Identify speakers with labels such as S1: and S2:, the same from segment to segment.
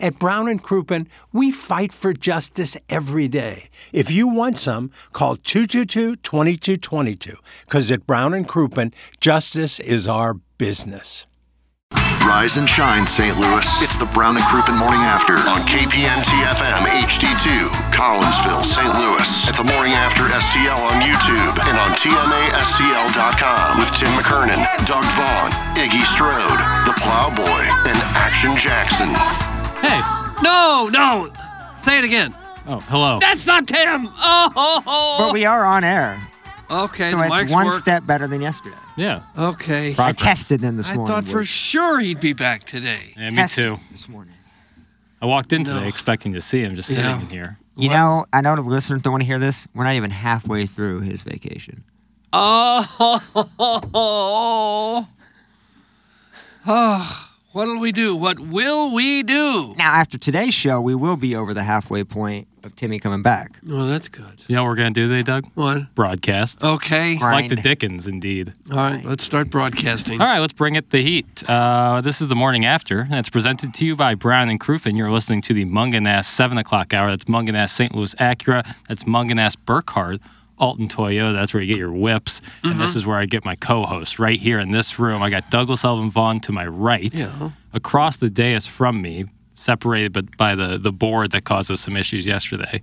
S1: At Brown and Crouppen, we fight for justice every day. If you want some, call 222-2222 because at Brown and Crouppen, justice is our business.
S2: Rise and shine, St. Louis. It's the Brown and Crouppen Morning After on KPNTFM HD2, Collinsville, St. Louis. At the Morning After STL on YouTube and on TMASTL.com with Tim McKernan, Doug Vaughn, Iggy Strode, The Plowboy, and Action Jackson.
S3: Hey, no, no. Say it again.
S4: Oh, hello.
S3: That's not Tim. Oh, ho, ho.
S5: But we are on air,
S3: okay.
S5: so
S3: the
S5: it's
S3: mics
S5: one
S3: work.
S5: step better than yesterday.
S4: Yeah.
S3: Okay.
S5: I
S4: Progress.
S5: tested them this
S3: I
S5: morning.
S3: thought for
S5: Woody.
S3: sure he'd be back today.
S4: Yeah, me
S5: Tested
S4: too.
S5: them This morning.
S4: I walked in today
S3: No.
S4: expecting to see him just sitting
S3: Yeah.
S4: in here.
S5: You
S3: What?
S5: know, I know the listeners don't want to hear this. We're not even halfway through his vacation.
S3: Oh, ho, ho, ho. Oh, what'll we do? What will we do?
S5: Now, after today's show, we will be over the halfway point of Timmy coming back.
S3: Well, Oh, that's good.
S4: You know what we're going to do today, Doug?
S3: What? Oh,
S4: Broadcast.
S3: Okay. All
S4: Like the
S5: Grind.
S4: Dickens, indeed.
S3: right. Let's start broadcasting.
S4: All right, let's bring it the heat. Uh, this is the morning after, and it's presented to you by Brown and Crouppen. You're listening to the Munganass 7 o'clock hour. That's Munganass St. Louis Acura. That's Munganass Burkhardt. Alton Toyota, that's where you get your whips. And this is where I get my co host right here in this room. I got Douglas Elvin Vaughn to my right.
S3: Yeah.
S4: Across the dais from me, separated but by the, the board that caused us some issues yesterday,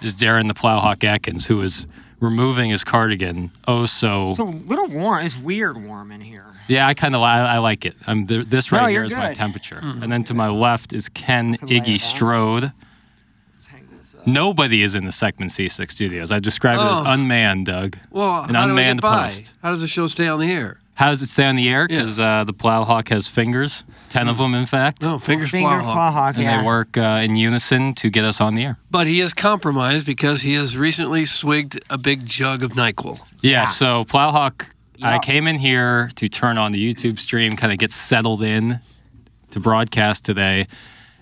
S4: is Darren the Plowhawk Atkins, who is removing his cardigan oh so
S5: It's a little warm. It's weird warm in here.
S4: yeah, I kind of I, I like it. I'm th- this right
S5: No,
S4: here
S5: you're
S4: is my
S5: good.
S4: temperature,
S3: Mm-hmm.
S4: and then to my left is Ken
S5: lay it down.
S4: Iggy Strode.
S5: Let's hang this up.
S4: Nobody is in the segment C6 studios. I described it as
S3: Oh.
S4: unmanned, Doug.
S3: Well,
S4: an
S3: how do we
S4: unmanned
S3: get by?
S4: post.
S3: How does the show stay on the air?
S4: How does it stay on the air? Because uh, the plowhawk has fingers, ten
S3: Mm-hmm.
S4: of them, in fact,
S3: No, Oh, fingers
S5: Oh, Finger
S3: plowed.
S5: claw hawk.
S4: and
S5: yeah.
S4: they work uh, in unison to get us on the air.
S3: But he is compromised because he has recently swigged a big jug of NyQuil.
S4: Yeah, so Plowhawk, I
S5: Yeah.
S4: came in here to turn on the YouTube stream, kind of get settled in to broadcast today.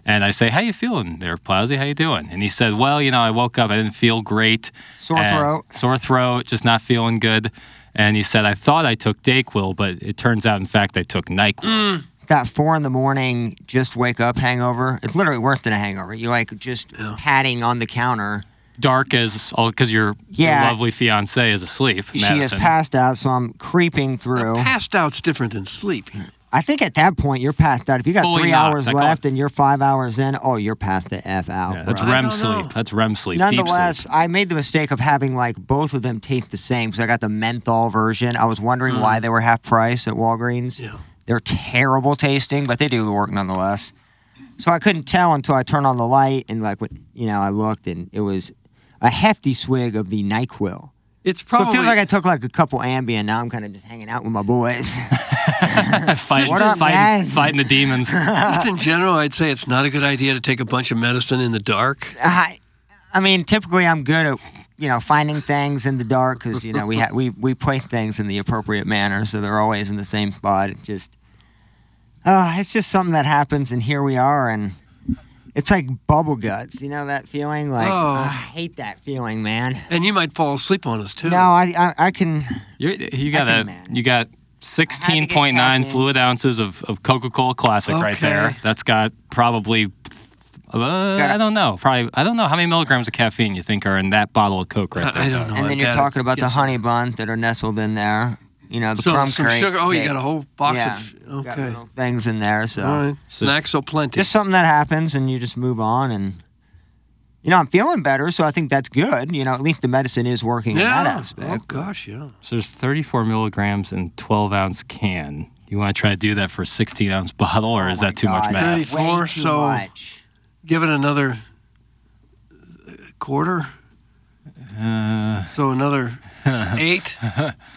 S4: And I say, how you feeling there, Plowsy? How you doing? And he said, well, you know, I woke up, I didn't feel great.
S5: Sore
S4: And-
S5: throat.
S4: Sore throat, just not feeling good. And he said, I thought I took Dayquil, but it turns out, in fact, I took
S5: Mm.
S4: NyQuil.
S5: That four in the morning, just wake up hangover. It's literally worse than a hangover. You're like just patting on the counter.
S4: Dark as all, because your,
S5: Yeah.
S4: your lovely fiance is asleep,
S5: She is
S4: Madison.
S5: passed out, so I'm creeping through.
S3: Passed out's different than sleeping.
S5: I think at that point you're passed out. If you got
S4: Fully
S5: three
S4: knocked,
S5: hours
S4: I call it.
S5: left and you're five hours in, oh, you're past the f out.
S4: yeah, that's
S5: bro.
S4: REM
S3: I don't know.
S4: sleep. That's REM sleep. deep
S5: Nonetheless,
S4: sleep.
S5: I made the mistake of having like both of them taste the same because I got the menthol version. I was wondering
S4: Mm.
S5: why they were half price at Walgreens.
S3: Yeah.
S5: They're terrible tasting, but they do the work nonetheless. So I couldn't tell until I turned on the light and like when you know I looked and it was a hefty swig of the Nyquil.
S3: It's
S5: So
S3: probably
S5: it feels like I took like a couple Ambien. Now I'm kind of just hanging out with my boys.
S4: Fight-
S5: What up,
S4: fighting-
S5: guys?
S4: fighting the demons.
S3: just in general, I'd say it's not a good idea to take a bunch of medicine in the dark.
S5: I, I mean, typically I'm good at you know finding things in the dark because you know we ha- we we place things in the appropriate manner, so they're always in the same spot. It just, uh, it's just something that happens, and here we are, and it's like bubble guts. You know that feeling? Like
S3: Oh.
S5: ah, I hate that feeling, man.
S3: And you might fall asleep on us too.
S5: No, I I, I can.
S4: You're, you got
S5: can
S4: a
S5: manage.
S4: you got
S5: I
S4: sixteen
S5: had to
S4: point
S5: get
S4: nine
S5: caffeine.
S4: fluid ounces of, of Coca Cola Classic right
S3: Okay.
S4: there. That's got probably uh, I don't know. Probably I don't know how many milligrams of caffeine you think are in that bottle of Coke right there.
S3: I, I don't
S4: Doug.
S3: know.
S5: and
S3: I
S5: then you're
S3: bet
S5: talking about the
S3: yes.
S5: honey bun that are nestled in there. You know the
S3: So
S5: crumb
S3: some
S5: crate
S3: sugar. Oh, you
S5: that-
S3: got a whole box
S5: yeah,
S3: of.
S5: got
S3: Okay.
S5: little things in there. So.
S3: All right. Snacks so plenty.
S5: just something that happens and you just move on and you know i'm feeling better so i think that's good you know at least the medicine is working in that
S3: yeah.
S5: aspect
S3: Oh gosh, yeah.
S4: So there's thirty four milligrams in twelve ounce can. You want to try to do that for a 16 ounce bottle,
S3: Oh
S4: or is that too much math?
S3: Really?
S5: Oh Way
S3: 34,
S5: too
S3: so-
S5: much.
S3: Give it another uh, quarter. so another eight.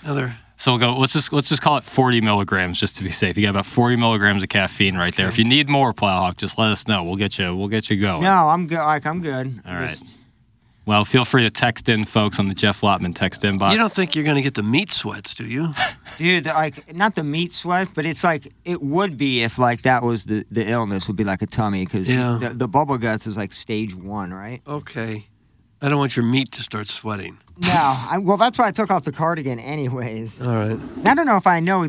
S3: Another.
S4: So we'll go. Let's just let's just call it 40 milligrams just to be safe. You got about 40 milligrams of caffeine right there. If you need more, Plowhawk, just let us know. We'll get you. We'll get you going.
S5: No, I'm good. Like I'm good.
S4: All
S5: I'm
S4: right.
S5: just-
S4: Well, feel free to text in, folks, on the Jeff Lotman text inbox.
S3: You don't think you're going to get the meat sweats, do you?
S5: dude. the- Like not the meat sweat, but it's like it would be if like that was the the illness would be like a tummy because
S3: Yeah.
S5: the, the bubble guts is like stage one, right?
S3: Okay. I don't want your meat to start sweating.
S5: No, I, well that's why I took off the cardigan anyways.
S3: All right.
S5: And I don't know if I know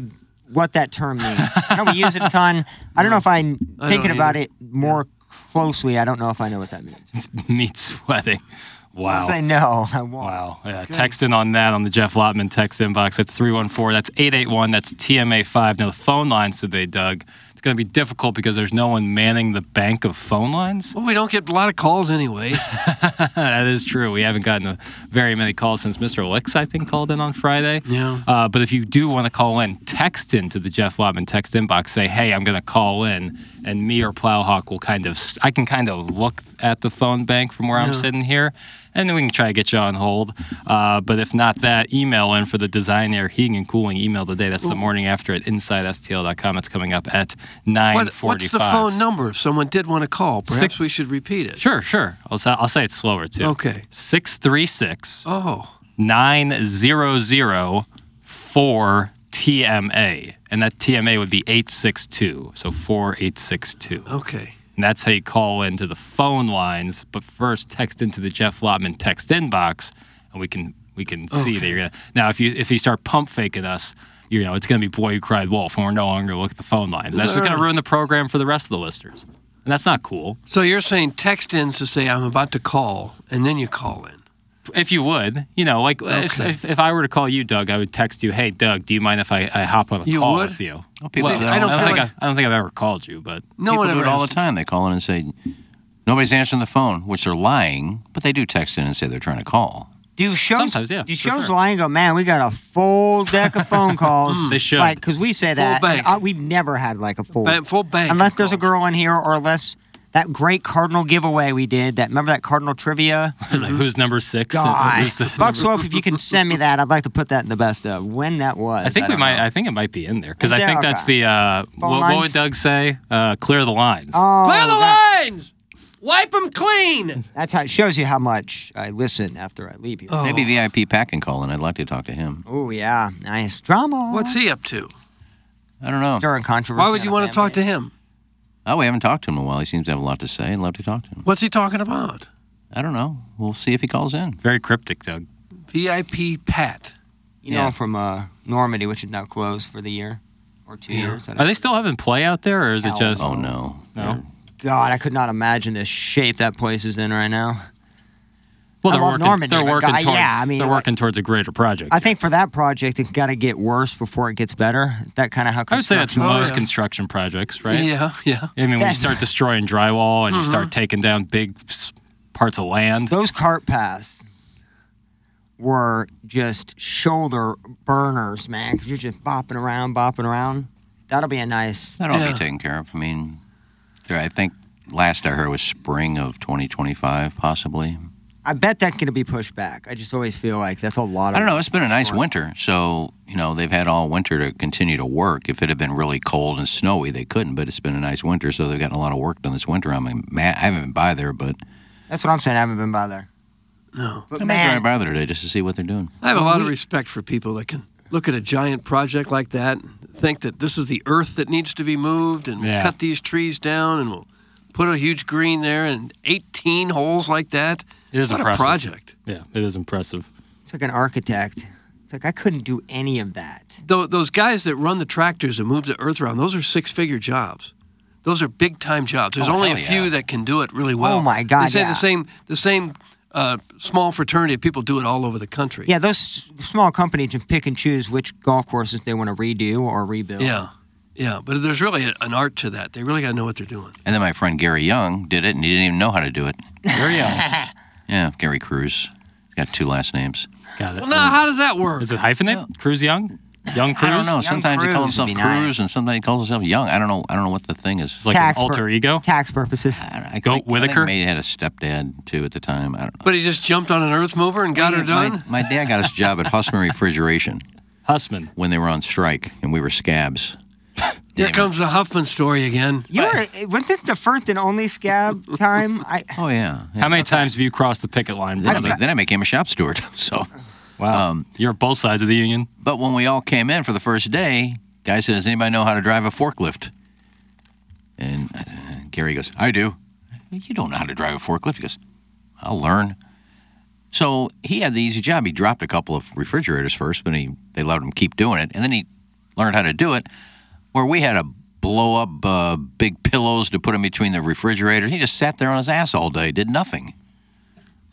S5: what that term means. I know we use it a ton. I don't know if I'm
S3: I
S5: thinking
S3: don't
S5: about
S3: either.
S5: it more closely. I don't know if I know what that means. As
S4: meat sweating.
S5: soon
S4: Wow.
S5: as I know, I won't.
S4: Wow. Yeah. Text in on that on the Jeff Lotman text inbox. That's 314. That's 881. That's TMA5. Now, the phone lines today, Doug, it's going to be difficult because there's no one manning the bank of phone lines.
S3: Well, we don't get a lot of calls anyway.
S4: that is true. We haven't gotten a, very many calls since Mr. Licks, I think, called in on Friday.
S3: Yeah.
S4: Uh, but if you do want to call in, text in to the Jeff Lotman text inbox. Say, hey, I'm going to call in, and me or Plowhawk will kind of, I can kind of look at the phone bank from where I'm sitting here, and then we can try to get you on hold. Uh, but if not that, email in for the Design Air Heating and Cooling email today. That's the morning after at InsideSTL.com. It's coming up at 9:45.
S3: What, what's the phone number if someone did want to call? Perhaps we should repeat it.
S4: Sure, sure. I'll, say- I'll say it slower too.
S3: Okay.
S4: 636
S3: Oh,
S4: 9004 TMA. And that TMA would be 862. So 4862.
S3: okay.
S4: And that's how you call into the phone lines. But first, text into the Jeff Lotman text inbox, and we can we can see that you're gonna. Now, if you if you start pump faking us, you know it's gonna be boy who cried wolf, and we're no longer gonna look at the phone lines. That's just gonna ruin the program for the rest of the listeners, and that's not cool.
S3: So you're saying text in to say I'm about to call, and then you call in.
S4: if you would, you know, like if,
S3: Okay.
S4: if, if I were to call you, Doug, I would text you, "Hey, Doug, do you mind if I, I hop on a
S3: You
S4: call
S3: would?
S4: with you?"
S6: people
S3: See,
S6: do that
S3: I
S6: all
S3: don't
S6: the
S3: feel
S4: think
S6: time.
S3: like-
S4: I, I don't think I've ever called you, but
S3: No
S6: people
S3: one
S6: do
S3: ever
S6: it all the
S3: asks-
S6: time. They call in and say nobody's answering the phone, which they're lying, but they do text in and say they're trying to call.
S5: Do shows?
S4: Sometimes, yeah,
S5: Do
S4: for
S5: shows
S4: sure. Hmm.
S5: lying? Go, man. We got a full deck of phone calls.
S4: They should.
S5: like because we say that. and,
S3: bank.
S5: uh, we've never had like a full
S3: Ba- full bank
S5: Unless
S3: of
S5: there's a
S3: calls.
S5: girl in here, or unless that great Cardinal giveaway we did. That remember that Cardinal trivia?
S4: It's like, who's number six? and
S5: God,
S4: who's the
S5: Buck
S4: number-
S5: Swope, if you can send me that, I'd like to put that in the best of when that was.
S4: I think we
S5: don't
S4: might.
S5: know.
S4: I think it might be in there because I
S5: Yeah,
S4: think that's
S5: okay.
S4: the uh, what,
S5: Phone
S4: what
S5: lines?
S4: would Doug say? Uh, clear the lines.
S5: Oh,
S3: Clear the
S5: that-
S3: lines. Wipe them clean.
S5: That's how it shows you how much I listen after I leave here. Oh,
S6: Maybe VIP Pack can call in. I'd like to talk to him.
S5: yeah, nice drama.
S3: What's he up to?
S6: I don't know.
S5: Stirring controversy.
S3: Why would you want to talk to
S5: him?
S3: him?
S6: Oh, we haven't talked to him in a while. He seems to have a lot to say. I'd love to talk to him.
S3: What's he talking about?
S6: I don't know. We'll see if he calls in.
S4: Very cryptic, Doug.
S3: VIP Pat.
S5: You know,
S6: Yeah.
S5: I'm from uh, Normandy, which is now closed for the year or two years. I don't
S4: Are they still having play out there, or is it
S5: Ow.
S4: just?
S6: Oh no.
S4: No.
S5: God, I could not imagine the shape that place is in right now.
S4: Well,
S5: I
S4: they're
S5: love
S4: working.
S5: Normandy,
S4: they're
S5: but
S4: working
S5: God,
S4: towards.
S5: yeah, I mean,
S4: they're
S5: like-
S4: working towards a greater project.
S5: I think for that project, it's got to get worse before it gets better. That kind of how
S4: I would say that's
S5: construction
S4: most
S3: yeah.
S4: construction projects, right?
S3: Yeah, yeah.
S4: I mean, when
S5: Yeah.
S4: you start destroying
S3: Mm-hmm.
S4: drywall and you start taking down big s- parts of land,
S5: Those cart paths were just shoulder burners, man. you you're just bopping around, bopping around. That'll be a nice.
S6: That'll
S3: Yeah.
S6: be taken care of. I mean, there, I think last I heard was spring of 2025, possibly.
S5: I bet that's going to be pushed back. I just always feel like that's a lot of.
S6: I don't know. It's been a nice
S5: Sure.
S6: winter, so you know they've had all winter to continue to work. If it had been really cold and snowy, they couldn't. But it's been a nice winter, so they've gotten a lot of work done this winter. I mean, Matt, I haven't been by there, but
S5: That's what I'm saying. I haven't been by there. No, but
S6: I might drive
S5: man,
S6: by there today just to see what they're doing.
S3: I have a lot of respect for people that can look at a giant project like that, think that this is the earth that needs to be moved, and we'll
S4: Yeah.
S3: cut these trees down, and we'll put a huge green there, and 18 holes like that.
S4: It is
S3: what
S4: impressive.
S3: a project.
S4: yeah, it is impressive.
S5: it's like an architect. It's like I couldn't do any of that.
S3: Tho- those guys that run the tractors and move the earth around, those are six-figure jobs. Those are big-time jobs. There's
S6: Oh,
S3: only a
S6: hell
S3: few
S6: yeah.
S3: that can do it really well.
S5: Oh, my God,
S3: They say
S5: yeah.
S3: the same. The same uh, small fraternity of people do it all over the country.
S5: Yeah, those s- small companies can pick and choose which golf courses they want to redo or rebuild.
S3: Yeah, yeah. But there's really a- an art to that. They really got to know what they're doing.
S6: And then my friend Gary Young did it, and he didn't even know how to do it.
S4: Very young.
S6: Yeah, Gary Cruz. He's got two last names.
S4: Got it.
S3: Well, now how does that work?
S4: Is it hyphenate? Cruz Young? Young Cruz?
S6: I don't know.
S5: Young
S6: Sometimes he
S5: Cruz
S6: calls
S5: would
S6: himself
S5: be
S6: Cruz,
S5: nice.
S6: and sometimes he calls himself Young. I don't know. I don't know what the thing is.
S4: Like
S5: Tax
S4: an
S5: per-
S4: alter ego?
S5: Tax purposes.
S6: I don't- I
S4: Goat
S6: think, I
S4: Whitaker?
S6: think May had a stepdad too at the time. I don't know.
S3: But he just jumped on an earth mover and got her
S6: My-
S3: done.
S6: My, dad got us a job at Hussman Refrigeration
S4: Hussman.
S6: when they were on strike, and we were scabs.
S3: Here
S6: Damn.
S3: comes the Huffman story again.
S5: You were, eh, wasn't it the first and only scab time? I,
S6: Oh yeah. yeah.
S4: How many times have you crossed the picket line?
S6: Then I,
S4: Brendan?
S6: be- then I became a shop steward. So,
S4: wow. You're on both sides of the union.
S6: but when we all came in for the first day, guy said, "Does anybody know how to drive a forklift?" And uh, Gary goes, "I do." You don't know how to drive a forklift? He goes, "I'll learn." So he had the easy job. He dropped a couple of refrigerators first, but he they let him keep doing it, and then he learned how to do it. Where we had to blow up uh, big pillows to put him between the refrigerators. He just sat there on his ass all day, did nothing.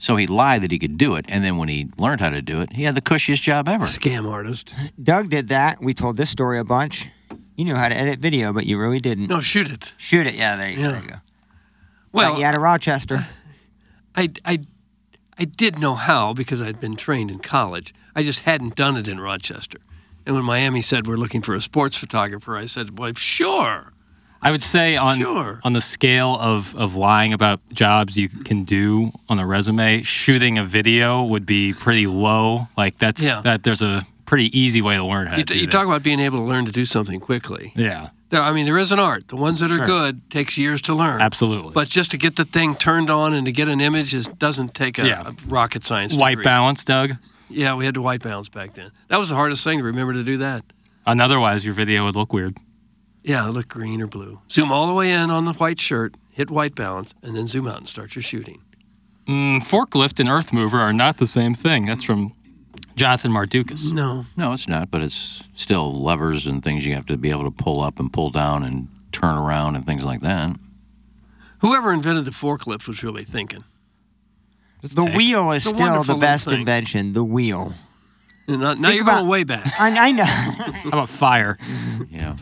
S6: So he lied that he could do it, and then when he learned how to do it, he had the cushiest job ever.
S3: Scam artist.
S5: Doug did that. We told this story a bunch. You knew how to edit video, but you really didn't.
S3: No, shoot it.
S5: Shoot it. Yeah, there you, there you go.
S3: Well,
S5: you out of Rochester.
S3: I, I, I did know how because I'd been trained in college. I just hadn't done it in Rochester. And when Miami said we're looking for a sports photographer, I said, "Well, sure."
S4: I would say on
S3: Sure.
S4: on the scale of, of lying about jobs you can do on a resume, shooting a video would be pretty low. Like that's
S3: Yeah.
S4: that there's a pretty easy way to learn how
S3: You,
S4: to do
S3: you
S4: that.
S3: talk about being able to learn to do something quickly.
S4: yeah,
S3: There, I mean, there is an art. The ones that are
S4: Sure.
S3: good takes years to learn.
S4: absolutely.
S3: But just to get the thing turned on and to get an image is, doesn't take a,
S4: Yeah.
S3: a rocket science.
S4: white
S3: degree.
S4: balance, Doug.
S3: Yeah, we had to white balance back then. That was the hardest thing to remember to do that.
S4: And otherwise, your video would look weird.
S3: Yeah, look green or blue. Zoom all the way in on the white shirt, hit white balance, and then zoom out and start your shooting.
S4: Mm, forklift and earth mover are not the same thing. That's from Jonathan Mardukas.
S3: No.
S6: No, it's not, but it's still levers and things you have to be able to pull up and pull down and turn around and things like that.
S3: Whoever invented the forklift was really thinking.
S5: The wheel is
S3: It's a
S5: still
S3: wonderful
S5: the
S3: little
S5: best
S3: thing.
S5: invention. The wheel.
S3: And now now
S5: Think
S3: you're
S5: about-
S3: going way back.
S5: I, I know,
S4: How about fire?
S6: Yeah.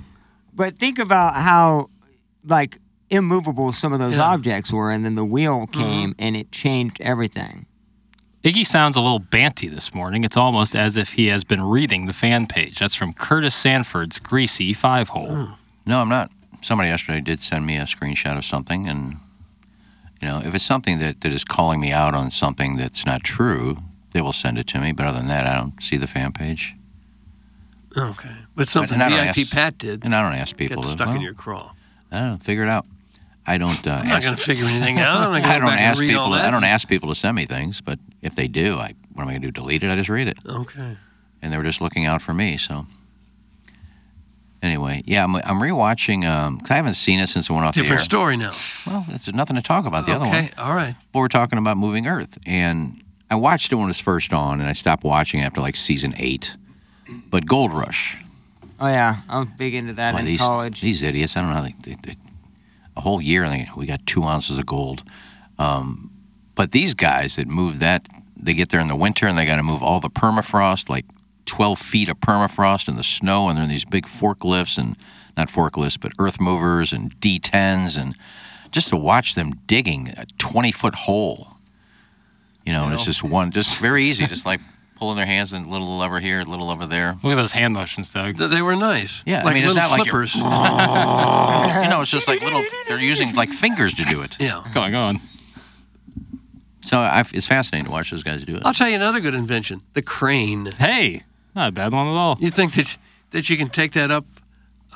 S5: but think about how like immovable some of those
S3: Yeah.
S5: objects were, and then the wheel came and it changed everything.
S4: Iggy sounds a little banty this morning. It's almost as if he has been reading the fan page. That's from Curtis Sanford's Greasy Five Hole.
S3: Oh.
S6: No, I'm not. Somebody yesterday did send me a screenshot of something, and you know, if it's something that, that is calling me out on something that's not true, they will send it to me. But other than that, I don't see the fan page,
S3: Okay. But something
S6: And I don't
S3: VIP
S6: ask-
S3: Pat did
S6: and I don't ask people.
S3: get
S6: to,
S3: stuck
S6: well,
S3: in your crawl.
S6: I don't know, figure it out. I don't. Uh,
S3: I'm not
S6: ask-
S3: going to figure anything out. I'm not going
S6: I
S3: to go
S6: don't
S3: back and
S6: ask
S3: read all
S6: people.
S3: that.
S6: I don't ask people to send me things, but if they do, I what am I going to do? Delete it? I just read it.
S3: Okay.
S6: and they were just looking out for me. So anyway, yeah, I'm, I'm rewatching. Um, 'cause I haven't seen it since it went off
S3: Different
S6: the air.
S3: story now.
S6: Well, there's nothing to talk about the other one.
S3: okay. All right.
S6: But we're talking about moving Earth, and I watched it when it was first on, and I stopped watching after like season eight. But Gold Rush,
S5: Oh yeah, I was big into that
S6: Boy,
S5: in
S6: these
S5: college.
S6: these idiots, I don't know. How they, they, they, a whole year, and they, we got two ounces of gold. Um, but these guys that move that, they get there in the winter, and they got to move all the permafrost, like 12 feet of permafrost in the snow, and they're in these big forklifts and not forklifts, but earth movers and D10s, and just to watch them digging a 20 foot hole. You know, and it's just one, just very easy, just like pulling their hands and little lever here, little lever there.
S4: Look at those hand motions, Doug.
S3: Th- They were nice.
S6: Yeah, I
S3: like
S6: mean, it's
S3: little
S6: not like you're-
S3: flippers.
S6: You know, it's just like little, they're using like fingers to do it.
S3: yeah.
S4: What's going on?
S6: So i it's fascinating to watch those guys do it.
S3: I'll tell you another good invention the crane.
S4: Hey, not a bad one at all.
S3: You think that that you can take that up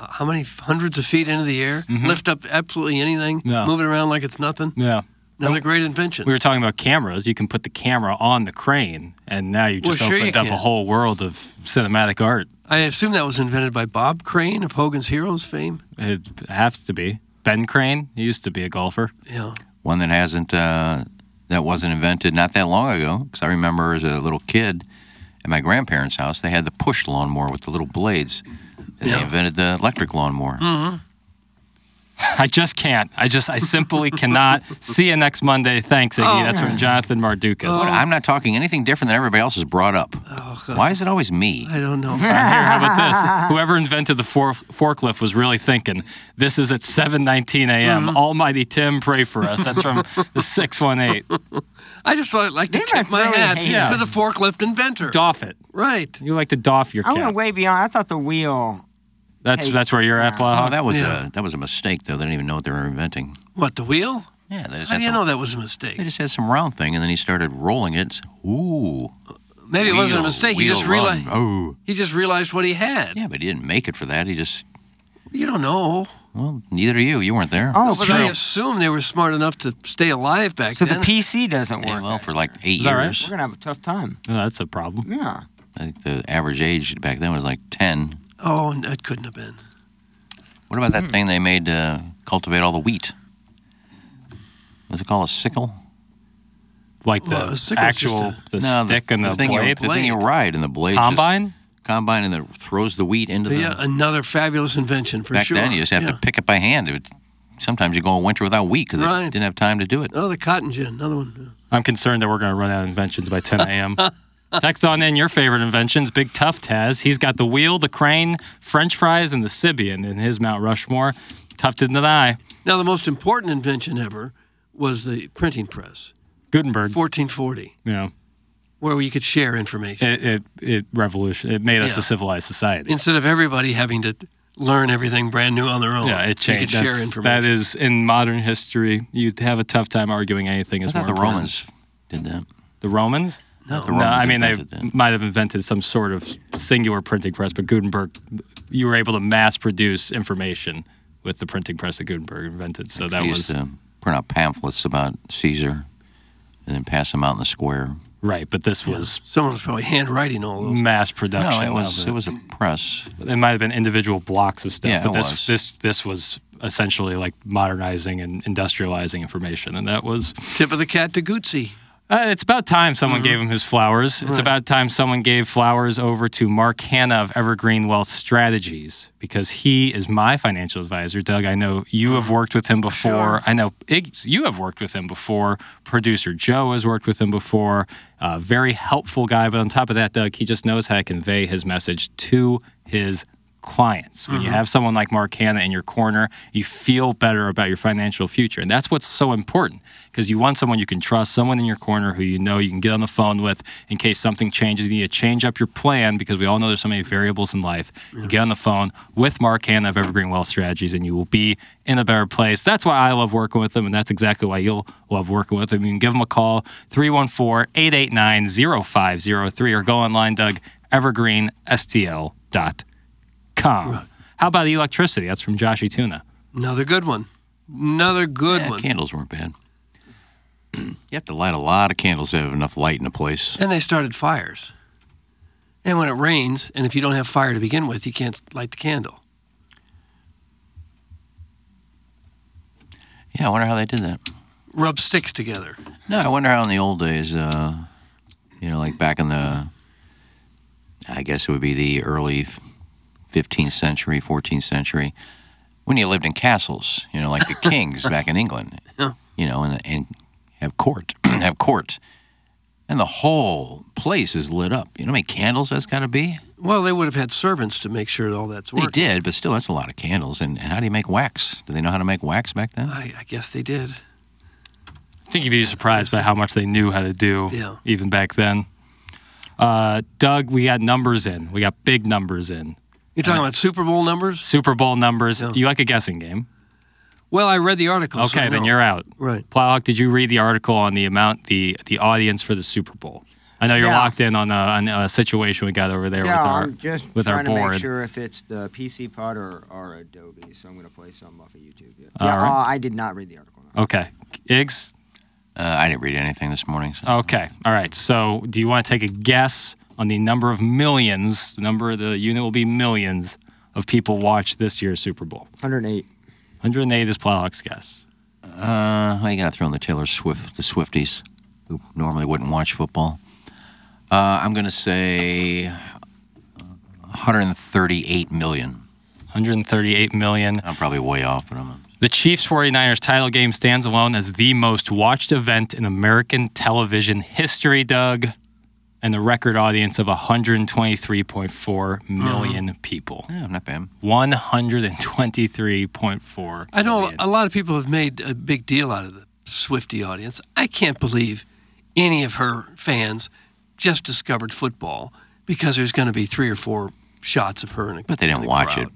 S3: uh, how many f- hundreds of feet into the air, lift up absolutely anything,
S4: No.
S3: move it around like it's nothing?
S4: Yeah.
S3: Another great invention.
S4: We were talking about cameras. You can put the camera on the crane, and now you
S3: Well,
S4: just
S3: sure you
S4: opened up
S3: can.
S4: a whole world of cinematic art.
S3: I assume that was invented by Bob Crane of Hogan's Heroes fame.
S4: It has to be. Ben Crane he used to be a golfer.
S3: Yeah.
S6: One that hasn't, uh, that wasn't invented not that long ago, because I remember as a little kid at my grandparents' house, they had the push
S3: Mm-hmm.
S6: lawnmower with the little blades, and they invented the electric lawnmower.
S4: I just can't. I just, I simply cannot. See you next Monday. Thanks, Iggy. That's from Jonathan Mardukas.
S6: I'm not talking anything different than everybody else has brought up. Why is it always me?
S3: Oh, I don't know.
S4: Uh, Here, how about this? Whoever invented the for- forklift was really thinking. This is at 7:19 a.m. Almighty Tim, pray for us. That's from the 618.
S3: I just like, like to
S5: They
S3: tip
S5: must
S3: my
S5: really
S3: hat
S5: hate
S3: to
S4: it.
S3: the forklift inventor.
S4: Doff it.
S3: Right.
S4: You like to doff your
S5: I went
S4: cap.
S5: way beyond. I thought the wheel.
S4: That's that's where you're at,
S6: Oh,
S4: Blaha.
S6: that was a that was a mistake though. They didn't even know what they were inventing.
S3: What the wheel?
S6: Yeah, they just
S3: How
S6: had
S3: do you
S6: some,
S3: know that was a mistake?
S6: they just had some round thing, and then he started rolling it. Ooh,
S3: Maybe it wasn't a
S6: wheel-
S3: mistake. He
S6: wheel
S3: just
S6: run.
S3: realized
S6: Oh,
S3: he just realized what he had.
S6: yeah, but he didn't make it for that. He just
S3: You don't know.
S6: well, neither do you. You weren't there.
S5: Oh,
S3: But
S5: so-
S3: I assume they were smart enough to stay alive back
S5: so the
S3: then.
S5: PC doesn't
S6: Hey,
S5: work.
S6: well, for like eight
S4: that right?
S6: years.
S5: We're gonna have a tough time.
S4: Oh, that's a problem.
S5: Yeah.
S6: I think the average age back then was like ten.
S3: oh, n- it couldn't have been.
S6: What about that thing they made to cultivate all the wheat? Was it called a sickle?
S4: Like
S3: Well, a
S4: the
S3: sickle's
S4: actual
S3: just
S4: the stick and the,
S6: thing
S4: blade.
S6: You, the thing you ride and the blade. just-
S4: Combine.
S6: combine and that throws the wheat into
S3: But
S6: the.
S3: yeah, another fabulous invention for
S6: back
S3: sure.
S6: then, you just have
S3: Yeah.
S6: to pick it by hand. It would, sometimes you go a winter without wheat because
S3: Right.
S6: they didn't have time to do it.
S3: Oh, the cotton gin, another one.
S4: I'm concerned that we're going to run out of inventions by 10 a.m. Text on in your favorite inventions. Big Tough Taz. He's got the wheel, the crane, French fries, and the Sibian in his Mount Rushmore. Tough to deny.
S3: Now, the most important invention ever was the printing press,
S4: Gutenberg.
S3: 1440,
S4: you know,
S3: where you could share information
S4: it it, it revolution. It made us
S3: Yeah.
S4: a civilized society.
S3: instead of everybody having to learn everything brand new on their own.
S4: yeah, it
S3: You could
S4: changed.
S3: share
S4: That's-
S3: information.
S4: That is in modern history. You'd have a tough time arguing anything
S6: I
S4: is
S6: thought
S4: more
S6: the
S4: important.
S6: Romans did that.
S4: The Romans.
S6: No, the
S4: No,
S6: Romans
S4: I mean they
S6: invented that.
S4: might have invented some sort of singular printing press, but Gutenberg, you were able to mass produce information with the printing press that Gutenberg invented. So that
S6: They used
S4: was
S6: to print out pamphlets about Caesar and then pass them out in the square.
S4: right, but this was
S3: Someone was probably handwriting all those.
S4: mass
S6: No,
S4: production.
S6: it
S4: of
S6: was
S4: it.
S6: it was a press.
S4: It might have been individual blocks of stuff,
S6: Yeah,
S4: but
S6: it
S4: this
S6: was.
S4: this this was essentially like modernizing and industrializing information, and that was
S3: Tip of the cat to Gucci.
S4: Uh, it's about time someone gave him his flowers. It's about time someone gave flowers over to Mark Hanna of Evergreen Wealth Strategies because he is my financial advisor. Doug, I know you have worked with him before. I know Ig- you have worked with him before. Producer Joe has worked with him before. Uh, very helpful guy. But on top of that, Doug, he just knows how to convey his message to his clients. When you have someone like Mark Hanna in your corner, you feel better about your financial future. And that's what's so important because you want someone you can trust, someone in your corner who you know you can get on the phone with in case something changes. You need to change up your plan because we all know there's so many variables in life. You get on the phone with Mark Hanna of Evergreen Wealth Strategies and you will be in a better place. That's why I love working with him and that's exactly why you'll love working with him. You can give him a call 314-889-0503 or go online, Doug, evergreenstl.com com. How about the electricity? That's from Joshy Tuna.
S3: Another good one. Another good
S6: Yeah,
S3: one.
S6: candles weren't bad. you have to light a lot of candles to have enough light in a place.
S3: And they started fires. And when it rains, and if you don't have fire to begin with, you can't light the candle.
S6: Yeah, I wonder how they did that.
S3: Rub sticks together.
S6: No, I wonder how in the old days, uh, you know, like back in the, I guess it would be the early 15th century, 14th century, when you lived in castles, you know, like the kings back in England, you know, and, and have court, have court, and the whole place is lit up. You know how many candles that's got to be?
S3: Well, they would have had servants to make sure all that's
S6: They
S3: working.
S6: did, but still, that's a lot of candles. And, and how do you make wax? Do they know how to make wax back then?
S3: I, I guess they did.
S4: I think you'd be surprised by how much they knew how to do
S3: Yeah.
S4: even back then. Uh, Doug, we got numbers in. We got big numbers in.
S3: You're talking about Super Bowl numbers?
S4: Super Bowl numbers. You like a guessing game.
S3: Well, I read the article. so
S4: Okay,
S3: no.
S4: then you're out.
S3: Right.
S4: Plowhawk, did you read the article on the amount, the the audience for the Super Bowl? I know you're
S5: Yeah.
S4: locked in on a, on a situation we got over there
S5: yeah,
S4: with our
S5: I'm just
S4: with our
S5: trying to
S4: board.
S5: make sure if it's the PC pod or, or Adobe. So I'm gonna play something off of YouTube. Yeah.
S4: All
S5: yeah
S4: right.
S5: uh, I did not read the article. No.
S4: Okay, Iggs,
S6: Uh, I didn't read anything this morning. So.
S4: Okay. All right. So, do you want to take a guess on the number of millions? The number of the unit will be millions of people watch this year's Super Bowl.
S5: 108.
S4: 108 is Plowhawk's guess.
S6: Uh, well, you got to throw in the Taylor Swift, the Swifties, who normally wouldn't watch football. Uh, I'm going to say 138 million.
S4: 138 million.
S6: I'm probably way off, but I'm.
S4: The Chiefs 49ers title game stands alone as the most watched event in American television history, Doug, and the record audience of 123.4 million people.
S6: Yeah, eh, not bad.
S4: 123.4.
S3: I know a lot of people have made a big deal out of the Swifty audience. I can't believe any of her fans just discovered football because there's going to be three or four shots of her in a
S6: But they
S3: in
S6: didn't
S3: a
S6: watch
S3: crowd.
S6: it.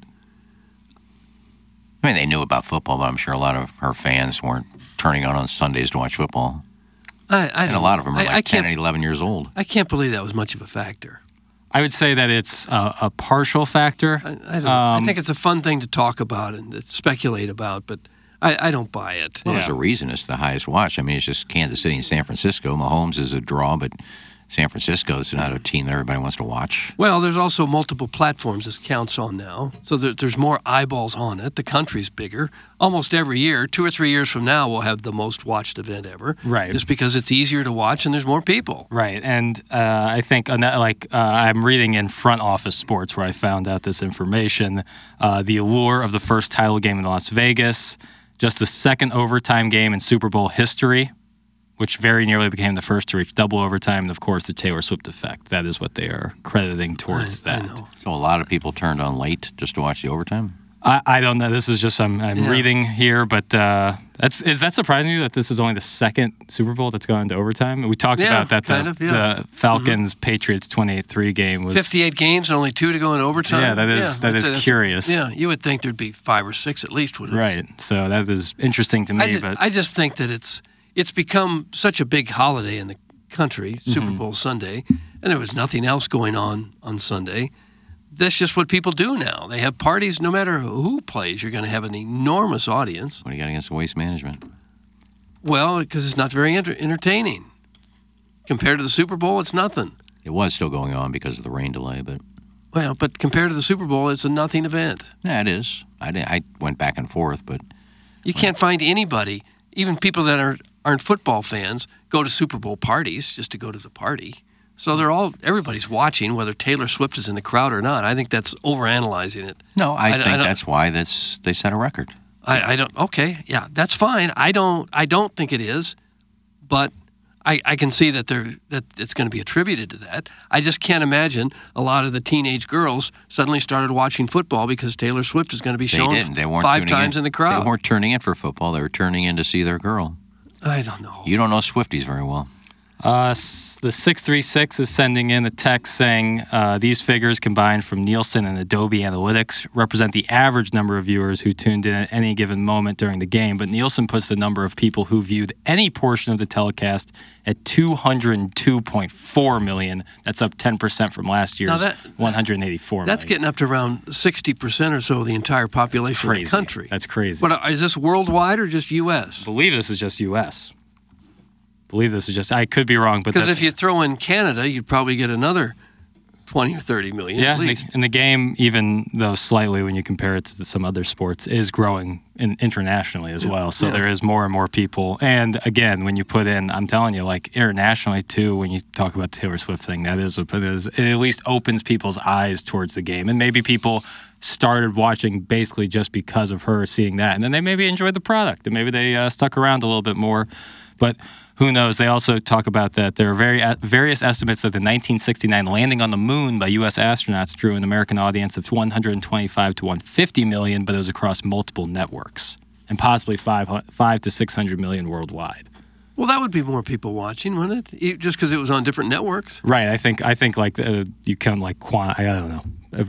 S6: I mean, they knew about football, but I'm sure a lot of her fans weren't turning on on Sundays to watch football.
S3: I, I
S6: And a
S3: don't-
S6: lot of them are
S3: I,
S6: like
S3: I
S6: 10
S3: can't,
S6: and 11 years old.
S3: I can't believe that was much of a factor.
S4: I would say that it's a, a partial factor.
S3: I, I don't. know.
S6: Um,
S3: I think it's a fun thing to talk about and to speculate about, but I, I don't buy it.
S6: Well, there's a reason it's the highest watch. I mean, it's just Kansas City and San Francisco. Mahomes is a draw, but San Francisco is not a team that everybody wants to watch.
S3: Well, there's also multiple platforms this counts on now, so there, there's more eyeballs on it. The country's bigger. Almost every year, two or three years from now, we'll have the most watched event ever.
S4: Right.
S3: Just because it's easier to watch and there's more people.
S4: Right, and uh, I think on that, like uh, I'm reading in Front Office Sports where I found out this information. Uh, the allure of the first title game in Las Vegas, just the second overtime game in Super Bowl history, which very nearly became the first to reach double overtime, and of course the Taylor Swift effect. That is what they are crediting towards that. I,
S6: So a lot of people turned on late just to watch the overtime.
S4: I, don't know. This is just I'm, I'm reading here, but uh, that's is that surprising to you that this is only the second Super Bowl that's gone into overtime? We talked
S3: Yeah,
S4: about that. The,
S3: kind of, yeah. Mm-hmm.
S4: the Falcons Patriots 28-3 game was
S3: 58 games and only two to go in overtime.
S4: Yeah, that is- that
S3: that's
S4: is
S3: it. That's-
S4: curious.
S3: Yeah, you would think there'd be five or six at least. Would
S4: Right. So that is interesting to me.
S3: I just,
S4: but
S3: I just think that it's it's become such a big holiday in the country,
S4: Mm-hmm.
S3: Super Bowl Sunday, and there was nothing else going on on Sunday. That's just what people do now. They have parties, no matter who plays. You're going to have an enormous audience.
S6: What do you got against the waste management?
S3: Well, because it's not very enter- entertaining compared to the Super Bowl. It's nothing.
S6: It was still going on because of the rain delay, but
S3: Well, but compared to the Super Bowl, it's a nothing event.
S6: yeah, it is. I, did, I went back and forth, but
S3: You can't find anybody, even people that are, aren't football fans, go to Super Bowl parties just to go to the party. So they're all everybody's watching whether Taylor Swift is in the crowd or not. I think that's overanalyzing it.
S6: no, I,
S3: I don't-
S6: think
S3: I don't-
S6: that's why that's they set a record.
S3: I, I don't. Okay, yeah, that's fine. I don't. I don't think it is, but I, I can see that there that it's going to be attributed to that. I just can't imagine a lot of the teenage girls suddenly started watching football because Taylor Swift is going to be
S6: They
S3: shown
S6: didn't. They weren't
S3: five
S6: tuning
S3: times in the crowd.
S6: They weren't turning in for football. They were turning in to see their girl.
S3: I don't know.
S6: You don't know Swifties very well.
S4: uh, s- the 636 is sending in a text saying uh, these figures combined from Nielsen and Adobe Analytics represent the average number of viewers who tuned in at any given moment during the game, but Nielsen puts the number of people who viewed any portion of the telecast at 202.4 million. That's up 10% from last year's
S3: that-
S4: 184 million.
S3: That's getting up to around 60% or so of the entire population of
S4: crazy.
S3: the country.
S4: That's crazy.
S3: But uh, is this worldwide or just U.S.?
S4: believe this is just U.S. Believe this is just. I could be wrong, but
S3: Because
S4: that's-
S3: if you throw in Canada, you'd probably get another 20 or 30 million
S4: yeah,
S3: at
S4: and the-
S3: least.
S4: and the game, even though slightly when you compare it to some other sports, is growing in, internationally as well. So there is more and more people. And again, when you put in, I'm telling you, like internationally too, when you talk about the Taylor Swift thing, that is, what it is. It at least opens people's eyes towards the game, and maybe people started watching basically just because of her seeing that, and then they maybe enjoyed the product, and maybe they uh, stuck around a little bit more, but. Who knows? They also talk about that there are very, uh, various estimates that the 1969 landing on the moon by U.S. astronauts drew an American audience of 125 to 150 million, but it was across multiple networks and possibly five hun- five to 600 million worldwide.
S3: Well, that would be more people watching, wouldn't it? E- Just because it was on different networks.
S4: Right. I think I think like uh, you can like quant. I don't know. Uh,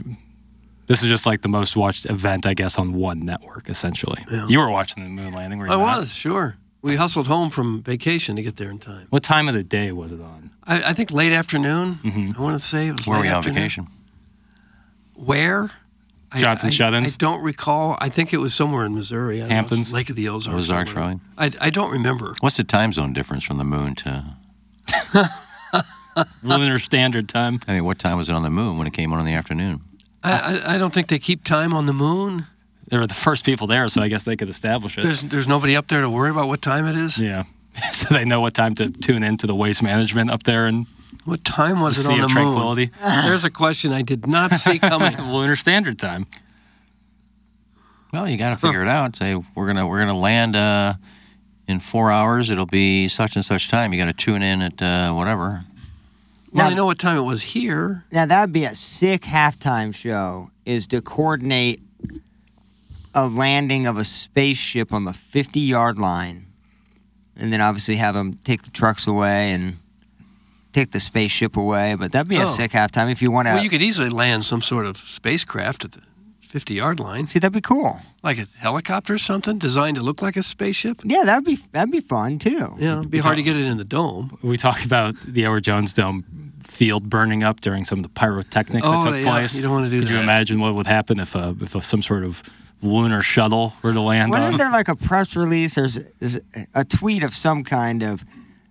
S4: This is just like the most watched event, I guess, on one network essentially. You were watching the moon landing. Were you
S3: I
S4: not?
S3: was, sure. We hustled home from vacation to get there in time.
S4: What time of the day was it on?
S3: I, I think late afternoon.
S4: Mm-hmm.
S3: I want to say it was
S6: Where were
S3: late
S6: we on
S3: afternoon.
S6: vacation?
S3: Where? I-
S4: Johnson
S3: I-
S4: Shuddins?
S3: I don't recall. I think it was somewhere in Missouri. I don't know, it's
S4: Hamptons?
S3: Lake of the Ozarks. or
S6: Ozarks,
S3: whatever. I, I don't remember.
S6: What's the time zone difference from the moon to?
S4: Lunar Standard Time.
S6: I mean, what time was it on the moon when it came on in the afternoon?
S3: I, I, I don't think they keep time on the moon.
S4: They were the first people there, so I guess they could establish it.
S3: There's there's nobody up there to worry about what time it is.
S4: Yeah. So they know what time to tune into the waste management up there in
S3: What time was
S4: the
S3: it on
S4: Sea
S3: the
S4: of Tranquility.
S3: moon? There's a question I did not see coming.
S4: Lunar Standard Time.
S6: Well, you got to figure it out. Say we're gonna we're gonna land uh, in four hours. It'll be such and such time. You got to tune in at uh, whatever.
S3: Well,
S5: Now-
S3: I know what time it was here.
S5: Now that would be a sick halftime show. Is to coordinate a landing of a spaceship on the fifty-yard line, and then obviously have them take the trucks away and take the spaceship away. But that'd be
S3: Oh.
S5: a sick halftime if you want to.
S3: Well, you could easily land some sort of spacecraft at the 50 yard line,
S5: See, that'd be cool.
S3: like a helicopter or something designed to look like a spaceship.
S5: Yeah, that'd be that'd be fun too.
S3: Yeah, it'd be hard to get it in the dome.
S4: We talk about the Edward Jones Dome field burning up during some of the pyrotechnics
S3: Oh,
S4: that took
S3: yeah,
S4: place.
S3: you don't wanna do
S4: Could you
S3: that.
S4: imagine what would happen if a, if a, some sort of lunar shuttle were to land on?
S5: Wasn't there like a press release or s- is a tweet of some kind of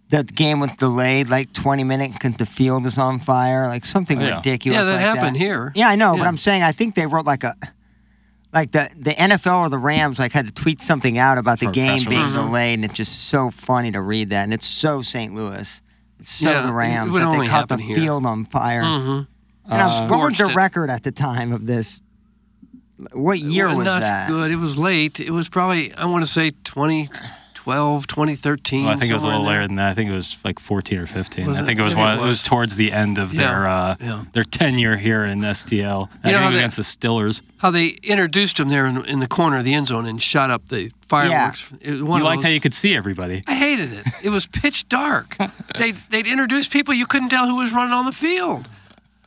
S5: that the game was delayed like 20 minutes because the field is on fire, like something
S4: Oh, yeah.
S5: ridiculous.
S3: Yeah, that
S5: like
S3: happened here.
S5: Yeah, I know, but
S3: Yeah.
S5: I'm saying I think they wrote like a like the the NFL or the Rams like had to tweet something out about the
S4: Or a press
S5: game being
S4: release.
S3: Mm-hmm.
S5: delayed, and it's just so funny to read that, and it's so St. Louis. It's So
S3: Yeah,
S5: the
S3: it
S5: Rams
S3: would
S5: that
S3: only
S5: they caught the
S3: happen here.
S5: field on fire.
S3: Mm-hmm.
S5: And I'm- what
S3: Scorched
S5: was the
S3: it.
S5: record at the time of this? What year was
S3: not
S5: that?
S3: good. It was late. It was probably, I want to say 2012, 2013.
S4: Well, I think it was a
S3: somewhere in
S4: little
S3: there.
S4: later than that. I think it was like 14 or 15.
S3: Was
S4: I
S3: it?
S4: think it was
S3: Maybe it
S4: one, it was
S3: was.
S4: towards the end of their
S3: Yeah,
S4: uh,
S3: yeah.
S4: their tenure here in STL. I
S3: You know
S4: think it
S3: how
S4: was
S3: they-
S4: against the Stillers.
S3: How they introduced him there in, in the corner of the end zone and shot up the fireworks. It was one
S4: You
S3: of
S4: liked how
S3: those-
S4: you could see everybody.
S3: I hated it. It was pitch dark. they'd, they'd introduce people you couldn't tell who was running on the field.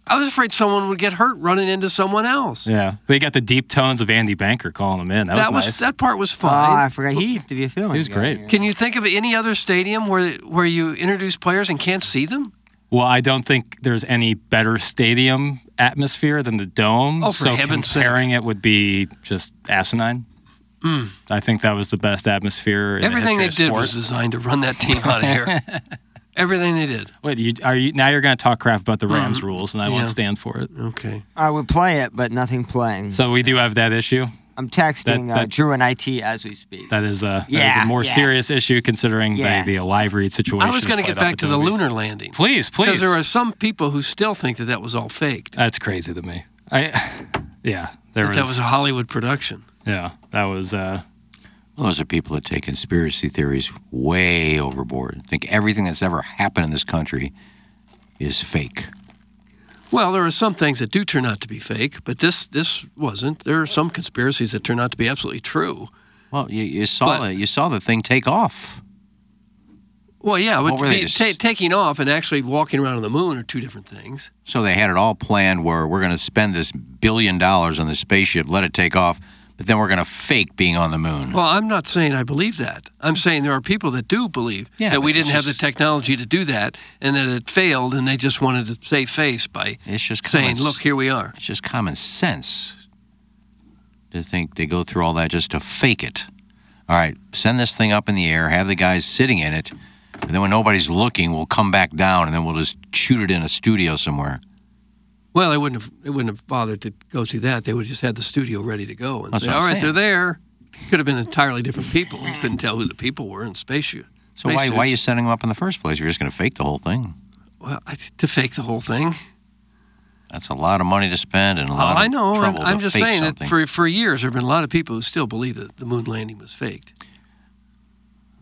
S3: I was afraid someone would get hurt running into someone else.
S4: Yeah, they got the deep tones of Andy Banker calling them in. That,
S3: that was
S4: was, nice.
S3: that part was
S5: Oh, I
S3: fun.
S5: forgot. He used to be a film.
S4: He was great.
S3: Can you think of any other stadium where where you introduce players and can't see them?
S4: Well, I don't think there's any better stadium atmosphere than the dome.
S3: Oh, for
S4: so
S3: heaven's sakes.
S4: comparing it would be just asinine. I think that was the best atmosphere. In
S3: Hmm. Everything
S4: the
S3: they
S4: history
S3: did
S4: of
S3: was
S4: sport.
S3: designed to run that team out of here. Everything they did.
S4: Wait, you, are you now? You're going to talk crap about the Rams rules, and I
S3: Mm-hmm. Yeah.
S4: won't stand for it.
S3: Okay.
S5: I would play it, but nothing playing.
S4: So we do have that issue.
S5: I'm texting
S4: that-
S5: uh, Drew and IT as we speak.
S4: That is a, that is a
S5: Yeah,
S4: more
S5: yeah.
S4: serious issue considering
S5: Yeah.
S4: the, the live read situation.
S3: I was going to get back to the
S4: lunar.
S3: lunar landing.
S4: Please, please.
S3: Because there are some people who still think that that was all faked.
S4: That's crazy to me. I, yeah, there
S3: That that was a Hollywood production.
S4: yeah, that was. Uh,
S6: Well, those are people that take conspiracy theories way overboard. Think everything that's ever happened in this country is fake.
S3: Well, there are some things that do turn out to be fake, but this this wasn't. There are some conspiracies that turn out to be absolutely true.
S6: Well, you, you saw
S3: But-
S6: the, you saw the thing take off.
S3: Well, yeah, but
S6: What were they,
S3: ta-
S6: just-
S3: ta- taking off and actually walking around on the moon are two different things.
S6: So they had it all planned where we're going to spend this billion dollars on this spaceship, let it take off, but then we're going to fake being on the moon.
S3: Well, I'm not saying I believe that. I'm saying there are people that do believe
S6: Yeah,
S3: that we
S6: but it's
S3: didn't have the
S6: just-
S3: technology to do that and that it failed and they just wanted to save face by
S6: It's just common
S3: saying,
S6: s-
S3: look, here we are.
S6: It's just common sense to think they go through all that just to fake it. All right, send this thing up in the air, have the guys sitting in it, and then when nobody's looking, we'll come back down and then we'll just shoot it in a studio somewhere.
S3: Well, they wouldn't have, they wouldn't have bothered to go through that. They would have just had the studio ready to go and
S6: That's
S3: say,
S6: what
S3: all
S6: I'm
S3: right,
S6: saying.
S3: they're there. Could have been entirely different people. You couldn't tell who the people were in spacesuit.
S6: So why, why are you
S3: spacesuits.
S6: sending them up in the first place? You're just going to fake the whole thing.
S3: Well, I, th- to fake the whole thing.
S6: That's a lot of money to spend and a lot
S3: Oh, I
S6: of
S3: know. I'm,
S6: trouble
S3: I'm
S6: to
S3: just
S6: fake
S3: saying
S6: something.
S3: that for for years there have been a lot of people who still believe that the moon landing was faked.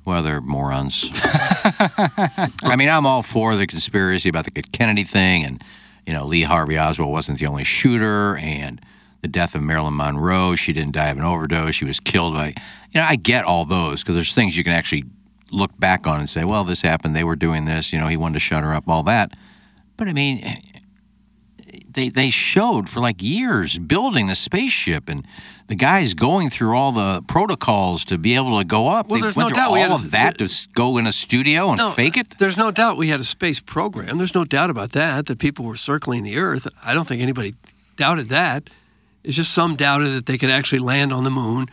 S6: Well, they're morons. I mean, I'm all for the conspiracy about the Kennedy thing, and you know, Lee Harvey Oswald wasn't the only shooter, and the death of Marilyn Monroe. She didn't die of an overdose. She was killed by. You know, I get all those because there's things you can actually look back on and say, well, this happened. They were doing this. You know, he wanted to shut her up. All that. But I mean, they they showed for like years building the spaceship and the guys going through all the protocols to be able to go up.
S3: Well,
S6: they
S3: there's
S6: went
S3: no
S6: through
S3: doubt we
S6: all
S3: had a-
S6: of that to s- go in a studio and fake it.
S3: There's no doubt we had a space program. There's no doubt about that. That people were circling the Earth. I don't think anybody doubted that. It's just some doubted that they could actually land on the moon,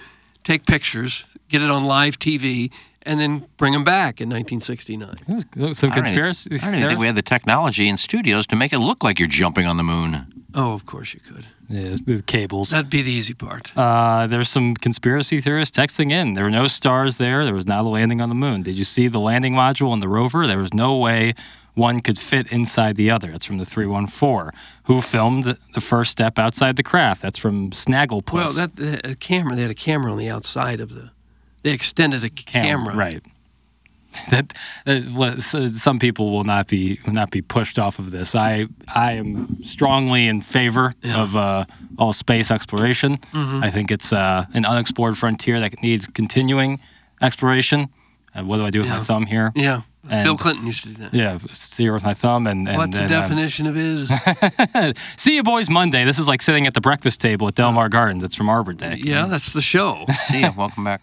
S3: take pictures, get it on live TV, and then bring them back in 1969.
S4: it was- it was some
S6: I don't even-
S4: conspiracy.
S6: I don't even think we had the technology in studios to make it look like you're jumping on the moon.
S3: Oh, of course you could.
S4: yeah, the cables.
S3: That'd be the easy part.
S4: Uh, there's some conspiracy theorists texting in. There were no stars there. There was not a landing on the moon. Did you see the landing module and the rover? There was no way one could fit inside the other. That's from the 314. Who filmed The First Step Outside the Craft? That's from Snagglepuss.
S3: Well, that the, a camera. They had a camera on the outside of the. They extended a camera.
S4: Right. That, that was, so some people will not be will not be pushed off of this. I I am strongly in favor of uh, all space exploration.
S3: Mm-hmm.
S4: I think it's uh, an unexplored frontier that needs continuing exploration. Uh, what do I do with my thumb here?
S3: Yeah.
S4: And-
S3: Bill Clinton used to do that.
S4: Yeah, sit here with my thumb and, and
S3: What's the
S4: and, um,
S3: definition of is?
S4: see you boys Monday. This is like sitting at the breakfast table at Delmar Gardens. It's from Arbor Day.
S3: yeah, that's the show.
S6: See ya. Welcome back.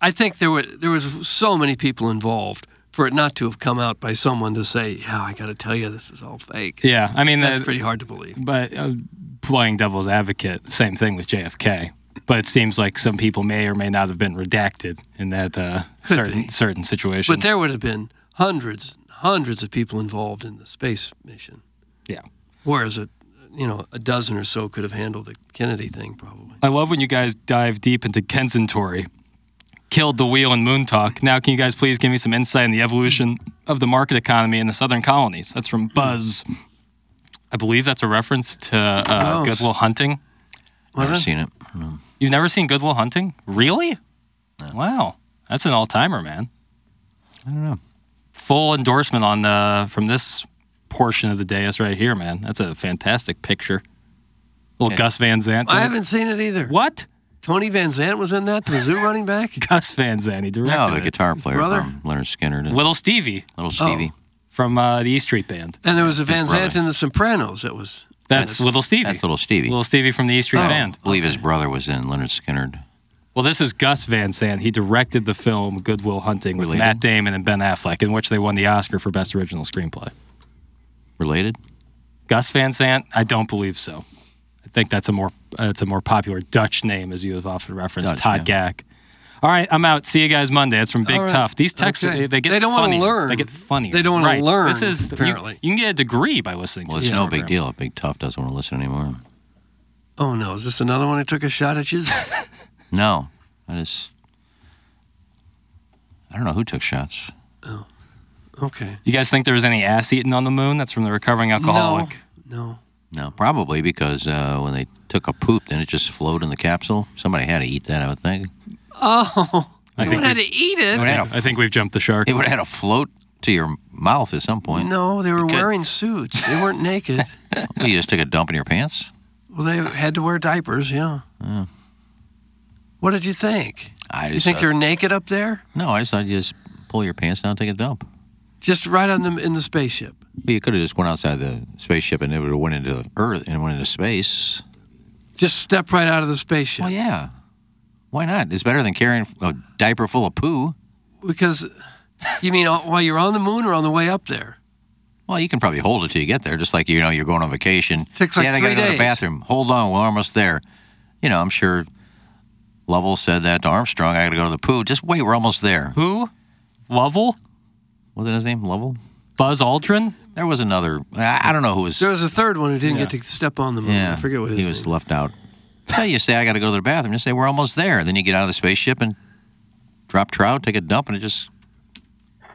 S3: I think there were there was so many people involved for it not to have come out by someone to say, "Yeah, I got to tell you, this is all fake."
S4: Yeah, I mean uh,
S3: That's
S4: the-
S3: pretty hard to believe.
S4: But uh, playing devil's advocate, same thing with JFK. But it seems like some people may or may not have been redacted in that uh, certain certain situation.
S3: But there would have been hundreds, hundreds of people involved in the space mission,
S4: yeah.
S3: whereas a you know a dozen or so could have handled the Kennedy thing probably.
S4: I love when you guys dive deep into Kenzen Tory. Killed the wheel in Moon Talk. Now, can you guys please give me some insight in the evolution of the market economy in the southern colonies? That's from Buzz. I believe that's a reference to uh,
S3: Gross.
S4: Goodwill Hunting.
S6: Never
S3: it?
S6: seen it. I don't know.
S4: You've never seen Goodwill Hunting? Really? Wow. That's an all timer, man.
S6: I don't know.
S4: Full endorsement on the from this portion of the dais right here, man. That's a fantastic picture. Little Gus Van Zant.
S3: I haven't seen it either.
S4: What?
S3: Tony Van Zant was in that. The zoo running back.
S4: Gus Van Zant. He directed
S6: No, the
S4: it.
S6: guitar player
S3: brother?
S6: from Leonard Skinner, did.
S4: Little Stevie
S6: Little Stevie.
S4: from uh, the E Street Band.
S3: And there was a Van Zant
S6: brother.
S3: in The Sopranos that was.
S4: That's Little Stevie.
S6: That's Little Stevie.
S4: Little Stevie from the E Street
S3: Oh.
S4: Band.
S6: I believe his brother was in Leonard Skinner.
S4: Well, this is Gus Van Sant. He directed the film Goodwill Hunting with
S6: Related?
S4: Matt Damon and Ben Affleck, in which they won the Oscar for Best Original Screenplay.
S6: Related?
S4: Gus Van Sant? I don't believe so. I think that's a more uh, it's a more popular Dutch name, as you have often referenced,
S6: Dutch,
S4: Todd Gack. All right, I'm out. See you guys Monday. It's from Big
S3: All right.
S4: Tough. These texts
S3: Okay.
S4: they, they get
S3: They don't wanna
S4: funnier.
S3: learn.
S4: They get funnier.
S3: They don't wanna
S4: right.
S3: learn,
S4: This is you-
S3: apparently.
S4: you, can get a degree by listening.
S6: Well,
S4: to
S6: it's
S4: this
S6: no big
S4: program.
S6: deal if Big Tough doesn't want to listen anymore.
S3: Oh no! Is this another one that took a shot at you?
S6: No. I just. I don't know who took shots.
S3: okay.
S4: You guys think there was any ass eating on the moon? That's from the recovering alcoholic.
S3: No.
S6: No, probably because uh, when they took a poop, then it just flowed in the capsule. Somebody had to eat that, I would think.
S4: I
S3: No.
S4: think
S3: Someone had
S4: we-
S3: to eat it.
S6: It would have
S4: I think we've jumped the shark.
S6: it would have had to float to your mouth at some point.
S3: No, they were
S6: could.
S3: wearing suits. They weren't naked.
S6: Well, You just took a dump in your pants.
S3: Well, they had to wear diapers. Yeah. What did you think?
S6: I just
S3: You think
S6: thought-
S3: they're naked up there,
S6: No, I just thought you just pull your pants down and take a dump.
S3: just right on them in the spaceship?
S6: But you could have just went outside the spaceship and it would have went into the Earth and went into space.
S3: Just step right out of the spaceship
S6: Well, Oh, yeah. Why not? It's better than carrying a diaper full of poo.
S3: because you mean on- while you're on the moon or on the way up there?
S6: Well, you can probably hold it till you get there, just like you know you're going on vacation.
S3: Takes like
S6: yeah, they
S3: three
S6: got to go to
S3: days.
S6: the bathroom. Hold on, we're almost there. You know, I'm sure Lovell said that to Armstrong. I got to go to the poo. Just wait, we're almost there.
S4: Who? Lovell?
S6: Wasn't his name Lovell?
S4: Buzz Aldrin?
S6: There was another. I, I don't know who was.
S3: There was a third one who didn't get to step on the moon.
S6: yeah,
S3: I forget what his
S6: he
S3: name
S6: was left out. Hey, you say I got to go to the bathroom. Just say we're almost there. Then you get out of the spaceship and drop trout, take a dump, and it just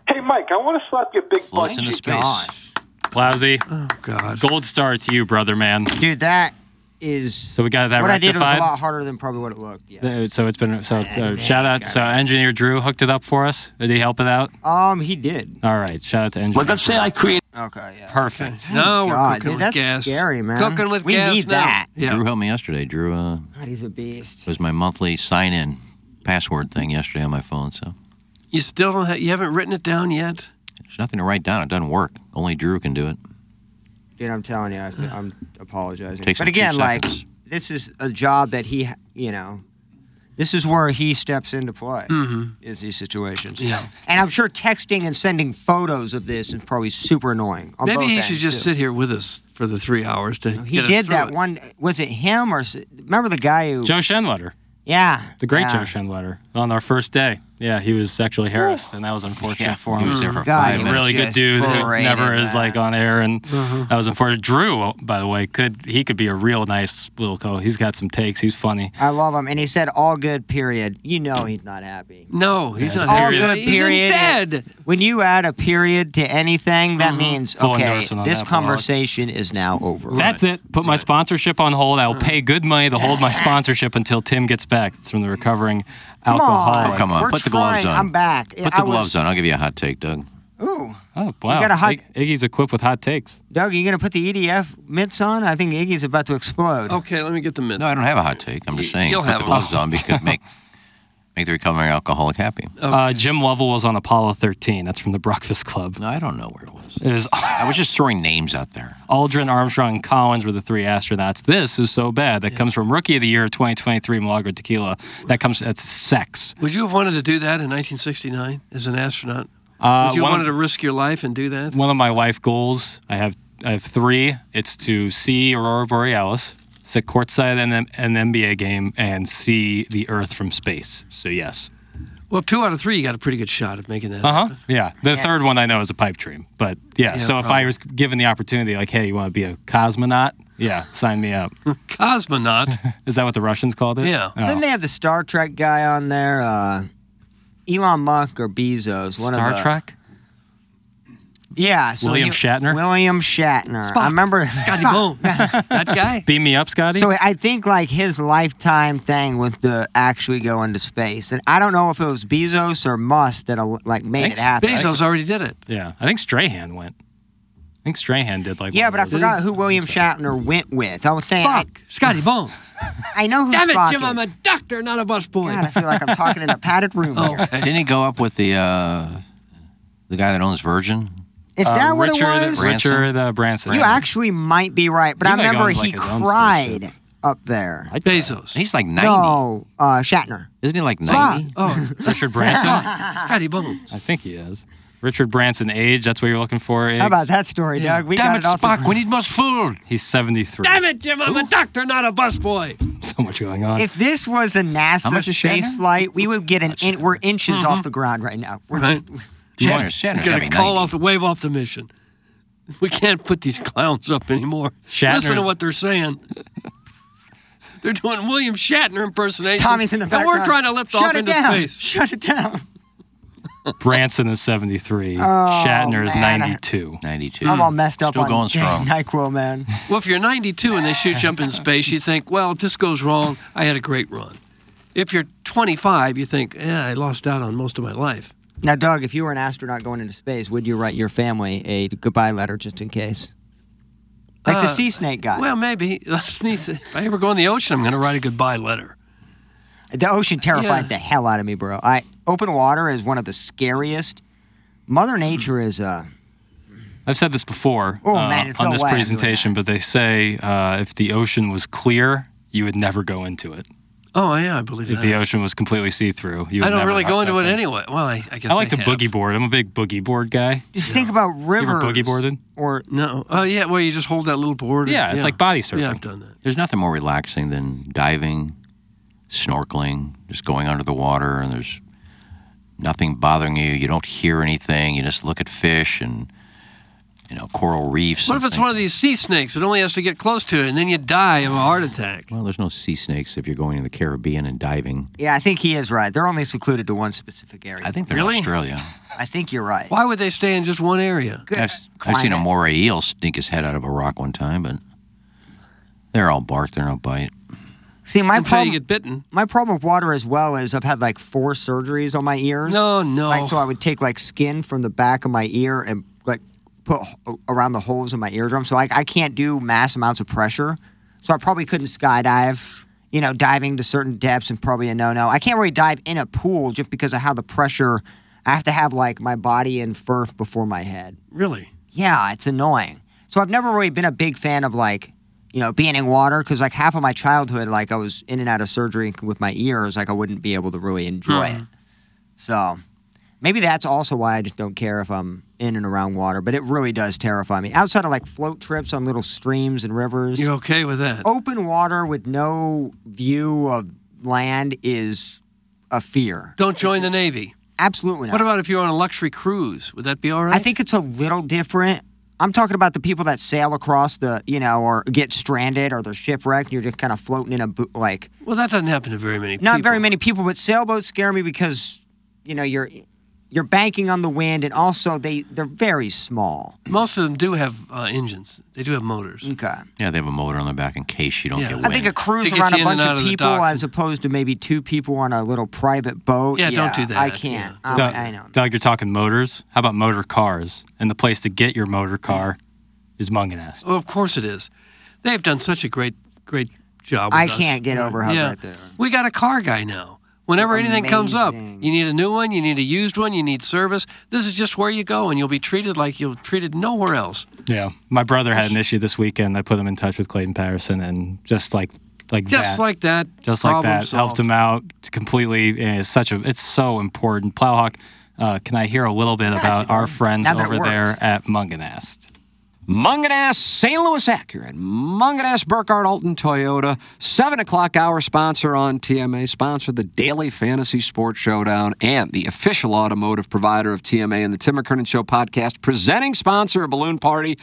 S7: Hey, Mike, I want to slap your big
S6: floats into space.
S4: Plowsy.
S3: Oh God!
S4: Gold star to you, brother man.
S5: Dude, that is.
S4: So we got that
S5: what I did was
S4: rectified?
S5: a lot harder than probably what it looked. Yeah.
S4: Uh, So it's been so, so shout out. So engineer Drew hooked it up for us. Did he help it out?
S5: Um, he did.
S4: All right. Shout out to engineer. Drew.
S7: I created.
S5: Okay. Yeah.
S4: Perfect.
S3: Now we're
S5: God,
S3: cooking
S5: dude,
S3: with
S5: that's
S3: gas.
S5: scary, man.
S3: Cooking with
S5: We
S3: gas
S5: need
S3: now.
S5: that.
S3: Yeah.
S6: Drew helped me yesterday. Drew uh,
S5: God, he's a beast.
S6: was my monthly sign-in password thing yesterday on my phone. So
S3: You still don't. Ha- you haven't written it down yet.
S6: there's nothing to write down. It doesn't work. Only Drew can do it.
S5: Dude, I'm telling you, I, I'm apologizing.
S6: Takes
S5: but
S6: him two
S5: again, like
S6: seconds.
S5: this is a job that he, ha- you know, this is where he steps into play.
S4: Mm-hmm.
S5: Is these situations?
S3: Yeah.
S5: And I'm sure texting and sending photos of this is probably super annoying. on
S3: Maybe
S5: both
S3: he should
S5: ends,
S3: just
S5: too.
S3: sit here with us for the three hours to.
S5: He
S3: get us
S5: did
S3: through
S5: that
S3: it.
S5: one. Was it him or s- remember the guy who?
S4: Joe Shenletter,
S5: yeah.
S4: the great
S5: yeah.
S4: Joe Shenletter, on our first day. Yeah, he was sexually harassed, and that was unfortunate
S6: Yeah, Mm.
S4: for
S6: he
S4: him.
S6: was there for
S5: God,
S6: five
S5: you
S4: a
S6: minutes.
S4: really good
S5: Just
S4: dude who
S5: berated
S4: never is
S5: that.
S4: like on air, and
S6: Uh-huh.
S4: that was unfortunate. Drew, by the way, could he could be a real nice little co. He's got some takes. He's funny.
S5: I love him, and he said all good. Period. You know he's not happy.
S3: No, he's not
S5: All
S3: happy.
S5: good.
S3: He's in
S5: Period.
S3: bed.
S5: When you add a period to anything,
S3: Mm-hmm.
S5: that means
S4: Full
S5: okay,
S4: endorsement on
S5: this
S4: that blog.
S5: conversation is now over.
S4: That's it. Put my sponsorship on hold.
S6: Uh-huh.
S4: I will pay good money to hold my sponsorship until Tim gets back. It's from the recovering alcoholic.
S6: Oh, come on,
S5: We're
S6: put the gloves
S5: trying.
S6: on.
S5: I'm back.
S6: Put the gloves on. I'll give you a hot take, Doug.
S5: Ooh,
S4: Oh, wow.
S5: got a hot-
S4: Ig- Iggy's equipped with hot takes.
S5: Doug, you gonna put the EDF mitts on? I think Iggy's about to explode.
S4: Oh,
S3: Okay, let me get the minutes.
S6: No, I don't have a hot take. I'm just
S3: Y-
S6: saying,
S3: you'll
S6: put
S3: have
S6: the
S3: one.
S6: gloves on because make make the recovering alcoholic happy.
S4: Uh, Jim Lovell was on Apollo 13. That's from the Breakfast Club.
S6: No, I don't know where it was.
S4: It was
S6: I was just throwing names out there.
S4: Aldrin, Armstrong, and Collins were the three astronauts. This is so bad. That comes from Rookie of the Year 2023 Milagro Tequila. That comes that's sex.
S3: Would you have wanted to do that in 1969 as an astronaut?
S4: Uh,
S3: Would you have
S4: one,
S3: wanted to risk your life and do that?
S4: one of my life goals. I have I have three. It's to see Aurora Borealis, sit courtside at an, an NBA game, and see the Earth from space. So yes.
S3: Well, two out of three, you got a pretty good shot of making that.
S4: Uh huh. Yeah. The third one I know is a pipe dream, but yeah.
S3: Yeah,
S4: so if I
S3: probably.
S4: was given the opportunity, like, hey, you want to be a cosmonaut? Yeah, sign me up.
S3: Cosmonaut.
S4: Is that what the Russians called it?
S3: Yeah.
S4: Oh.
S5: Then they have the Star Trek guy on there, uh, Elon Musk or Bezos. One of
S4: Star
S5: the,
S4: Trek.
S5: Yeah. So
S4: William
S5: he-
S4: Shatner?
S5: William Shatner. I
S3: Spock.
S5: remember.
S3: Scotty Bone. that guy.
S4: Beam me up, Scotty.
S5: So I think like his lifetime thing was to actually go into space, and I don't know if it was Bezos or Musk that uh, like made
S4: Thanks,
S5: it happen.
S3: Bezos already did it.
S4: Yeah, I think Strahan went. I think Strahan did like.
S5: Yeah,
S4: one
S5: but I
S4: of those.
S5: forgot who William Shatner went with. I was thinking, I,
S3: Spock. Scotty Bones.
S5: I know who
S3: Damn it,
S5: Spock
S3: Jim!
S5: is.
S3: I'm a doctor, not a Oh, busboy.
S5: God, I feel like I'm talking in a padded room. here.
S3: Okay.
S6: Uh, Didn't he go up with the uh, the guy that owns Virgin?
S5: If
S4: Uh,
S5: that what it
S4: Richard,
S5: was,
S4: Richard uh, Branson.
S5: you actually might be right. But
S4: He
S5: I
S4: might go
S5: remember
S4: into,
S5: he
S4: like, his own
S5: cried
S4: spaceship.
S5: up there.
S4: I'd bet.
S3: Bezos.
S6: He's like ninety,
S5: No, uh, Shatner.
S6: isn't he? Like
S5: Spock.
S6: ninety.
S3: oh,
S4: Richard Branson.
S3: Scotty Bones.
S4: I think he is. Richard Branson age. That's what you're looking for. Iggs?
S5: How about that story, Doug? We
S6: Damn
S5: got
S6: it,
S5: it off the-
S6: Spock! We need more food.
S4: He's 73.
S3: Damn it, Jim! I'm a doctor, not a busboy.
S4: So much going on.
S5: If this was a NASA
S6: much is
S5: space
S6: Shatner?
S5: flight, we would get an in, we're inches off the ground right now. We're
S3: Right.
S5: just,
S6: Shatner, Shatner's gotta
S3: Got
S6: be
S3: to call
S6: 90.
S3: off the wave off the mission. We can't put these clowns up anymore.
S4: Shatner-
S3: Listen to what they're saying. They're doing William Shatner impersonation.
S5: Tommy's in the
S3: And
S5: background.
S3: we're trying to lift
S5: Shut
S3: off
S5: it
S3: into
S5: down.
S3: space.
S5: Shut it down.
S4: Branson is 73. Shatner is
S5: Oh, man.
S4: 92.
S6: Ninety-two.
S5: I'm all messed up
S6: Still
S5: on
S6: going strong.
S5: NyQuil, man.
S3: Well, if you're 92 and they shoot you up in space, you think, well, if this goes wrong, I had a great run. If you're 25, you think, yeah, I lost out on most of my life.
S5: Now, Doug, if you were an astronaut going into space, would you write your family a goodbye letter just in case? Like the sea snake guy.
S3: Uh, Well, maybe. Let's sneeze. If I ever go in the ocean, I'm going to write a goodbye letter.
S5: the ocean terrified
S3: yeah.
S5: the hell out of me, bro. I open water is one of the scariest. Mother Nature is uh
S4: I've said this before
S5: Oh,
S4: uh,
S5: man, it's
S4: on
S5: no
S4: this
S5: way I'm doing
S4: presentation, but they say uh, if the ocean was clear, you would never go into it.
S3: Oh, yeah, I believe
S4: If
S3: that.
S4: the ocean was completely see through, you would
S3: I don't
S4: never
S3: really go
S4: hop
S3: into
S4: that
S3: it
S4: thing.
S3: anyway. Well, I, I guess
S4: I like to
S3: have.
S4: boogie board. I'm a big boogie board guy.
S5: just think about
S4: ever
S5: rivers.
S4: boogie boarded?
S5: Or
S3: No. Oh, yeah. Well, you just hold that little board. and-
S4: Yeah, it's like body surfing.
S3: Yeah, I've done that.
S6: There's nothing more relaxing than diving, snorkeling, just going under the water, and there's nothing bothering you. You don't hear anything. You just look at fish and you know coral reefs.
S3: What
S6: and
S3: if it's
S6: things.
S3: one of these sea snakes that only has to get close to it and then you die of a heart attack?
S6: Well, there's no sea snakes if you're going to the Caribbean and diving.
S5: yeah, I think he is right. They're only secluded to one specific area.
S6: I think they're
S3: Really?
S6: in Australia.
S5: I think you're right.
S3: Why would they stay in just one area?
S5: Good
S6: I've, I've seen a
S5: climate.
S6: moray eel sneak his head out of a rock one time, but they're all bark. They're no bite.
S5: See, my
S3: Until you
S5: problem,
S3: get bitten.
S5: my problem with water as well is I've had like four surgeries on my ears.
S3: No, no.
S5: Like, so I would take like skin from the back of my ear and like put h- uh, around the holes in my eardrum. So like I can't do mass amounts of pressure. So I probably couldn't skydive. You know, diving to certain depths and probably a no no. I can't really dive in a pool just because of how the pressure. I have to have like my body in first before my head.
S3: Really?
S5: Yeah, it's annoying. So I've never really been a big fan of like, you know, being in water because like half of my childhood, like I was in and out of surgery with my ears, like I wouldn't be able to really enjoy it. So maybe that's also why I just don't care if I'm in and around water, but it really does terrify me. Outside of like float trips on little streams and rivers,
S3: You're
S5: Oh,
S3: okay with that?
S5: open water with no view of land is a fear.
S3: Don't join the Navy.
S5: Absolutely not.
S3: What about if you're on a luxury cruise? Would that be all right?
S5: I think it's a little different. I'm talking about the people that sail across the, you know, or get stranded or they're shipwrecked. And you're just kind of floating in a boot, like
S3: Well, that doesn't happen to very many people.
S5: not very many people, but sailboats scare me because, you know, you're you're banking on the wind, and also they they're very small.
S3: Most of them do have uh, engines. They do have motors.
S5: Okay.
S6: Yeah, they have a motor on the back in case you don't
S3: Yeah.
S6: get
S3: I
S6: wind.
S5: I think a
S3: To
S5: cruise
S3: get
S5: around
S3: you
S5: a
S3: in and
S5: bunch
S3: out
S5: of
S3: of the
S5: people,
S3: docks.
S5: as opposed to maybe two people on a little private boat.
S3: Yeah, don't do
S5: I
S3: that,
S5: can't.
S3: yeah.
S5: Um,
S4: Doug,
S5: I know.
S4: Doug, you're talking motors. How about motor cars? And the place to get your
S5: Hmm.
S4: motor car is Munganest.
S3: Well, of course it is. They've done such a great, great job. With
S5: I
S3: us.
S5: can't get over how
S3: yeah.
S5: right there.
S3: We got a car guy now. Whenever anything comes up,
S5: Amazing.
S3: you need a new one, you need a used one, you need service. This is just where you go, and you'll be treated like you're treated nowhere else.
S4: Yeah. My brother had an issue this weekend. I put him in touch with Clayton Patterson and just like like
S3: Just
S4: that,
S3: like that.
S4: just like
S3: problem
S4: that helped
S3: solved.
S4: him out completely and it's such a it's so important. Plowhawk, uh, can I hear a little bit about our friends
S5: Now that it
S4: over there
S5: works.
S4: at Munganest?
S8: Munganass St. Louis Acura and Munganass Burkhardt Alton Toyota. 7 o'clock hour sponsor on TMA, sponsor of the Daily Fantasy Sports Showdown and the official automotive provider of TMA and the Tim McKernan Show podcast, presenting sponsor of Balloon Party.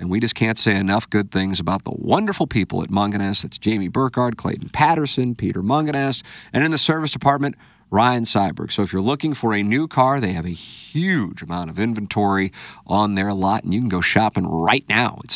S8: And we just can't say enough good things about the wonderful people at Munganass. That's Jamie Burkhardt, Clayton Patterson, Peter Munganass, and in the service department, Ryan Seiberg. So if you're looking for a new car, they have a huge amount of inventory on their lot, and you can go shopping right now at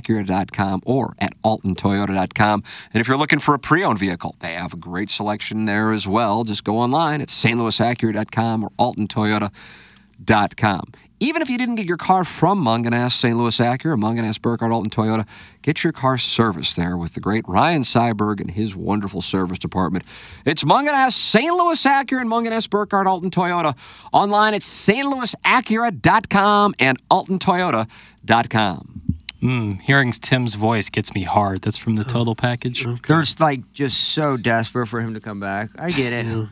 S8: stlouisacura.com or at altontoyota.com. Um, And if you're looking for a pre-owned vehicle, they have a great selection there as well. Just go online at stlouisacura.com or altontoyota.com. Even if you didn't get your car from Munganass St. Louis Acura, Munganass Burkhardt Alton Toyota, get your car serviced there with the great Ryan Seiberg and his wonderful service department. It's Munganass St. Louis Acura and Munganass Burkhardt Alton Toyota. Online at stlouisacura.com and altontoyota.com.
S4: Hearing Tim's voice gets me hard. That's from the total package.
S5: They're just, like just so desperate for him to come back. I get it.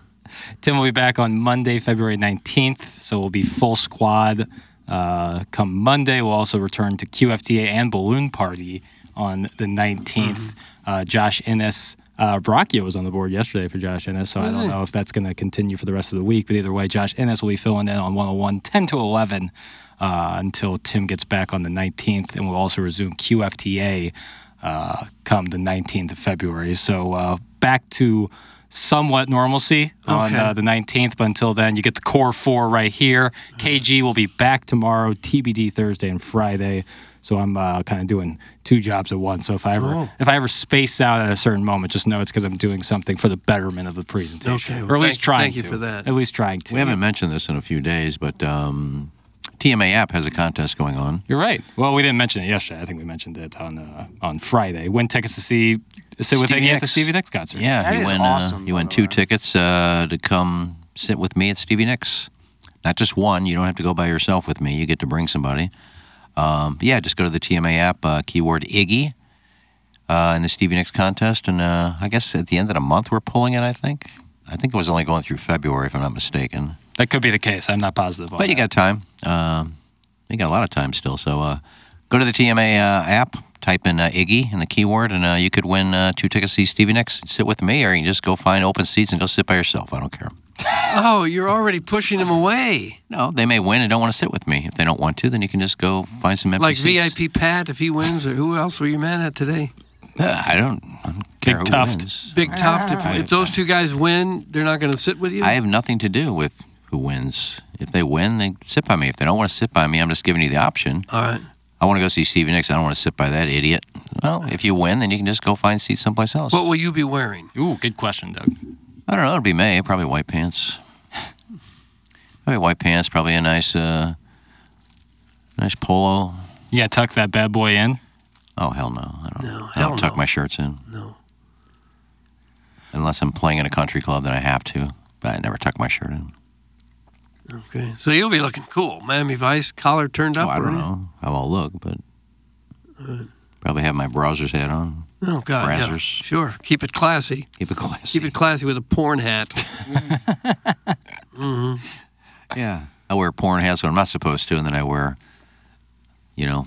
S4: Tim will be back on Monday, February 19th. So we'll be full squad uh, come Monday. We'll also return to QFTA and Balloon Party on the 19th. Uh, Josh Innes. Uh, Bracchio was on the board yesterday for Josh Innes, so I don't know if that's going to continue for the rest of the week. But either way, Josh Innes will be filling in on 101 10 to 11 uh, until Tim gets back on the 19th, and we'll also resume QFTA uh, come the 19th of February. So uh, back to somewhat normalcy on
S3: Okay.
S4: uh, the 19th, but until then, you get the core four right here. KG will be back tomorrow, TBD Thursday and Friday. So I'm uh, kind of doing two jobs at once. So if I ever if I ever space out at a certain moment, just know it's because I'm doing something for the betterment of the presentation,
S3: Okay, well,
S4: or at least
S3: thank-
S4: trying
S3: thank you
S4: to.
S3: for that.
S4: At least trying to.
S6: we haven't mentioned this in a few days, but um, TMA app has a contest going on.
S4: You're right. Well, we didn't mention it yesterday. I think we mentioned it on uh, on Friday. Win tickets to see sit with
S6: Stevie
S4: Iggy at the
S6: Nicks.
S4: Stevie Nicks concert.
S6: Yeah,
S5: That
S6: you
S5: is
S6: win.
S5: awesome,
S6: uh, you
S5: by
S6: win
S5: the
S6: two
S5: way.
S6: tickets uh, to come sit with me at Stevie Nicks. Not just one. You don't have to go by yourself with me. You get to bring somebody. Um, but yeah, just go to the TMA app, uh, keyword Iggy, uh, in the Stevie Nicks contest, and uh, I guess at the end of the month we're pulling it. I think. I think it was only going through February, if I'm not mistaken.
S4: That could be the case. I'm not positive. On
S6: But you
S4: that.
S6: got time. Um, you got a lot of time still. So uh, go to the TMA uh, app, type in uh, Iggy and the keyword, and uh, you could win uh, two tickets to see Stevie Nicks. Sit with me, or you can just go find open seats and go sit by yourself. I don't care.
S3: Oh, you're already pushing him away.
S6: No, they may win and don't want to sit with me. If they don't want to, then you can just go find some empty
S3: Like
S6: seats.
S3: VIP Pat, if he wins, or who else were you mad at today?
S6: Uh, I don't, I don't
S4: Big
S6: care who
S4: Tuft.
S6: wins.
S3: Big Tuft. If, if those two guys win, they're not going to sit with you.
S6: I have nothing to do with who wins. If they win, they sit by me. If they don't want to sit by me, I'm just giving you the option.
S3: All right.
S6: I want to go see Stevie Nicks. I don't want to sit by that idiot. Well, if you win, then you can just go find seats someplace else.
S3: What will you be wearing?
S4: Ooh, good question, Doug.
S6: I don't know. It'd be May. Probably white pants. Probably white pants. Probably a nice, uh, nice polo.
S4: You got to tuck that bad boy in.
S6: Oh hell no! I don't.
S3: No,
S6: I
S3: hell
S6: don't tuck
S3: no.
S6: my shirts in
S3: No.
S6: unless I'm playing in a country club. Then I have to. But I never tuck my shirt in.
S3: Okay. So you'll be looking cool. Miami Vice collar turned
S6: Oh,
S3: up.
S6: I don't
S3: right?
S6: know how I'll look, but probably have my browsers hat on.
S3: Oh God. yeah.
S6: Brazzers.
S3: Sure. Keep it classy.
S6: Keep it classy.
S3: Keep it classy with a porn hat.
S6: yeah. I wear porn hats when I'm not supposed to, and then I wear, you know,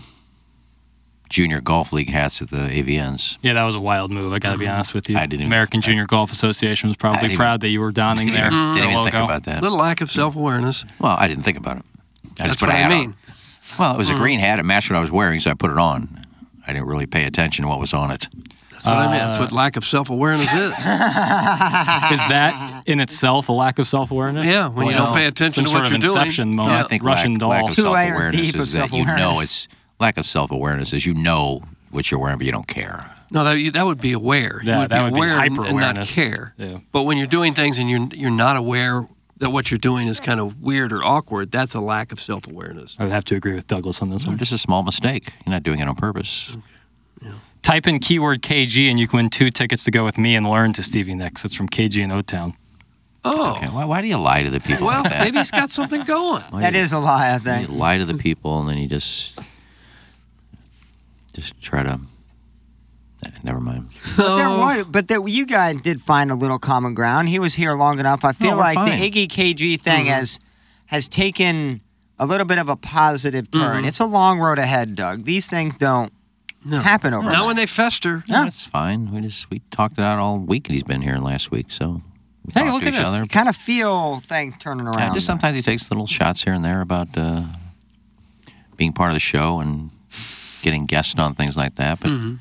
S6: junior golf league hats at the AVNs.
S4: Yeah, that was a wild move. I got to be honest with you.
S6: Mm-hmm. I didn't even-
S4: American Junior Golf Association was
S6: I didn't
S4: probably
S6: even-
S4: proud that you were donning
S6: Didn't
S4: their,
S6: even, didn't
S4: their
S6: even
S4: logo.
S6: think about that.
S3: Mm-hmm. Little lack of self awareness.
S6: Well, I didn't think about it. I just
S3: That's
S6: put
S3: what
S6: a
S3: I
S6: hat on.
S3: mean. Mm-hmm.
S6: Well, it was a green hat. It matched what I was wearing, so I put it on. I didn't really pay attention to what was on it.
S3: That's what I mean. That's what lack of self awareness is.
S4: Is that in itself a lack of self awareness?
S3: Yeah, when you don't pay attention
S4: some
S3: to
S4: sort
S3: what
S4: of
S3: you're doing.
S4: inception moment.
S3: Yeah.
S6: I think
S4: Russian
S6: lack,
S4: doll.
S6: lack of
S5: Two layer
S6: self-awareness
S5: deep of
S6: is that you know
S5: self-awareness.
S6: it's lack of self-awareness is you know what you're wearing, but you don't care.
S3: No, that, you- that would be aware.
S4: Yeah,
S3: you would
S4: that
S3: be
S4: would be
S3: aware and- and not
S4: hyper-awareness.
S3: care.
S4: Yeah.
S3: But when you're doing things and you're you're not aware that what you're doing is kind of weird or awkward, that's a lack of self awareness.
S4: I would have to agree with Douglas on this
S6: Or
S4: one.
S6: just a small mistake. You're not doing it on purpose.
S4: Type in keyword KG and you can win two tickets to go with me and learn to Stevie Nicks. That's from KG and O Town.
S3: Oh,
S6: Okay. Why, why do you lie to the people
S3: well,
S6: like that?
S3: maybe he's got something going.
S6: Why
S5: That
S6: do you-
S5: is a lie, I
S6: you
S5: think.
S6: lie to the people and then you just just try to. eh, Never mind.
S3: Oh,
S5: But there was, but there, you guys did find a little common ground. He was here long enough. I feel
S6: we're
S5: like
S6: fine. Mm-hmm.
S5: the Iggy KG thing has has taken a little bit of a positive turn.
S6: Mm-hmm.
S5: It's a long road ahead, Doug. These things don't happen overnight.
S3: Now when they fester,
S6: No, That's fine. We just we talked it out all week and he's been here last week, so we
S4: Hey,
S6: talked
S4: look
S6: to
S4: at
S6: each
S4: us.
S6: other.
S5: you kind of feel things turning around.
S6: Yeah, just sometimes he takes little shots here and there about uh, being part of the show and getting guests on things like that. But
S4: Mm-hmm.
S6: you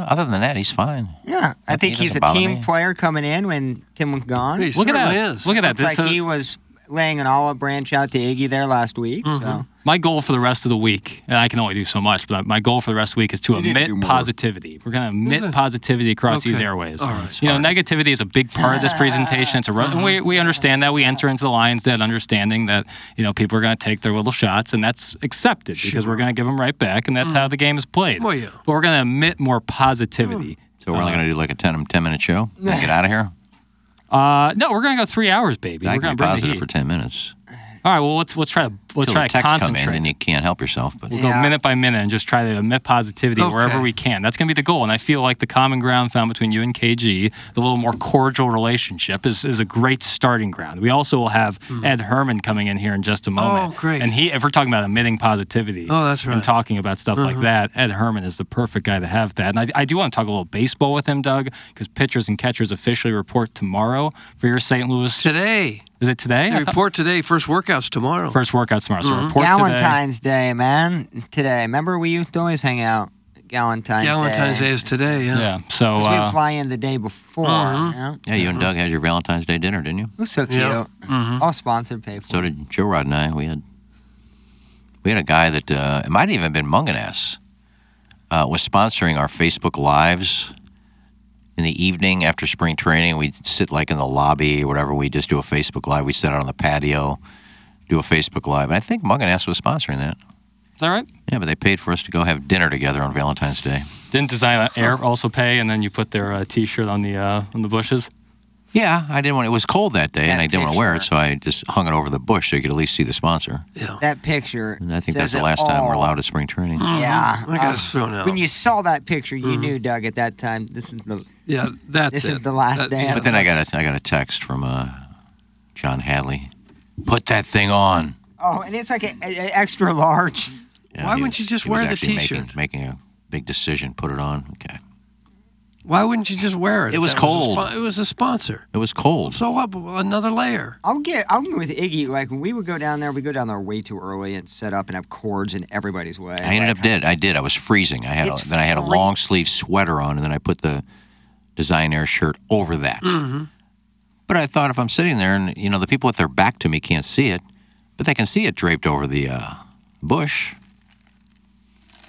S6: know, other than that, he's fine.
S5: Yeah, I
S6: That-
S5: think
S6: he
S5: he's a
S6: doesn't bother
S5: team
S6: me.
S5: player coming in when Tim was gone.
S3: he
S5: Looks
S4: Look at
S3: certainly
S4: that.
S3: is.
S4: Look at that.
S5: like
S4: This-
S5: he was laying an olive branch out to Iggy there last week.
S6: Mm-hmm.
S5: So
S4: My goal for the rest of the week, and I can only do so much, but my goal for the rest of the week is to omit positivity. We're going to omit positivity across these
S3: Okay.
S4: airways.
S3: All right.
S4: you know, negativity is a big part of this presentation. It's a ro- and we, we understand that. We enter into the Lions Den understanding that, you know, people are going to take their little shots, and that's accepted because we're going to give them right back, and that's how the game is played.
S3: Mm. Well, yeah. Mm.
S4: But we're going to omit more positivity.
S6: So we're only going to do like a 10, 10 minute show and get out of here.
S4: Uh, no, we're going to go three hours, baby.
S6: I
S4: we're going to bring
S6: can be
S4: the
S6: positive
S4: heat.
S6: for ten minutes.
S4: All right, well, let's, let's try to, let's
S6: Till
S4: try
S6: the
S4: to
S6: texts come in,
S4: concentrate.
S6: then you can't help yourself. But
S4: We'll go minute by minute and just try to emit positivity wherever
S3: Okay.
S4: we can. That's going to be the goal. And I feel like the common ground found between you and KG, the little more cordial relationship, is, is a great starting ground. We also will have Ed Herman coming in here in just a moment.
S3: Mm-hmm. Oh, great.
S4: And he, if we're talking about emitting positivity
S3: Oh, that's
S4: and
S3: right. Mm-hmm.
S4: talking about stuff like that, Ed Herman is the perfect guy to have that. And I, I do want to talk a little baseball with him, Doug, because pitchers and catchers officially report tomorrow for your St. Louis.
S3: Today,
S4: Is it today?
S3: they Mm-hmm.
S4: I thought-
S3: report today. First workouts tomorrow.
S4: First workout tomorrow. So report today.
S5: Galentine's Day, man. Today, remember we used to always hang out. Galentine's Day.
S3: Valentine's Day is today. Yeah.
S4: Yeah. So.
S5: 'Cause
S4: Uh,
S5: We'd fly in the day before.
S9: Uh-huh.
S5: you know?
S6: yeah, you and Doug had your Valentine's Day dinner, didn't you?
S5: It was so cute.
S3: Yeah.
S9: Mm-hmm.
S5: All sponsored, paid for.
S6: So did Joe Rod and I. We had we had a guy that uh, it might have even been Munganass uh, was sponsoring our Facebook lives in the evening after spring training. We would sit like in the lobby or whatever. We just do a Facebook live. We sit out on the patio, do a Facebook live, and I think Munganass was sponsoring that.
S4: is that right?
S6: Yeah, but they paid for us to go have dinner together on Valentine's Day.
S4: Didn't Design Air also pay, and then you put their uh, T-shirt on the uh, on the bushes?
S6: Yeah, I didn't want. It was cold that day,
S5: That
S6: and I didn't want to wear it, so I just hung it over the bush so you could at least see the sponsor.
S5: That picture.
S6: And I think
S5: says
S6: that's the
S5: it
S6: last time we're
S5: all.
S6: allowed at spring training.
S5: Yeah.
S3: I got
S5: Uh,
S3: us thrown out.
S5: when you saw that picture, you
S9: Mm-hmm.
S5: knew, Doug, at that time, this is the.
S3: yeah, that's
S5: This
S3: it.
S5: is the last
S3: That-
S5: dance.
S6: But then I got a I got a text from uh, John Hadley. Put that thing on.
S5: Oh, and it's like an extra large.
S6: Yeah,
S3: Why
S6: he
S3: wouldn't you just
S6: he
S3: wear the
S6: actually
S3: t-shirt?
S6: Making, making a big decision. Put it on. Okay.
S3: Why wouldn't you just wear it?
S6: It
S3: if
S6: was
S3: that
S6: cold.
S3: a spo- it was a sponsor.
S6: It was cold.
S3: So what? Another layer.
S5: I'll get. I'm with Iggy. Like when we would go down there, we go down there way too early and set up and have cords in everybody's way.
S6: I ended
S5: Like,
S6: up did. I did. I was freezing. I had
S5: It's
S6: a, then I had a
S5: free-
S6: long sleeve sweater on, and then I put the design air shirt over that.
S3: Mm-hmm.
S6: But I thought if I'm sitting there, and you know, the people with their back to me can't see it, but they can see it draped over the uh, bush.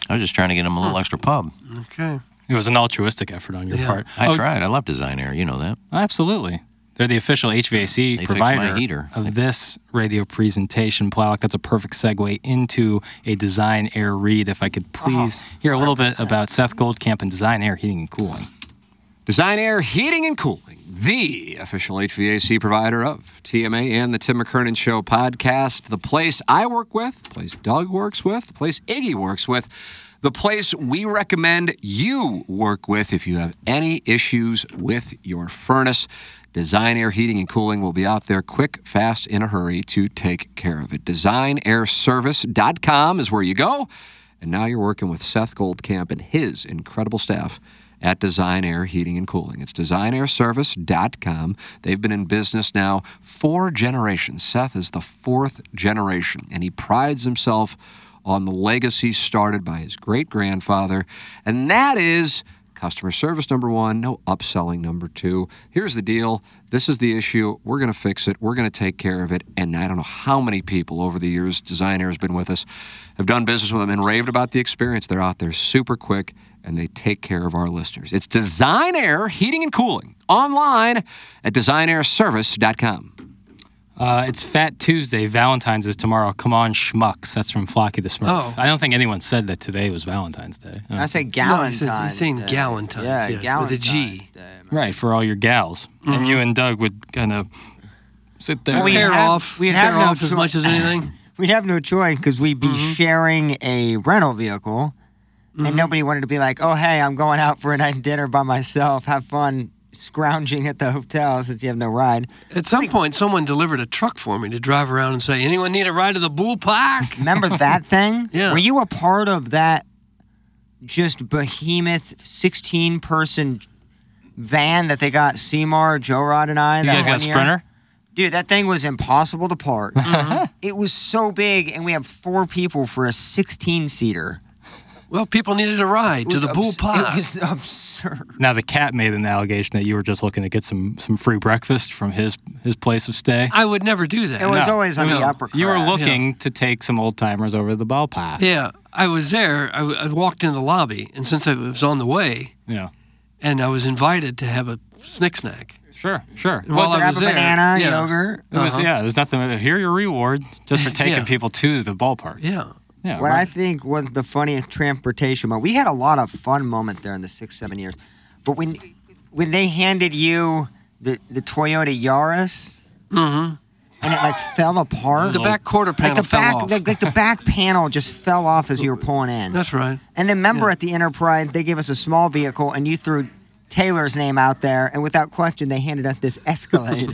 S6: I was just trying to get them a little extra pub.
S3: Okay.
S4: It was an altruistic effort on your part.
S6: I
S4: Oh,
S6: tried. I love design air. You know that.
S4: Absolutely. They're the official HVAC
S6: fixed
S4: provider
S6: my heater.
S4: of this radio presentation, Plowak. That's a perfect segue into a Design Air read. If I could please hear a little bit about Seth Goldcamp and Design Air Heating and Cooling.
S8: Design Air Heating and Cooling, the official HVAC provider of TMA and the Tim McKernan Show podcast, the place I work with, the place Doug works with, the place Iggy works with, the place we recommend you work with if you have any issues with your furnace. Design Air Heating and Cooling will be out there quick, fast, in a hurry to take care of it. DesignAirService.com is where you go.
S3: And now you're working with Seth Goldcamp and his incredible staff at Design Air Heating and Cooling. It's designairservice.com. They've been in business now four generations. Seth is the fourth generation, and he prides himself on the legacy started by his great grandfather, and that is customer service number one, no upselling number two. Here's the deal this is the issue. We're going to fix it, we're going to take care of it. And I don't know how many people over the years, Design Air has been with us, have done business with them and raved about the experience. They're out there super quick and they take care of our listeners. It's Design Air Heating and Cooling online at designairservice.com.
S4: Uh, it's Fat Tuesday. Valentine's is tomorrow. Come on, schmucks. That's from Flocky the Smurf.
S9: Oh.
S4: I don't think anyone said that today was Valentine's Day. Uh,
S5: I say
S9: No,
S5: Galentine's
S9: he's, he's saying
S5: Day.
S9: Galentine's.
S5: Yeah,
S9: yes, With a G.
S5: Galentine's Day.
S4: right, for all your gals. And you and Doug would kind of sit there.
S9: Pair
S5: we have-
S9: off.
S5: we'd
S9: pair
S5: have no
S9: off as
S5: choice.
S9: much as anything. Mm-hmm.
S5: We'd have no choice because we'd be sharing a rental vehicle, and nobody wanted to be like, "Oh, hey, I'm going out for a night dinner by myself. Have fun scrounging at the hotel since you have no ride."
S9: At some point, someone delivered a truck for me to drive around and say, "Anyone need a ride to the bull park?"
S5: Remember that thing?
S9: Yeah.
S5: Were you a part of that just behemoth 16 person van that they got Seymour, Joe Rod, and I?
S4: You
S5: that
S4: guys got
S5: one year?
S4: Sprinter?
S5: Dude, that thing was impossible to park. It was so big, and we had four people for a 16 seater.
S9: Well, people needed a ride to the bull
S5: It
S9: park.
S5: was absurd.
S4: Now the cat made an allegation that you were just looking to get some some free breakfast from his his place of stay.
S9: I would never do that.
S5: It was always on the upper
S4: You were
S5: class.
S4: looking to take some old timers over to the ballpark.
S9: Yeah, I was there. I, I walked into the lobby, and since I was on the way,
S4: Yeah.
S9: and I was invited to have a snick snack.
S4: Sure, sure.
S9: And while
S4: Well,
S9: I
S5: Grab
S9: was
S5: a
S9: there,
S5: banana,
S9: yeah, Oh,
S5: yogurt.
S4: it was, yeah, there's nothing. Here your reward just for taking
S9: Yeah.
S4: people to the ballpark.
S9: yeah.
S4: Yeah,
S5: What
S4: right.
S5: I think was the funniest transportation moment. We had a lot of fun moment there in the six, seven years. But when when they handed you the, the Toyota Yaris and it like fell apart.
S9: Mm-hmm. The back quarter panel
S5: like the
S9: fell
S5: back
S9: off.
S5: Like, like the back panel just fell off as you were pulling in.
S9: That's right.
S5: And then remember at the Enterprise, they gave us a small vehicle and you threw Taylor's name out there and without question they handed us this Escalade.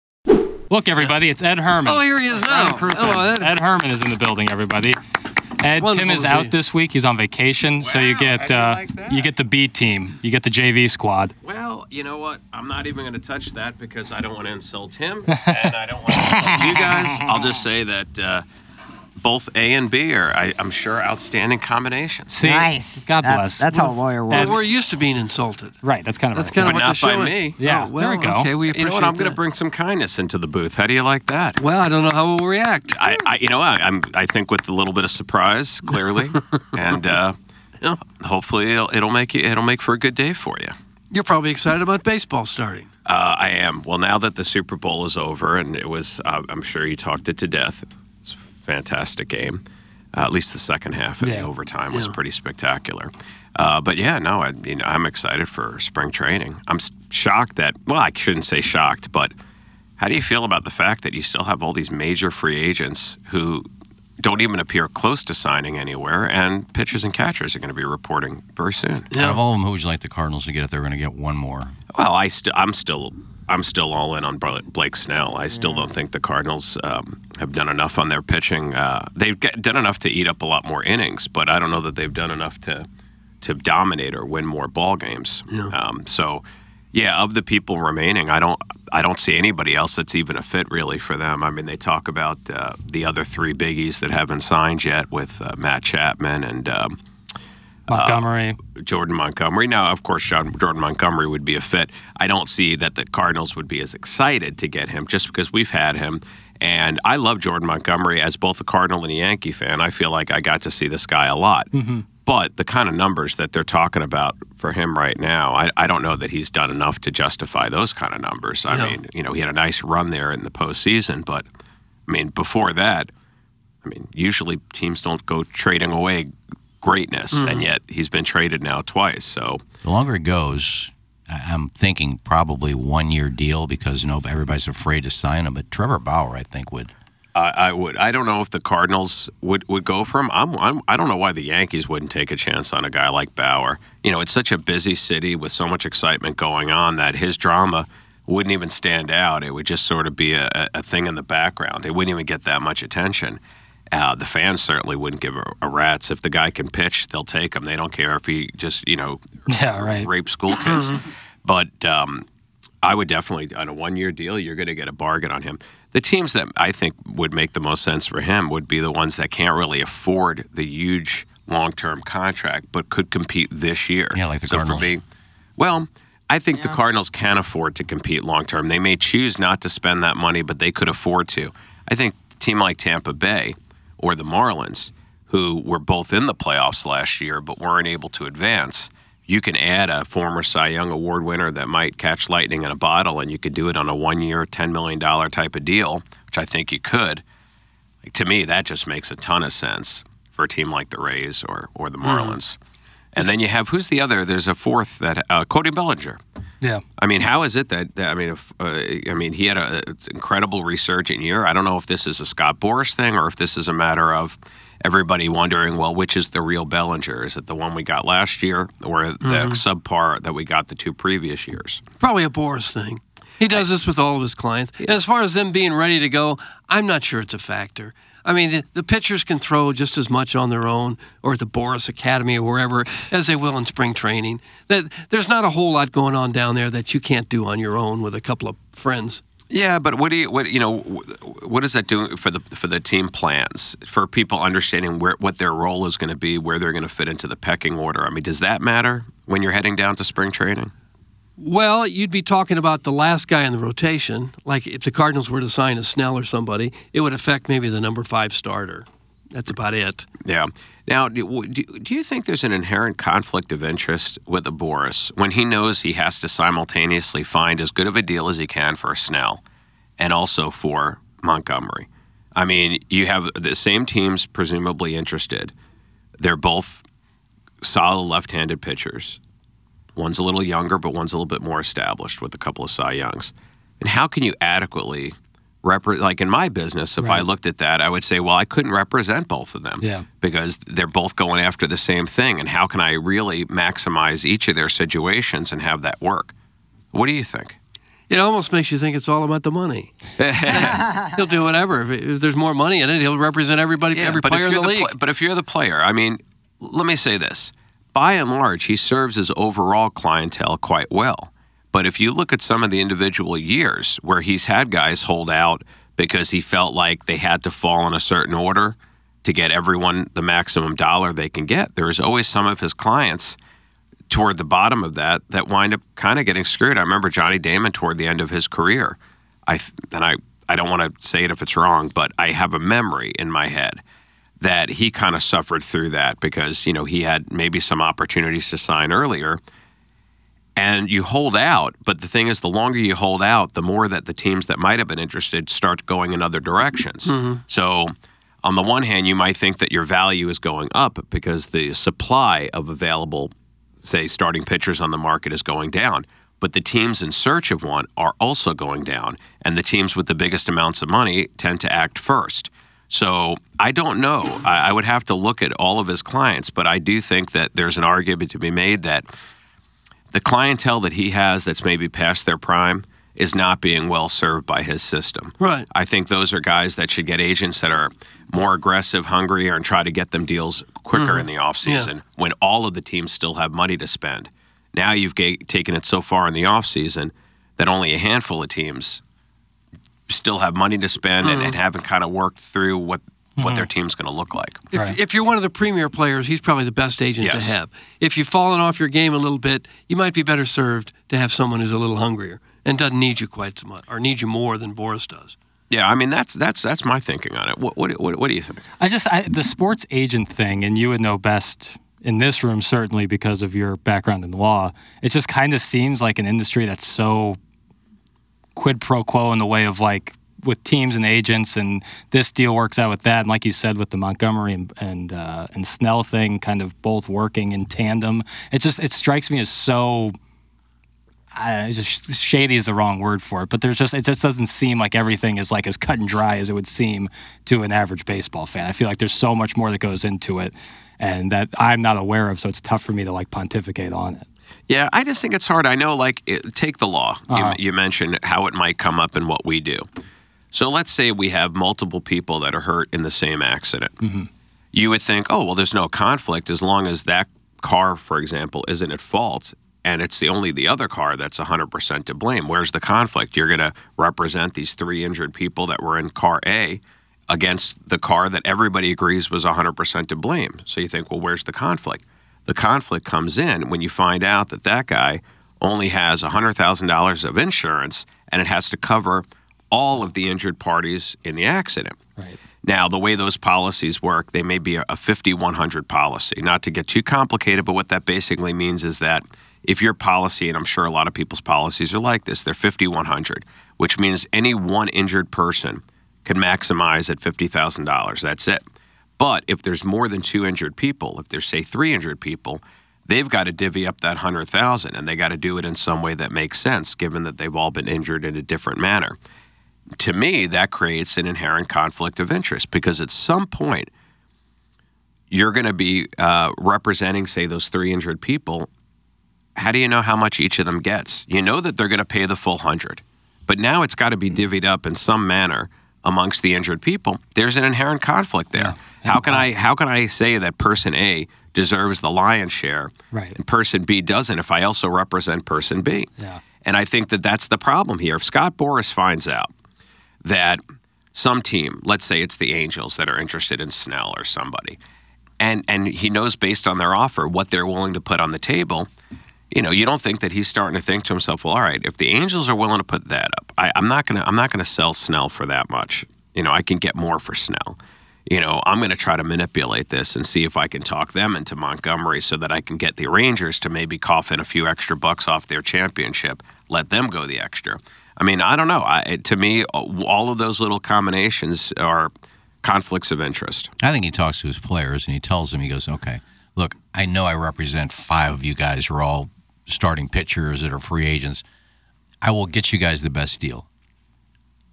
S4: Look, everybody, it's Ed Herman.
S9: Oh, here he is
S4: Brian
S9: now.
S4: Crouppen.
S9: Hello, Ed.
S4: Ed Herman is in the building, everybody. Ed,
S9: Wonderful
S4: Tim is
S9: to see you.
S4: out this week. He's on vacation, so
S10: Wow, I
S4: you get
S10: didn't
S4: uh,
S10: like that.
S4: you get the B team, you get the JV squad.
S10: Well, you know what? I'm not even going to touch that because I don't want to insult him, and I don't want to insult you guys. I'll just say that uh, both A and B are, I, I'm sure, outstanding combinations.
S4: See,
S5: nice.
S4: God bless.
S5: That's- That's how a lawyer
S9: Well, we're
S5: works.
S9: used to being insulted.
S4: right. That's kind of
S9: That's
S4: our
S9: kind of
S4: thing.
S9: what
S10: not
S9: the show
S10: by
S9: is.
S10: me.
S4: Yeah,
S9: Oh, well,
S4: there we go.
S9: Okay, we appreciate
S10: You know what? I'm going to
S9: that.
S10: bring some kindness into the booth. How do you like that?
S9: Well, I don't know how we'll react.
S10: I, I you know, I, I'm, I think with a little bit of surprise, clearly, and uh, hopefully it'll, it'll make you, it'll make for a good day for you.
S9: You're probably excited about baseball starting.
S10: Uh, I am. Well, now that the Super Bowl is over, and it was, uh, I'm sure you talked it to death. It's a fantastic game. Uh, at least the second half of the overtime was pretty spectacular. Uh, but yeah, no, I, you know, I'm excited for spring training. I'm s- shocked that, well, I shouldn't say shocked, but how do you feel about the fact that you still have all these major free agents who don't even appear close to signing anywhere, and pitchers and catchers are going to be reporting very soon?
S6: Out of all of them, who would you like the Cardinals to get if they were going to get one more?
S10: Well, I still, I'm still, I'm still all in on Bla- Blake Snell. I still don't think the Cardinals um, have done enough on their pitching. Uh, they've get, done enough to eat up a lot more innings, but I don't know that they've done enough to to dominate or win more ball games. Um, so, yeah, of the people remaining, I don't, I don't see anybody else that's even a fit really for them. I mean, they talk about uh, the other three biggies that haven't signed yet with uh, Matt Chapman and. Um,
S4: Montgomery.
S10: Jordan Montgomery. Now, of course, Sean, Jordan Montgomery would be a fit. I don't see that the Cardinals would be as excited to get him just because we've had him. And I love Jordan Montgomery as both a Cardinal and a Yankee fan. I feel like I got to see this guy a lot. But the kind of numbers that they're talking about for him right now, I, I don't know that he's done enough to justify those kind of numbers. I mean, you know, he had a nice run there in the postseason, but I mean, before that, I mean, usually teams don't go trading away greatness,
S4: Mm-hmm.
S10: and yet he's been traded now twice. So
S6: The longer it goes, I- I'm thinking probably one year deal because you know, everybody's afraid to sign him. But Trevor Bauer, I think, would.
S10: I, I would. I don't know if the Cardinals would, would go for him. I'm, I'm. I don't know why the Yankees wouldn't take a chance on a guy like Bauer. You know, it's such a busy city with so much excitement going on that his drama wouldn't even stand out. It would just sort of be a, a- a thing in the background. It wouldn't even get that much attention. Uh, the fans certainly wouldn't give a, a rat's if the guy can pitch. They'll take him. They don't care if he just you know
S4: Yeah, right. Mm-hmm.
S10: rape school kids. But um, I would definitely on a one-year deal, you're going to get a bargain on him. The teams that I think would make the most sense for him would be the ones that can't really afford the huge long-term contract, but could compete this year. Yeah, like
S6: the
S10: so
S6: Cardinals.
S10: For me, well, I think the Cardinals can afford to compete long-term. They may choose not to spend that money, but they could afford to. I think a team like Tampa Bay or the Marlins, who were both in the playoffs last year but weren't able to advance, you can add a former Cy Young Award winner that might catch lightning in a bottle, and you could do it on a one year, $10 million type of deal, which I think you could. Like, to me, that just makes a ton of sense for a team like the Rays or, or the Marlins. And then you have who's the other? There's a fourth that uh, Cody Bellinger.
S3: Yeah.
S10: I mean, how is it that, that I mean, if, uh, I mean, he had an incredible resurgent year. I don't know if this is a Scott Boris thing or if this is a matter of everybody wondering, well, which is the real Bellinger? Is it the one we got last year or the
S3: Mhm.
S10: subpar that we got the two previous years?
S3: Probably a Boris thing. He does this with all of his clients. And as far as them being ready to go, I'm not sure it's a factor. I mean, the, the pitchers can throw just as much on their own or at the Boris Academy or wherever as they will in spring training. That there's not a whole lot going on down there that you can't do on your own with a couple of friends.
S10: Yeah, but what do you what you know wh- what does that do for the for the team plans for people understanding where what their role is going to be, where they're going to fit into the pecking order? I mean, does that matter when you're heading down to spring training?
S3: Well, you'd be talking about the last guy in the rotation. Like if the Cardinals were to sign a Snell or somebody, it would affect maybe the number five starter. That's about it.
S10: Yeah. Now, do, w- do, do you think there's an inherent conflict of interest with a Boris when he knows he has to simultaneously find as good of a deal as he can for Snell and also for Montgomery? I mean, you have the same teams presumably interested. They're both solid left handed pitchers. One's a little younger, but one's a little bit more established with a couple of Cy Youngs. And how can you adequately repre- like in my business, if I
S11: Right.
S10: looked at that, I would say, well, I couldn't represent both of them
S11: Yeah.
S10: because they're both going after the same thing. And how can I really maximize each of their situations and have that work? What do you think?
S3: It almost makes you think it's all about the money. he'll do whatever. If, if there's more money in it, he'll represent everybody, every
S10: but if
S3: player in the
S10: you're
S3: league.
S10: pla- but if you're the player, I mean, let me say this: by and large, he serves his overall clientele quite well. But if you look at some of the individual years where he's had guys hold out because he felt like they had to fall in a certain order to get everyone the maximum dollar they can get, there is always some of his clients toward the bottom of that that wind up kind of getting screwed. I remember Johnny Damon toward the end of his career. I th- and I I don't want to say it if it's wrong, but I have a memory in my head that he kind of suffered through that because you know he had maybe some opportunities to sign earlier and you hold out but the thing is the longer you hold out the more that the teams that might have been interested start going in other directions
S11: Mhm.
S10: so on the one hand you might think that your value is going up because the supply of available say starting pitchers on the market is going down but the teams in search of one are also going down and the teams with the biggest amounts of money tend to act first so i don't know i, I would have to look at all of his clients but i do think that there's an argument to be made that the clientele that he has that's maybe past their prime is not being well served by his system.
S3: Right.
S10: I think those are guys that should get agents that are more aggressive, hungrier, and try to get them deals quicker
S11: Mhm.
S10: in the offseason
S11: Yeah.
S10: when all of the teams still have money to spend. Now you've ga- taken it so far in the offseason that only a handful of teams still have money to spend and, and haven't kind of worked through what, what their team's going to look like.
S3: If, if you're one of the premier players, he's probably the best agent
S10: Yes.
S3: to have. If you've fallen off your game a little bit, you might be better served to have someone who's a little hungrier and doesn't need you quite so much, or need you more than Boris does.
S10: Yeah, I mean that's that's that's my thinking on it. What what what, what do you think?
S4: I just I, the sports agent thing, and you would know best in this room certainly because of your background in law. It just kind of seems like an industry that's so quid pro quo in the way of like with teams and agents, and this deal works out with that. And like you said, with the Montgomery and and, uh, and Snell thing, kind of both working in tandem. It just it strikes me as so. I it's just shady is the wrong word for it, but there's just it just doesn't seem like everything is like as cut and dry as it would seem to an average baseball fan. I feel like there's so much more that goes into it, and that I'm not aware of, so it's tough for me to like pontificate on it.
S10: Yeah, I just think it's hard. I know, like, it, take the law. You, you mentioned how it might come up in what we do. So let's say we have multiple people that are hurt in the same accident.
S11: Mhm.
S10: You would think, oh, well, there's no conflict as long as that car, for example, isn't at fault and it's the only the other car that's 100% to blame. Where's the conflict? You're going to represent these three injured people that were in car A against the car that everybody agrees was 100% to blame. So you think, well, where's the conflict? The conflict comes in when you find out that that guy only has $100,000 of insurance and it has to cover all of the injured parties in the accident. Now, the way those policies work, they may be a 5100 policy. Not to get too complicated, but what that basically means is that if your policy, and I'm sure a lot of people's policies are like this, they're 5100, which means any one injured person can maximize at $50,000. That's it. But if there's more than two injured people, if there's say three injured people, they've got to divvy up that 100,000 and they got to do it in some way that makes sense given that they've all been injured in a different manner to me, that creates an inherent conflict of interest because at some point, you're going to be uh, representing, say, those three injured people. How do you know how much each of them gets? You know that they're going to pay the full hundred, but now it's got to be divvied up in some manner amongst the injured people. There's an inherent conflict there. How can I how can I say that person A deserves the lion's share
S4: Right.
S10: and person B doesn't if I also represent person B?
S4: Yeah.
S10: And I think that that's the problem here. If Scott Boris finds out that some team, let's say it's the Angels that are interested in Snell or somebody, and and he knows based on their offer what they're willing to put on the table, you know, you don't think that he's starting to think to himself, well, all right, if the Angels are willing to put that up, I, I'm not gonna I'm not gonna sell Snell for that much. You know, I can get more for Snell. You know, I'm gonna try to manipulate this and see if I can talk them into Montgomery so that I can get the Rangers to maybe cough in a few extra bucks off their championship. Let them go the extra. I mean, I don't know. I, it- to me, all of those little combinations are conflicts of interest.
S6: I think he talks to his players and he tells them, he goes, okay, look, I know I represent five of you guys who are all starting pitchers that are free agents. I will get you guys the best deal.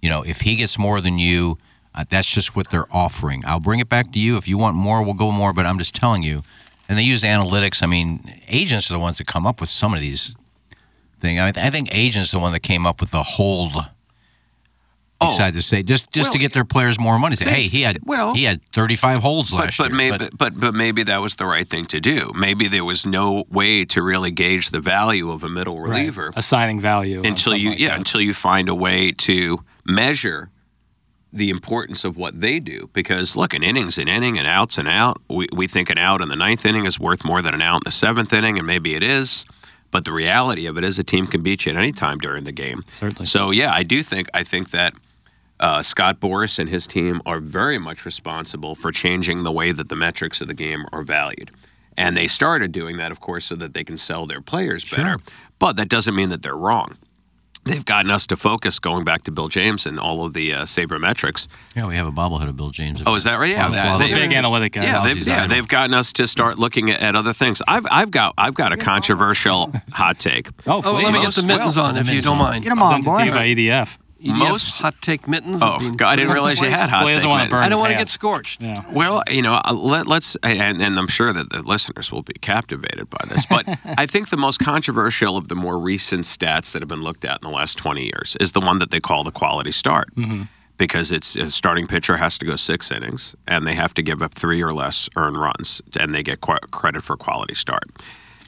S6: You know, if he gets more than you, uh, that's just what they're offering. I'll bring it back to you. If you want more, we'll go more, but I'm just telling you. And they use analytics. I mean, agents are the ones that come up with some of these things. I, I think agents are the one that came up with the hold.
S10: Oh.
S6: Decided to say just just to get their players more money. Say,
S10: They-
S6: hey, he had
S10: well-
S6: he had 35 holds
S10: But-
S6: last
S10: but,
S6: year.
S10: Maybe, but, but maybe that was the right thing to do. Maybe there was no way to really gauge the value of a middle reliever
S4: assigning value on
S10: until
S4: something
S10: you
S4: like
S10: yeah until you find a way to measure the importance of what they do because look an inning's an inning and out's an out we, we think an out in the ninth inning is worth more than an out in the seventh inning and maybe it is but the reality of it is a team can beat you at any time during the game certainly so yeah i do think i think that uh, Scott Boris and his team are very much responsible for changing the way that the metrics of the game are valued. And they started doing that, of course, so that they can sell their players better. But that doesn't mean that they're wrong. They've gotten us to focus, going back to Bill James and all of the uh, sabermetrics.
S6: Yeah, we have a bobblehead of Bill James.
S10: Oh, is that right? Yeah,
S6: Well,
S10: that-
S6: well,
S10: they-
S6: big analytic guys.
S4: Oh,
S10: Yeah, they've,
S6: He's
S10: yeah,
S6: idle.
S10: they've gotten us to start looking at, at other things. I've, I've got, I've got a controversial hot take.
S3: Oh, well, let me get the mittens on if you don't mind.
S10: Presented to you by
S4: EDF.
S10: Most
S3: hot take mittens.
S10: Oh,
S3: have been
S10: God, I didn't
S3: put
S10: realize you
S3: in place.
S10: had hot Well, he doesn't take wanna mittens. burn
S3: I don't
S10: his
S3: want to
S10: hand.
S3: get scorched. Yeah.
S10: Well, you know, uh, let, let's, and, and I'm sure that the listeners will be captivated by this, but I think the most controversial of the more recent stats that have been looked at in the last 20 years is the one that they call the quality start
S11: Mm-hmm.
S10: because it's a starting pitcher has to go six innings and they have to give up three or less earned runs and they get qu- credit for quality start.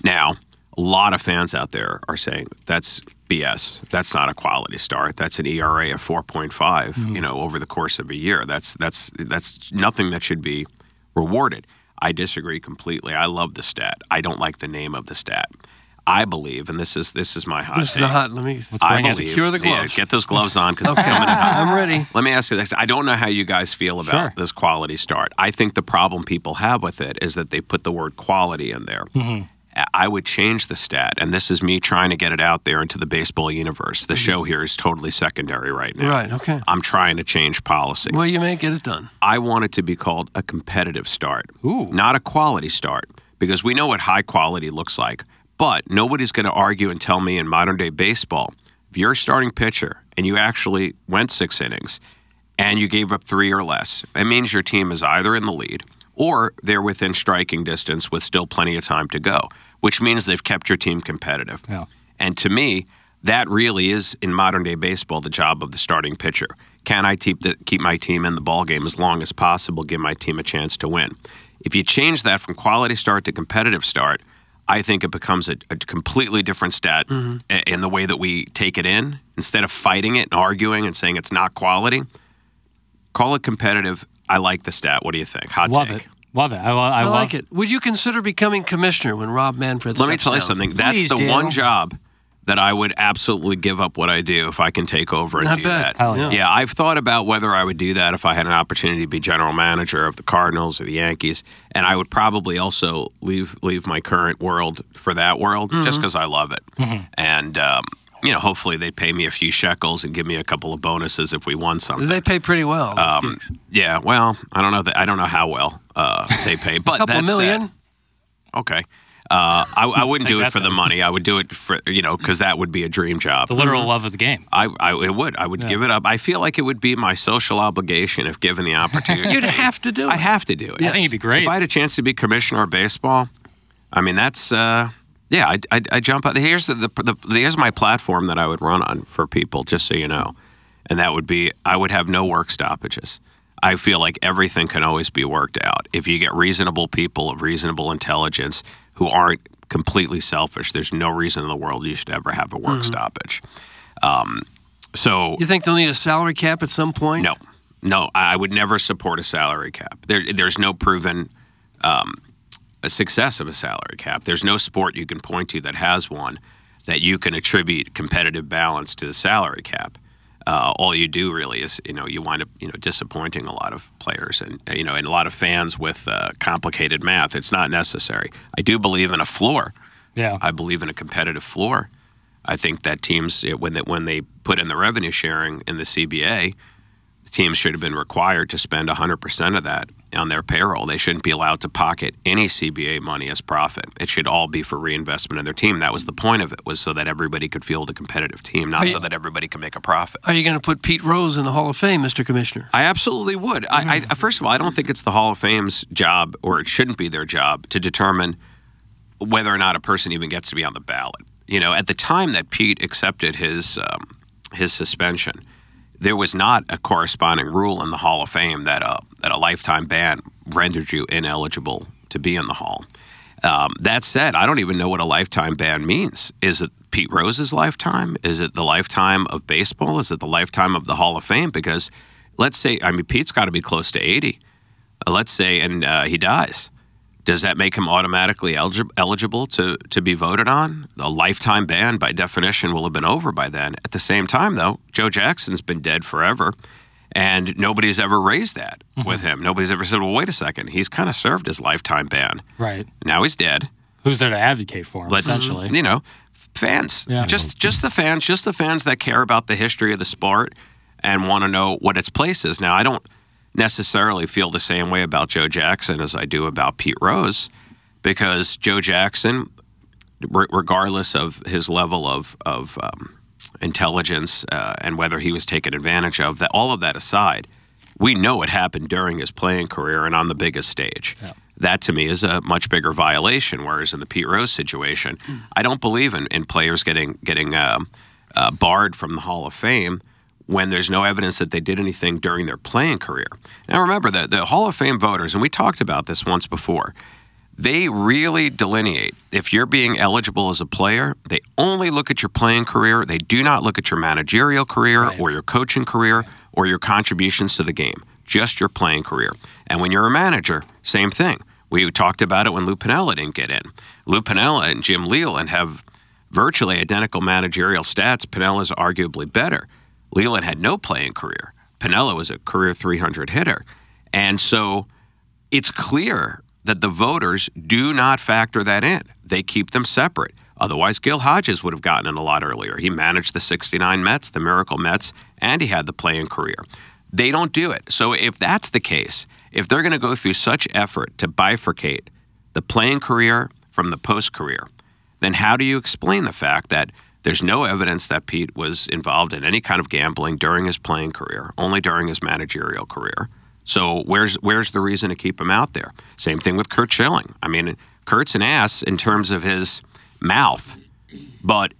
S10: Now, a lot of fans out there are saying that's BS. That's not a quality start. That's an ERA of 4.5.
S3: Mm-hmm.
S10: You know, over the course of a year, that's that's that's nothing that should be rewarded. I disagree completely. I love the stat. I don't like the name of the stat. I believe, and this is this is my hot.
S3: This is the
S10: take.
S3: hot. Let me
S10: I believe.
S3: secure the
S10: yeah,
S3: gloves.
S10: get those gloves on because
S3: Okay.
S10: it's coming in hot.
S3: I'm ready.
S10: Let me ask you this. I don't know how you guys feel about
S3: Sure.
S10: this
S3: Mm-hmm.
S10: quality start. I think the problem people have with it is that they put the word quality in there. I would change the stat, and this is me trying to get it out there into the baseball universe. The show here is totally secondary right now.
S3: Mm-hmm. Right, okay.
S10: I'm trying to change policy.
S3: Well, you may get it done.
S10: I want it to be called a competitive start, not a quality start, because we know what high quality looks like. But nobody's going to argue and tell me in modern day baseball, if you're a starting pitcher and you actually went six innings and you gave up three or less, it means your team is either in the lead or they're within striking distance with still plenty of time to go, which means they've kept your team competitive. And to me, that really is in modern day baseball the job of the starting pitcher. Can I keep, the, keep my team in the ballgame as long as possible, give my team a chance to win? If you change that from quality start to competitive start, I think it becomes a, a completely different stat
S3: Mhm.
S4: Mm-hmm.
S10: i- in the way that we take it in. Instead of fighting it and arguing and saying it's not quality, call it competitive. I like the stat. What do you think? Hot
S4: Love
S10: take.
S4: it. Love it. I, lo- I,
S3: I,
S4: love
S3: like it. Would you consider becoming commissioner when Rob Manfred?
S10: Let me
S3: steps
S10: tell you
S3: down?
S10: something. That's the one job that I would absolutely give up what I do if I can take over and
S3: I
S10: do
S3: bet.
S10: that.
S3: Hell yeah.
S10: Yeah, I've thought about whether I would do that if I had an opportunity to be general manager of the Cardinals or the Yankees, and I would probably also leave leave my current world for that world
S3: Mm-hmm.
S10: just
S11: Mhm.
S10: because I love it. And um, you know, hopefully they pay me a few shekels and give me a couple of bonuses if we won something.
S3: They pay pretty well.
S10: Um, yeah, well, I don't know that I don't know how well uh, they pay, but
S3: Couple
S10: that said-
S3: million?
S10: okay. Uh, I, I wouldn't
S4: Take
S10: do it
S4: that
S10: for the money. I would do it for you know because that would be a dream job.
S4: the
S3: Mm-hmm.
S4: literal love of the game.
S10: I, I it would I would
S4: Yeah.
S10: give it up. I feel like it would be my social obligation if given the opportunity.
S3: You'd have to do it.
S10: I'd have to do it.
S4: I think it'd be great.
S10: If I had a chance to be commissioner of baseball, I mean that's uh, yeah. I I I jump out. Here's the, the, the here's my platform that I would run on for people, just so you know, and that would be I would have no work stoppages. I feel like everything can always be worked out if you get reasonable people of reasonable intelligence who aren't completely selfish. There's no reason in the world you should ever have a work
S3: Mhm.
S10: stoppage. Um, so
S3: You think they'll need a salary cap at some point?
S10: no, no, I I would never support a salary cap. There, there's no proven um, a success of a salary cap. There's no sport you can point to that has one that you can attribute competitive balance to the salary cap. Uh, all you do really is, you know, you wind up, you know, disappointing a lot of players and you know, and a lot of fans with uh, complicated math. It's not necessary. I do believe in a floor.
S4: Yeah.
S10: I believe in a competitive floor. I think that teams it- when they, when they put in the revenue sharing in the CBA, the teams should have been required to spend 100% of that on their payroll. They shouldn't be allowed to pocket any CBA money as profit. It should all be for reinvestment in their team. That was the point of it was so that everybody could field a competitive team, not
S3: Are you-
S10: so that everybody can make a profit.
S3: Are you going to put Pete Rose in the Hall of Fame, Mr. Commissioner?
S10: I absolutely would. I, I first of all, I don't think it's the Hall of Fame's job, or it shouldn't be their job, to determine whether or not a person even gets to be on the ballot. You know, at the time that Pete accepted his um, his suspension, there was not a corresponding rule in the Hall of Fame that a that a lifetime ban rendered you ineligible to be in the Hall. Um, that said, I don't even know what a lifetime ban means. Is it Pete Rose's lifetime? Is it the lifetime of baseball? Is it the lifetime of the Hall of Fame? Because let's say, I mean, Pete's got to be close to 80. Uh, Let's say, and uh, he dies. Does that make him automatically elgi- eligible to, to be voted on? A lifetime ban, by definition, will have been over by then. At the same time, though, Joe Jackson's been dead forever, and nobody's ever raised that with him. Nobody's ever said, well, wait a second, he's kind of served his lifetime ban.
S4: Right.
S10: Now he's dead.
S4: Who's there to advocate for him,
S10: Let's,
S4: essentially?
S10: you know, fans.
S4: Yeah.
S10: Just just the fans, just the fans that care about the history of the sport and want to know what its place is. Now, I don't necessarily feel the same way about Joe Jackson as I do about Pete Rose because Joe Jackson re- regardless of his level of of um, intelligence uh, and whether he was taken advantage of, that all of that aside, we know it happened during his playing career and on the biggest stage. That to me is a much bigger violation. Whereas in the Pete Rose situation, I don't believe in, in players getting getting um, uh, barred from the Hall of Fame when there's no evidence that they did anything during their playing career. Now remember that the Hall of Fame voters, and we talked about this once before they really delineate if you're being eligible as a player they only look at your playing career they do not look at your managerial career or your coaching career or your contributions to the game just your playing career and when you're a manager same thing we talked about it when lou pinella didn't get in lou pinella and jim leland have virtually identical managerial stats pinella's arguably better leland had no playing career pinella was a career 300 hitter and so it's clear that the voters do not factor that in. They keep them separate. Otherwise, Gil Hodges would have gotten in a lot earlier. He managed the 69 Mets, the Miracle Mets, and he had the playing career. They don't do it. So if that's the case, if they're going to go through such effort to bifurcate the playing career from the post career, then how do you explain the fact that there's no evidence that Pete was involved in any kind of gambling during his playing career, only during his managerial career? So where's where's the reason to keep him out there? Same thing with Kurt Schilling. I mean, Kurt's an ass in terms of his mouth, but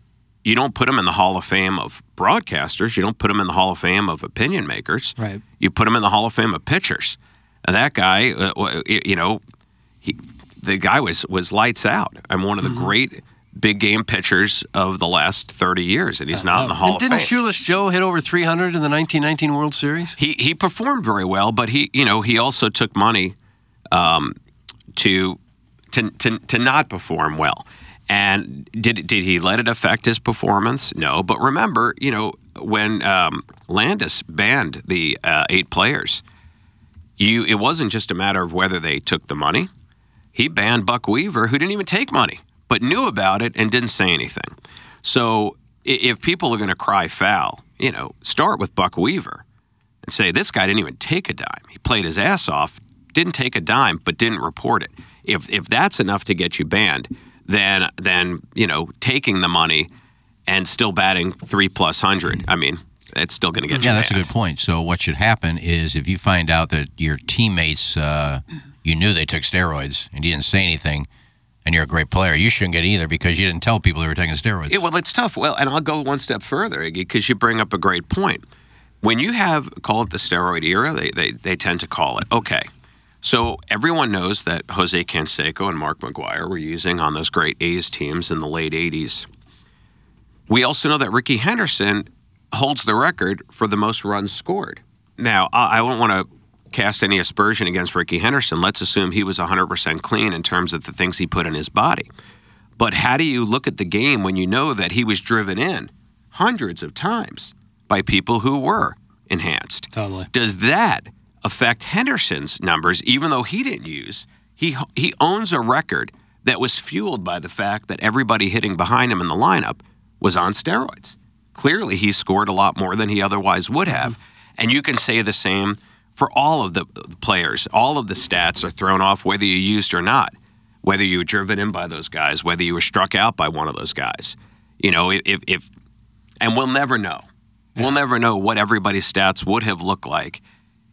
S10: you don't put him in the Hall of Fame of broadcasters. You don't put him in the Hall of Fame of opinion makers.
S11: Right.
S10: You put him in the Hall of Fame of pitchers. And that guy, uh, w- y- you know, he, the guy was was lights out. I'm one of the great big game pitchers of the last 30 years, and he's not in the Hall
S3: And
S10: of
S3: didn't
S10: Fame.
S3: Shoeless Joe hit over 300 in the 1919 World Series?
S10: He he performed very well, but he you know he also took money um, to, to to to not perform well. And did did he let it affect his performance? No, but remember, you know, when um, Landis banned the uh, eight players, you it wasn't just a matter of whether they took the money. He banned Buck Weaver, who didn't even take money, but knew about it and didn't say anything. So i- if people are going to cry foul, you know, start with Buck Weaver and say this guy didn't even take a dime. He played his ass off, didn't take a dime, but didn't report it. If if that's enough to get you banned, then then you know taking the money and still batting three plus hundred. I mean, it's still going to get you.
S6: Yeah, that's a
S10: banned.
S6: good point. So what should happen is if you find out that your teammates, uh, you knew they took steroids and you didn't say anything, and you're a great player, you shouldn't get either because you didn't tell people they were taking steroids.
S10: Yeah, well, it's tough. Well, and I'll go one step further because you bring up a great point. When you have, call it the steroid era, they, they, they tend to call it, okay. So everyone knows that Jose Canseco and Mark McGuire were using on those great A's teams in the late 80s. We also know that Ricky Henderson holds the record for the most runs scored. Now, I, I won't want to cast any aspersion against Ricky Henderson. Let's assume he was 100% clean in terms of the things he put in his body. But how do you look at the game when you know that he was driven in hundreds of times by people who were enhanced? Totally. Does that affect Henderson's numbers, even though he didn't use? He he owns a record that was fueled by the fact that everybody hitting behind him in the lineup was on steroids. Clearly, he scored a lot more than he otherwise would have, and you can say the same for all of the players. All of the stats are thrown off whether you used or not whether you were driven in by those guys, whether you were struck out by one of those guys. You know, if, if- if and we'll never know. We'll never know what everybody's stats would have looked like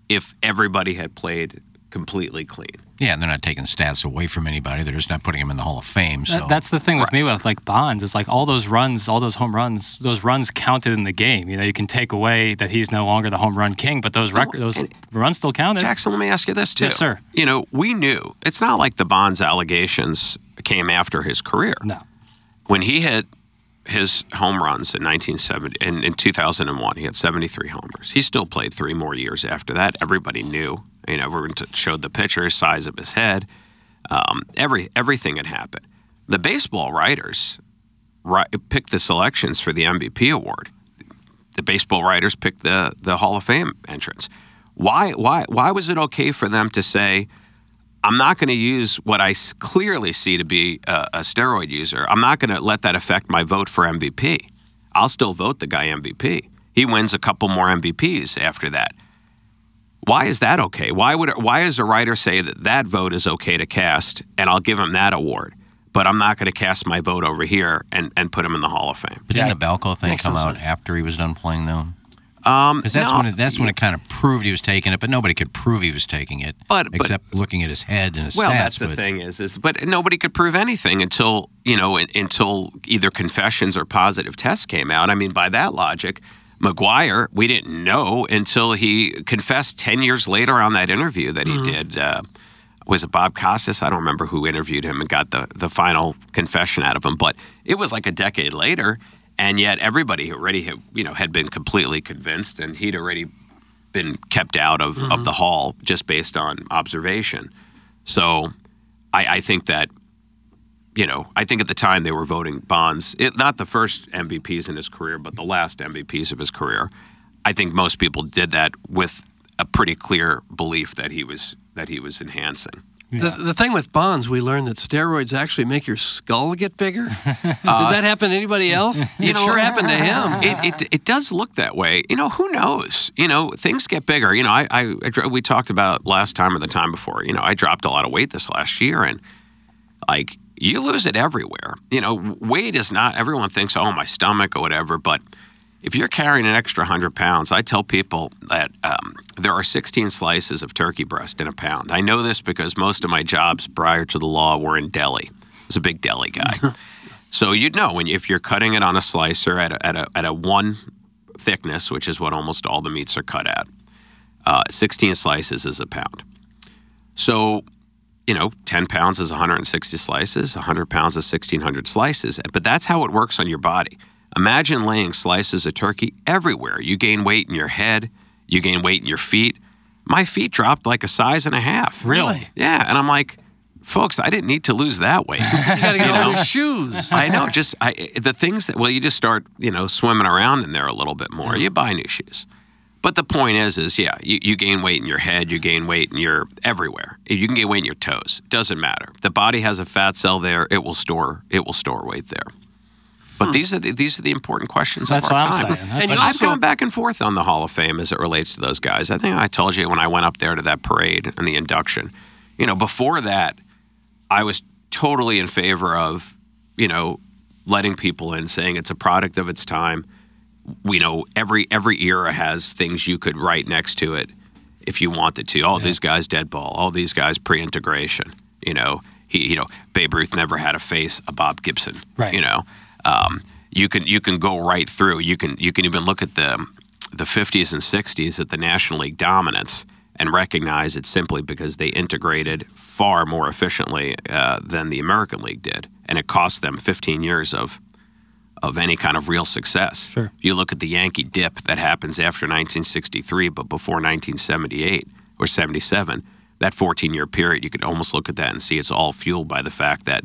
S10: if everybody had played completely clean.
S6: yeah, and they're not taking stats away from anybody. They're just not putting them in the Hall of Fame. So
S4: That- that's the thing with me with like Bonds. It's like all those runs, all those home runs, those runs counted in the game. You know, you can take away that he's no longer the home run king, but those record, those runs still counted.
S10: Jackson, let me ask you this too.
S4: Yes, sir.
S10: You know, we knew it's not like the Bonds allegations came after his career. No. When he hit his home runs in 1970 in, in 2001, he had 73 homers. He still played three more years after that. Everybody knew. You know, everyone t- showed the picture, size of his head. Um, every everything had happened. The baseball writers ri- picked the selections for the MVP award. The baseball writers picked the the Hall of Fame entrance. Why why why was it okay for them to say? I'm not going to use what I s- clearly see to be a, a steroid user. I'm not going to let that affect my vote for MVP. I'll still vote the guy MVP. He wins a couple more MVPs after that. Why is that okay? Why would why does a writer say that that vote is okay to cast and I'll give him that award, but I'm not going to cast my vote over here and, and put him in the Hall of Fame?
S6: But didn't the Balco thing
S10: Makes
S6: come
S10: no
S6: out after he was done playing, though?
S10: Um,
S6: Because that's
S10: no,
S6: when it, that's when it kind of proved he was taking it, but nobody could prove he was taking it,
S10: But- but-
S6: except looking at his head and his
S10: well,
S6: stats.
S10: that's the
S6: but-
S10: thing is, is but nobody could prove anything until you know un- until either confessions or positive tests came out. I mean, by that logic, McGuire, we didn't know until he confessed ten years later on that interview that he
S6: Mm-hmm.
S12: Mhm.
S10: did. Uh, was it Bob Costas? I don't remember who interviewed him and got the the final confession out of him, but it was like a decade later, and yet everybody already had, you know had been completely convinced, and he'd already been kept out of,
S6: Mm-hmm.
S10: of the hall just based on observation. So I, I think that, you know, I think at the time they were voting Bonds, it, not the first MVPs in his career, but the last MVPs of his career. I think most people did that with a pretty clear belief that he was that he was enhancing.
S3: The, the thing with Bonds, we learned that steroids actually make your skull get bigger. Did that happen to anybody else? It sure happened to him.
S10: It, it, it does look that way. You know, who knows? You know, things get bigger. You know, I, I, I dro- we talked about last time or the time before. You know, I dropped a lot of weight this last year, and like you lose it everywhere. You know, weight is not everyone thinks oh my stomach or whatever, but if you're carrying an extra hundred pounds, I tell people that um, there are 16 slices of turkey breast in a pound. I know this because most of my jobs prior to the law were in deli. I was a big deli guy. So you'd know when if you're cutting it on a slicer at a, at a, at a one thickness, which is what almost all the meats are cut at. Uh, 16 slices is a pound. So, you know, 10 pounds is 160 slices, 100 pounds is 1,600 slices. But that's how it works on your body. Imagine laying slices of turkey everywhere. You gain weight in your head, you gain weight in your feet. My feet dropped like a size and a half.
S4: Really?
S10: Yeah. And I'm like, folks, I didn't need to lose that weight.
S3: You got to get
S10: You
S3: all
S10: know?
S3: new shoes.
S10: I know. Just I, the things that well, you just start you know swimming around in there a little bit more. You buy new shoes, but the point is, is yeah, you, you gain weight in your head, you gain weight in your everywhere. You can gain weight in your toes. Doesn't matter. The body has a fat cell there. It will store. It will store weight there. But these are the, these are the important questions
S4: Hmm. That's
S10: of our
S4: what I'm
S10: time.
S4: saying. That's
S10: and
S4: what I'm
S10: I've gone back and forth on the Hall of Fame as it relates to those guys. I think I told you when I went up there to that parade and the induction. You know, before that, I was totally in favor of, you know, letting people in, saying it's a product of its time. We know every every era has things you could write next to it if you wanted to. All these guys dead ball. All these guys pre-integration. You know, he you know Babe Ruth never had a face. A Bob Gibson.
S4: Right.
S10: You know, um, you can you can go right through. You can you can even look at the the 50s and 60s at the National League dominance and recognize it simply because they integrated far more efficiently uh, than the American League did, and it cost them 15 years of of any kind of real success.
S4: Sure.
S10: You look at the Yankee dip that happens after 1963, but before 1978 or 77, that 14 year period, you could almost look at that and see it's all fueled by the fact that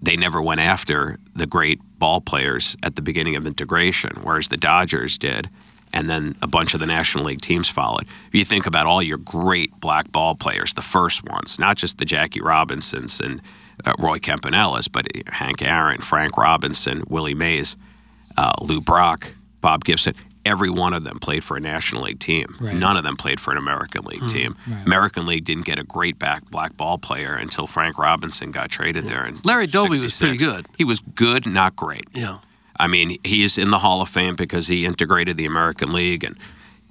S10: they never went after the great ball players at the beginning of integration, whereas the Dodgers did. And then a bunch of the National League teams followed. If you think about all your great black ball players, the first ones, not just the Jackie Robinsons and uh, Roy Campanellas, but uh, Hank Aaron, Frank Robinson, Willie Mays, uh, Lou Brock, Bob Gibson, every one of them played for a National League team. None of them played for an American League team. American League didn't get a great back black ball player until Frank Robinson got traded there. And
S3: Larry Doby was pretty
S10: 66.
S3: good.
S10: He was good, not great.
S3: Yeah.
S10: I mean, he's in the Hall of Fame because he integrated the American League and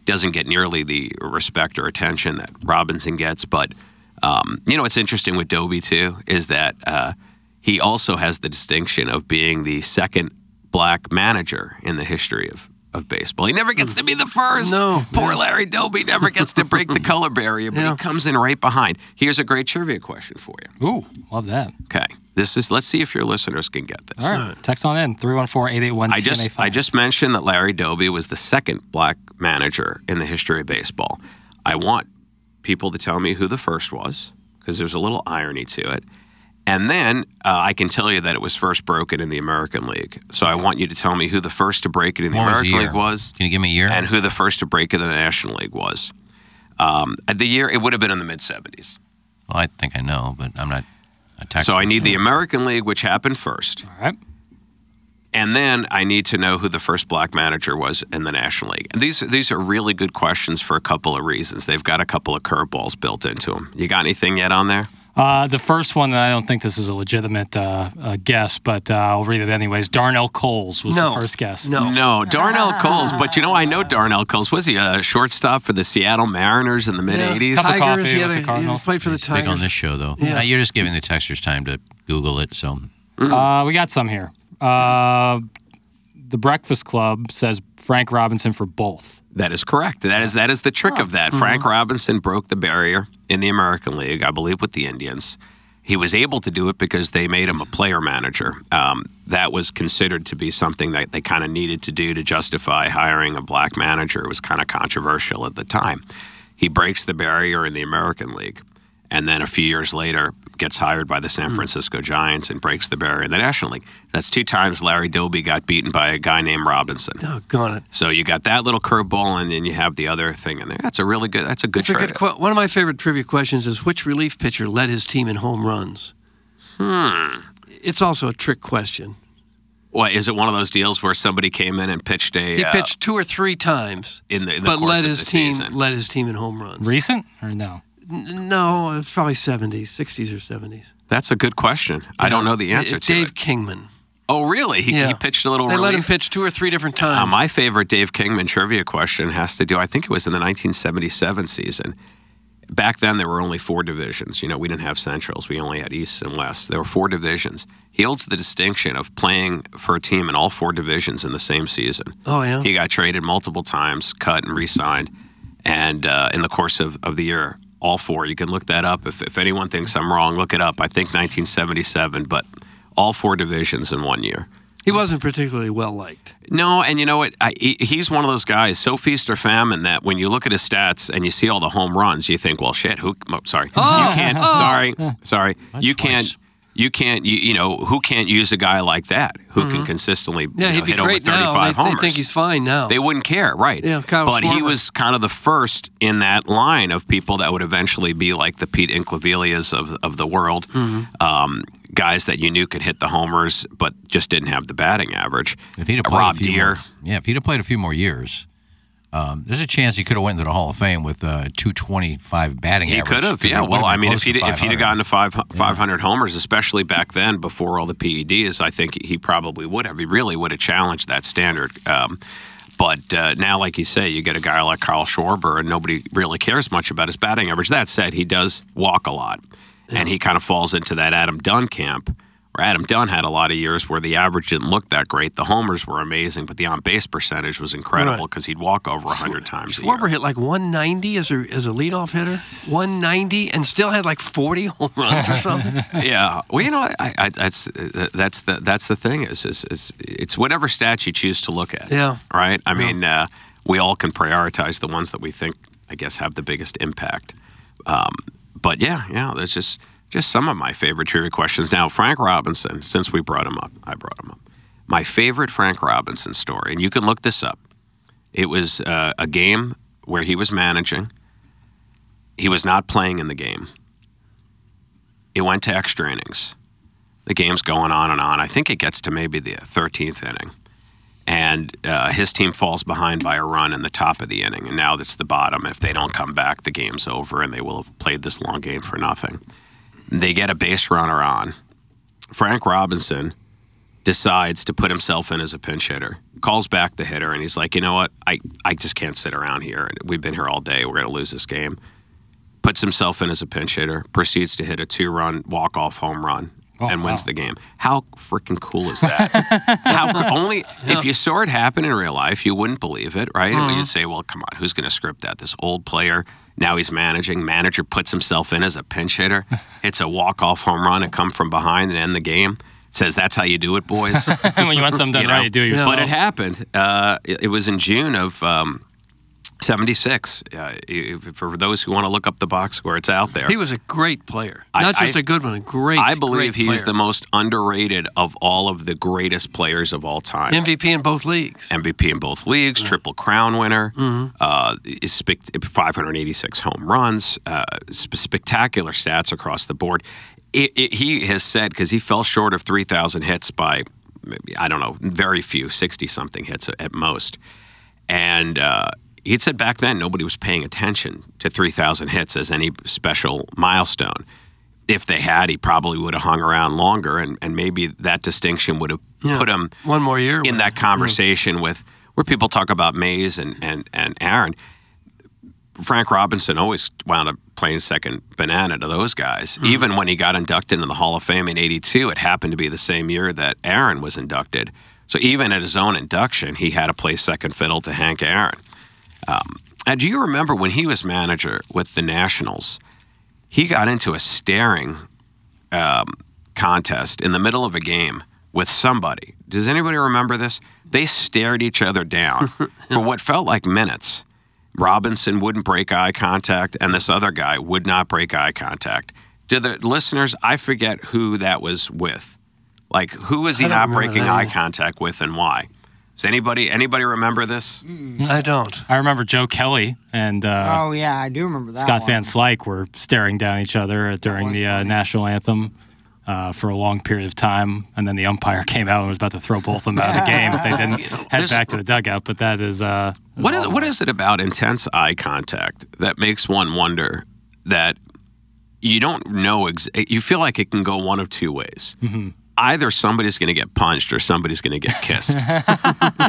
S10: doesn't get nearly the respect or attention that Robinson gets. But um, you know, what's interesting with Doby too is that uh, he also has the distinction of being the second black manager in the history of. Of baseball, he never gets to be the first.
S3: No.
S10: poor Larry Doby never gets to break the color barrier, but
S3: Yeah.
S10: he comes in right behind. Here's a great trivia question for you.
S4: Ooh, love that.
S10: Okay, this is. Let's see if your listeners can get this.
S4: All right. Text on in 314 881
S10: I just I just mentioned that Larry Doby was the second black manager in the history of baseball. I want people to tell me who the first was because there's a little irony to it. And then uh, I can tell you that it was first broken in the American League. So I want you to tell me who the first to break it in the
S6: What was the
S10: American
S6: year?
S10: League was
S6: Can you give me a year?
S10: and who the first to break it in the National League was. Um, at the year it would have been in the mid 70s.
S6: well, I think I know, but I'm not a tax.
S10: So I need the American League which happened first.
S4: All right.
S10: And then I need to know who the first black manager was in the National League. And these these are really good questions for a couple of reasons. They've got a couple of curveballs built into them. You got anything yet on there?
S4: Uh, the first one, and I don't think this is a legitimate uh, uh, guess, but uh, I'll read it anyways. Darnell Coles was
S3: No.
S4: the first guess.
S3: No.
S10: No, Darnell Coles. But you know, I know Darnell Coles. Was he a shortstop for the Seattle Mariners in the mid
S3: Yeah,
S10: '80s?
S4: Cup of coffee
S3: Tigers, he had
S4: with the
S3: a- he
S4: Cardinals.
S3: played for the
S6: big on
S3: Tigers.
S6: this show, though.
S3: Yeah.
S6: Uh, you're just giving the texters time to Google it. So
S4: Uh, we got some here. Uh, the Breakfast Club says Frank Robinson for both.
S10: That is correct. That is that is the trick of that. Frank Robinson broke the barrier in the American League, I believe, with the Indians. He was able to do it because they made him a player manager. Um, that was considered to be something that they kind of needed to do to justify hiring a black manager. It was kind of controversial at the time. He breaks the barrier in the American League, and then a few years later gets hired by the San Francisco Giants and breaks the barrier in the National League. That's two times Larry Doby got beaten by a guy named Robinson.
S3: Oh, got it.
S10: So you got that little curveball, and then you have the other thing in there. That's a really good. That's a good.
S3: It's a
S10: trade.
S3: good que- one of my favorite trivia questions is which relief pitcher led his team in home runs?
S10: Hmm.
S3: It's also a trick question.
S10: What is it? One of those deals where somebody came in and pitched a.
S3: He
S10: uh,
S3: pitched two or three times,
S10: in the, in the
S3: but
S10: course
S3: led
S10: of
S3: his
S10: the
S3: team
S10: season.
S3: led his team in home runs.
S4: Recent or no?
S3: N- no, it's probably 70s, 60s or 70s.
S10: That's a good question. I don't know the answer
S3: Uh,
S10: to
S3: Dave
S10: it.
S3: Kingman.
S10: Oh, really? He, he
S3: Yeah.
S10: pitched a little
S3: They let him
S10: relief.
S3: pitch two or three different times.
S10: Uh, my favorite Dave Kingman trivia question has to do, I think it was in the 1977 season. Back then, there were only four divisions. You know, we didn't have Centrals, we only had East and West. There were four divisions. He holds the distinction of playing for a team in all four divisions in the same season.
S3: oh yeah.
S10: He got traded multiple times, cut and re signed. And uh, in the course of, of the year, all four. You can look that up. If, if anyone thinks I'm wrong, look it up. I think 1977, but all four divisions in one year.
S3: He wasn't particularly well liked.
S10: No, and you know what? I, he- he's one of those guys, so feast or famine, that when you look at his stats and you see all the home runs, you think, well, shit, who? Oh, sorry,
S3: Oh,
S10: you can't.
S3: oh.
S10: Sorry, sorry,
S3: That's
S10: you can't.
S3: nice.
S10: You can't. You, you know who can't use a guy like that who can
S3: Mhm.
S10: consistently you
S3: Yeah,
S10: know,
S3: he'd be
S10: hit over
S3: great now. They,
S10: thirty-five
S3: they
S10: homers.
S3: think he's fine now.
S10: They wouldn't care, right?
S3: Yeah, Kyle
S10: but he
S3: Schwarber.
S10: was kind of the first in that line of people that would eventually be like the Pete Inclavilias of of the world,
S3: Mhm.
S10: um, guys that you knew could hit the homers, but just didn't have the batting average.
S6: If he'd have played
S10: Rob
S6: a few
S10: Deere.
S6: more- yeah, if he'd have played a few more years, um, there's a chance he could have went into the Hall of Fame with uh, 225 batting
S10: He
S6: average.
S10: could have, yeah.
S6: It would've
S10: Well,
S6: been
S10: I mean,
S6: close
S10: if he'd,
S6: to
S10: if he'd
S6: 500.
S10: have gotten to five, 500 homers, especially back then before all the PEDs, I think he probably would have. He really would have challenged that standard. Um, but uh, now, like you say, you get a guy like Carl Schwarber, and nobody really cares much about his batting average. That said, he does walk a lot, and he kind of falls into that Adam Dunn camp. Where Adam Dunn had a lot of years where the average didn't look that great. The homers were amazing, but the on base percentage was incredible because he'd walk over 100 times. a year.
S3: Schwarber hit like 190 as a as a leadoff hitter, 190, and still had like 40 home runs or something.
S10: yeah. Well, you know, I, I, that's that's the that's the thing is is, is it's whatever stats you choose to look at.
S3: Yeah.
S10: Right. I mean, uh, we all can prioritize the ones that we think, I guess, have the biggest impact. Um, but yeah, yeah, there's just just some of my favorite trivia questions. Now, Frank Robinson, since we brought him up, I brought him up. My favorite Frank Robinson story, and you can look this up. It was uh, a game where he was managing. He was not playing in the game. It went to extra innings. The game's going on and on. I think it gets to maybe the 13th inning. And uh, his team falls behind by a run in the top of the inning. And now that's the bottom. If they don't come back, the game's over and they will have played this long game for nothing. They get a base runner on. Frank Robinson decides to put himself in as a pinch hitter. Calls back the hitter and he's like, you know what? I, I just can't sit around here. We've been here all day. We're going to lose this game. Puts himself in as a pinch hitter, proceeds to hit a two run walk off home run.
S4: Oh,
S10: and wins the game. How freaking cool is that? How only if you saw it happen in real life, you wouldn't believe it, right?
S3: Mhm.
S4: Mm-hmm.
S10: You'd say, "Well, come on, who's going to script that? This old player. Now he's managing. Manager puts himself in as a pinch hitter. It's a walk-off home run and come from behind and end the game." Says that's how you do it, boys.
S4: When you want something done right, you do it yourself.
S10: But it happened. Uh, it, it was in June of. Um, 76. Uh, if- for those who want to look up the box score, it's out there.
S3: He was a great player,
S10: I-
S3: not just
S10: I-
S3: a good one, a great.
S10: I believe
S3: great
S10: he's
S3: player.
S10: the most underrated of all of the greatest players of all time.
S3: MVP in both leagues.
S10: MVP in both leagues, triple crown winner,
S3: Mhm.
S10: uh, is spect- 586 home runs, uh, sp- spectacular stats across the board. It, it, he has said because he fell short of 3,000 hits by maybe I don't know, very few, 60 something hits at most, and. Uh, He'd said back then nobody was paying attention to 3,000 hits as any special milestone. If they had, he probably would have hung around longer, and, and maybe that distinction would have
S3: Yeah.
S10: put him
S3: One more year
S10: in that conversation with where people talk about Mays and, and, and Aaron. Frank Robinson always wound up playing second banana to those guys. Even when he got inducted into the Hall of Fame in 82, it happened to be the same year that Aaron was inducted. So even at his own induction, he had to play second fiddle to Hank Aaron. Um, and do you remember when he was manager with the Nationals? He got into a staring um, contest in the middle of a game with somebody. Does anybody remember this? They stared each other down for what felt like minutes. Robinson wouldn't break eye contact, and this other guy would not break eye contact. To the listeners, I forget who that was with. Like, who is he
S3: I don't
S10: not
S3: remember
S10: breaking
S3: that
S10: eye
S3: either.
S10: contact with, and why? Does anybody anybody remember this?
S3: I don't.
S4: I remember Joe Kelly and uh,
S5: oh yeah, I do remember that.
S4: Scott
S5: one.
S4: Van Slyke were staring down each other during the uh, national anthem uh, for a long period of time, and then the umpire came out and was about to throw both of them out of the game if they didn't head
S10: This-
S4: back to the dugout. But that is uh,
S10: What is what is it about intense eye contact that makes one wonder that you don't know? Ex- you feel like it can go one of two ways.
S4: Mhm.
S10: Either somebody's going to get punched or somebody's going to get kissed.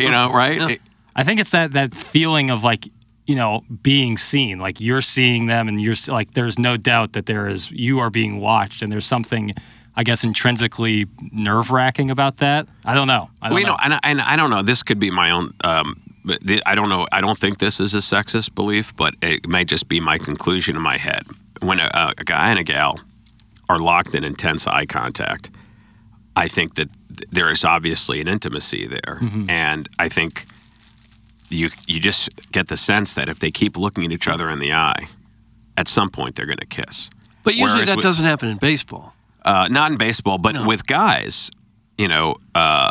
S10: you know, right?
S4: I think it's that that feeling of like you know being seen, like you're seeing them, and you're s- like there's no doubt that there is you are being watched, and there's something I guess intrinsically nerve wracking about that. I don't know. I don't
S10: well, you know, and, I- and I don't know. This could be my own. Um, but the- I don't know. I don't think this is a sexist belief, but it may just be my conclusion in my head. When a, a guy and a gal are locked in intense eye contact, I think that th- there is obviously an intimacy there,
S4: Mm-hmm.
S11: Mhm.
S10: and I think you you just get the sense that if they keep looking at each other in the eye, at some point they're going to kiss.
S3: But usually
S10: Whereas
S3: that
S10: with-
S3: doesn't happen in baseball.
S10: uh, not in baseball, but with guys, you know, uh,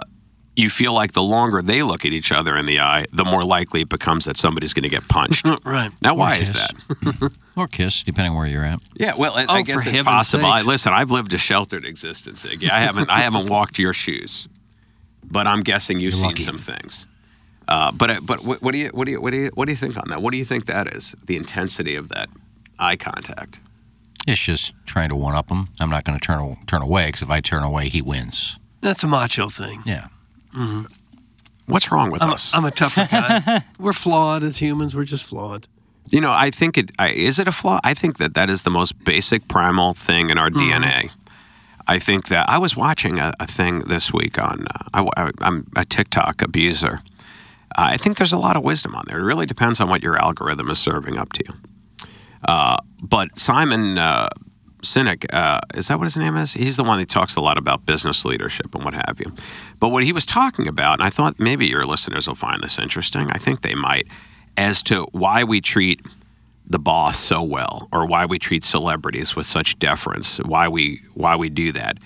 S10: you feel like the longer they look at each other in the eye, the more likely it becomes that somebody's going to get punched.
S3: right.
S10: Now, why is that? Oh,
S6: or kiss, depending where you're at.
S10: Yeah, well, I, I guess it's possible. I, listen, I've lived a sheltered existence, Iggy. I haven't, I haven't walked your shoes, but I'm guessing you've seen some things. Uh, but, I- but what, what do you, what do you, what do you, what do you think on that? What do you think that is? The intensity of that eye contact.
S6: It's just trying to one up him. I'm not going to turn turn away because if I turn away, he wins.
S3: That's a macho thing.
S6: Yeah.
S3: Mhm.
S10: What's wrong with
S3: I'm,
S10: us?
S3: A, I'm a tougher guy. We're flawed as humans. We're just flawed.
S10: You know, I think it I, is it a flaw. I think that that is the most basic primal thing in our DNA. I think that I was watching a, a thing this week on uh, I, wa- I, am a TikTok abuser. Uh, I think there's a lot of wisdom on there. It really depends on what your algorithm is serving up to you. Uh, but Simon uh, Sinek, uh, is that what his name is? He's the one that talks a lot about business leadership and what have you. But what he was talking about, and I thought maybe your listeners will find this interesting. I think they might, as to why we treat the boss so well, or why we treat celebrities with such deference, why we why we do that.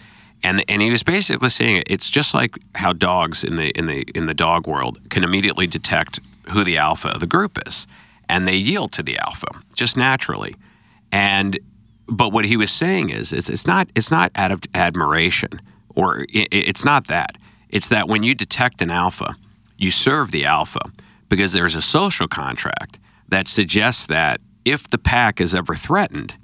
S10: And, and he was basically saying it's just like how dogs in the in the in the dog world can immediately detect who the alpha of the group is, and they yield to the alpha just naturally. And but what he was saying is, it's, it's not it's not out of admiration or i i- it's not that. It's that when you detect an alpha, you serve the alpha because there's a social contract that suggests that if the pack is ever threatened,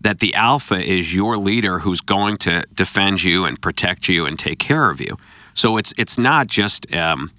S10: that the alpha is your leader who's going to defend you and protect you and take care of you. So it's it's not just um,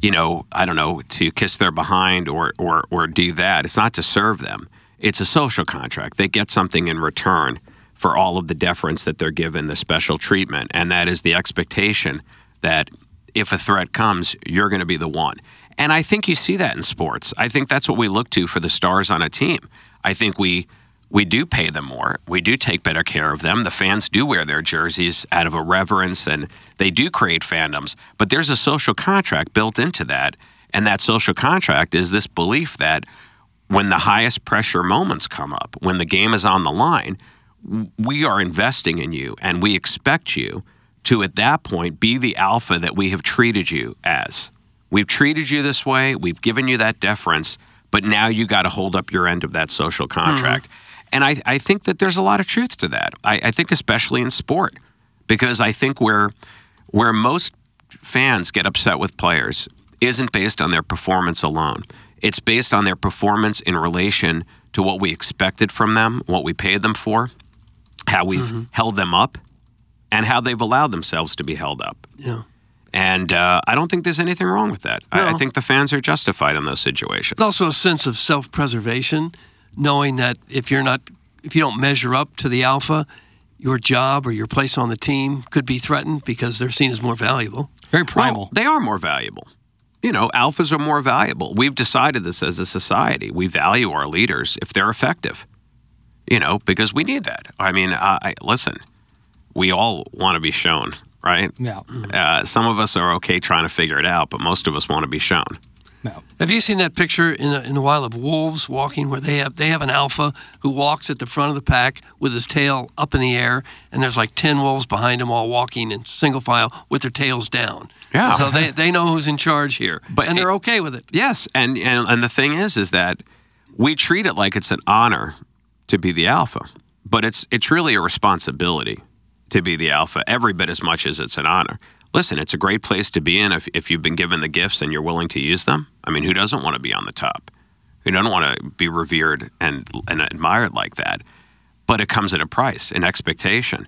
S10: you know, I don't know, to kiss their behind or, or, or do that. It's not to serve them, it's a social contract. They get something in return for all of the deference that they're given, the special treatment. And that is the expectation that if a threat comes, you're going to be the one. And I think you see that in sports. I think that's what we look to for the stars on a team. I think we we do pay them more. We do take better care of them. The fans do wear their jerseys out of a reverence and they do create fandoms. But there's a social contract built into that. And that social contract is this belief that when the highest pressure moments come up, when the game is on the line, w- we are investing in you and we expect you to, at that point, be the alpha that we have treated you as. We've treated you this way, we've given you that deference, but now you got to hold up your end of that social contract. And I, I think that there's a lot of truth to that. I, I think, especially in sport, because I think where, where most fans get upset with players isn't based on their performance alone. It's based on their performance in relation to what we expected from them, what we paid them for, how we've
S3: Mm-hmm.
S10: held them up, and how they've allowed themselves to be held up.
S3: Yeah.
S10: And uh, I don't think there's anything wrong with that. I, I
S3: No.
S10: think the fans are justified in those situations.
S3: It's also a sense of self-preservation, knowing that if you're not, if you don't measure up to the alpha, your job or your place on the team could be threatened because they're seen as more valuable.
S4: Very primal.
S10: Oh, They are more valuable. You know, alphas are more valuable. We've decided this as a society. We value our leaders if they're effective. You know, because we need that. I mean, I, I, listen, we all want to be shown, right?
S4: Yeah.
S10: Uh, some of us are okay trying to figure it out, but most of us want to be shown.
S3: No. Have you seen that picture in the, in the wild of wolves walking where they have they have an alpha who walks at the front of the pack with his tail up in the air and there's like 10 wolves behind him all walking in single file with their tails down.
S10: Yeah.
S3: So they, they know who's in charge here. But and they're okay with it.
S10: Yes, and, and and the thing is, is that we treat it like it's an honor to be the alpha, but it's it's really a responsibility to be the alpha every bit as much as it's an honor. Listen, it's a great place to be in if, if you've been given the gifts and you're willing to use them. I mean, who doesn't want to be on the top? Who doesn't want to be revered and and admired like that? But it comes at a price, an expectation.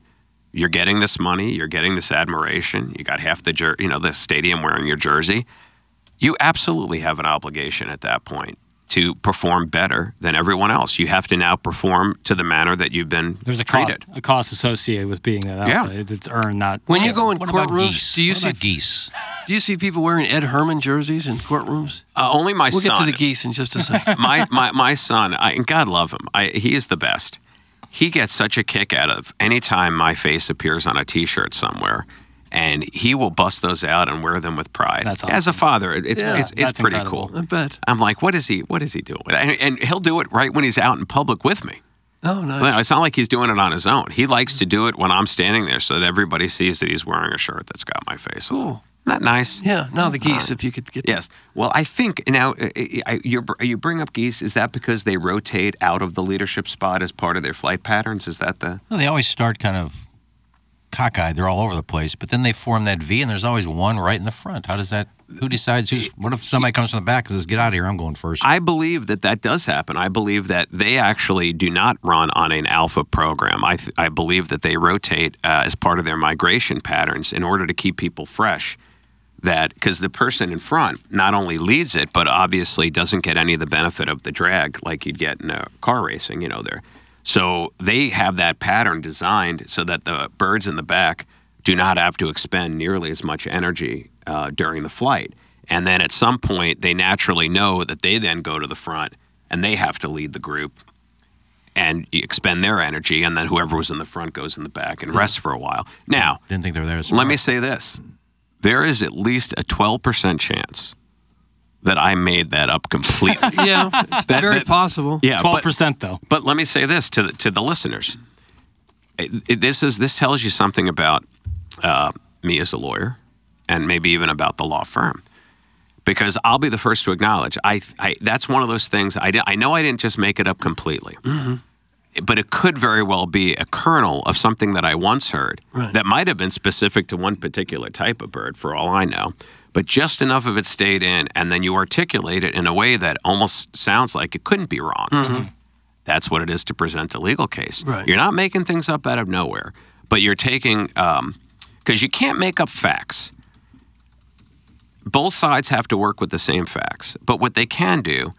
S10: You're getting this money, you're getting this admiration. You got half the jer- you know the stadium wearing your jersey you absolutely have an obligation at that point to perform better than everyone else. You have to now perform to the manner that you've been
S4: There's a cost,
S10: treated.
S4: a cost associated with being that alpha. It- It's earned, not
S3: When you go in courtrooms, do you
S4: What
S3: see
S4: about
S3: geese? Do you see people wearing Ed Herman jerseys in courtrooms?
S10: Uh, only my
S3: we'll
S10: son.
S3: get to the geese in just a second.
S10: my, my my son, I, and God love him. I, he is the best. He gets such a kick out of anytime my face appears on a T-shirt somewhere, and he will bust those out and wear them with pride. That's As a father, it- it's
S3: Yeah,
S10: it's, it's
S3: that's
S10: pretty
S3: incredible.
S10: cool.
S3: I bet.
S10: I'm like, what is he? What is he doing? And, and he'll do it right when he's out in public with me.
S3: Oh,
S10: No,
S3: nice.
S10: it's not like he's doing it on his own. He likes to do it when I'm standing there so that everybody sees that he's wearing a shirt that's got my face on. it. Isn't that nice?
S3: Yeah. Now the geese, if you could get.
S10: Yes. Well, I think now uh, I, I, you're, br- you bring up geese. Is that because they rotate out of the leadership spot as part of their flight patterns? Is that the.
S6: Well, they always start kind of cockeyed. They're all over the place, but then they form that V, and there's always one right in the front. How does that? Who decides who's? What if somebody comes from the back and says, "Get out of here! I'm going first.
S10: I believe that that does happen. I believe that they actually do not run on an alpha program. I, th- I believe that they rotate uh, as part of their migration patterns in order to keep people fresh. That because the person in front not only leads it, but obviously doesn't get any of the benefit of the drag like you'd get in uh, car racing, you know, there. So they have that pattern designed so that the birds in the back do not have to expend nearly as much energy uh, during the flight. And then at some point, they naturally know that they then go to the front and they have to lead the group and e, expend their energy. And then whoever was in the front goes in the back and rests for a while. Now,
S6: Didn't think they were there. as
S10: let me say this there is at least a 12% chance that I made that up completely.
S3: Yeah. It's
S10: That-
S3: very
S10: that-
S3: possible.
S10: Yeah, but-
S4: though.
S10: But let me say this to the, to the listeners: It- it- this is this tells you something about uh, me as a lawyer, and maybe even about the law firm, because I'll be the first to acknowledge I, I that's one of those things I di- I know I didn't just make it up completely, but it could very well be a kernel of something that I once heard that might have been specific to one particular type of bird, for all I know. But just enough of it stayed in, and then you articulate it in a way that almost sounds like it couldn't be wrong. That's what it is to present a legal case.
S3: Right.
S10: You're not making things up out of nowhere, but you're taking, because you can't make up facts. Both sides have to work with the same facts, but what they can do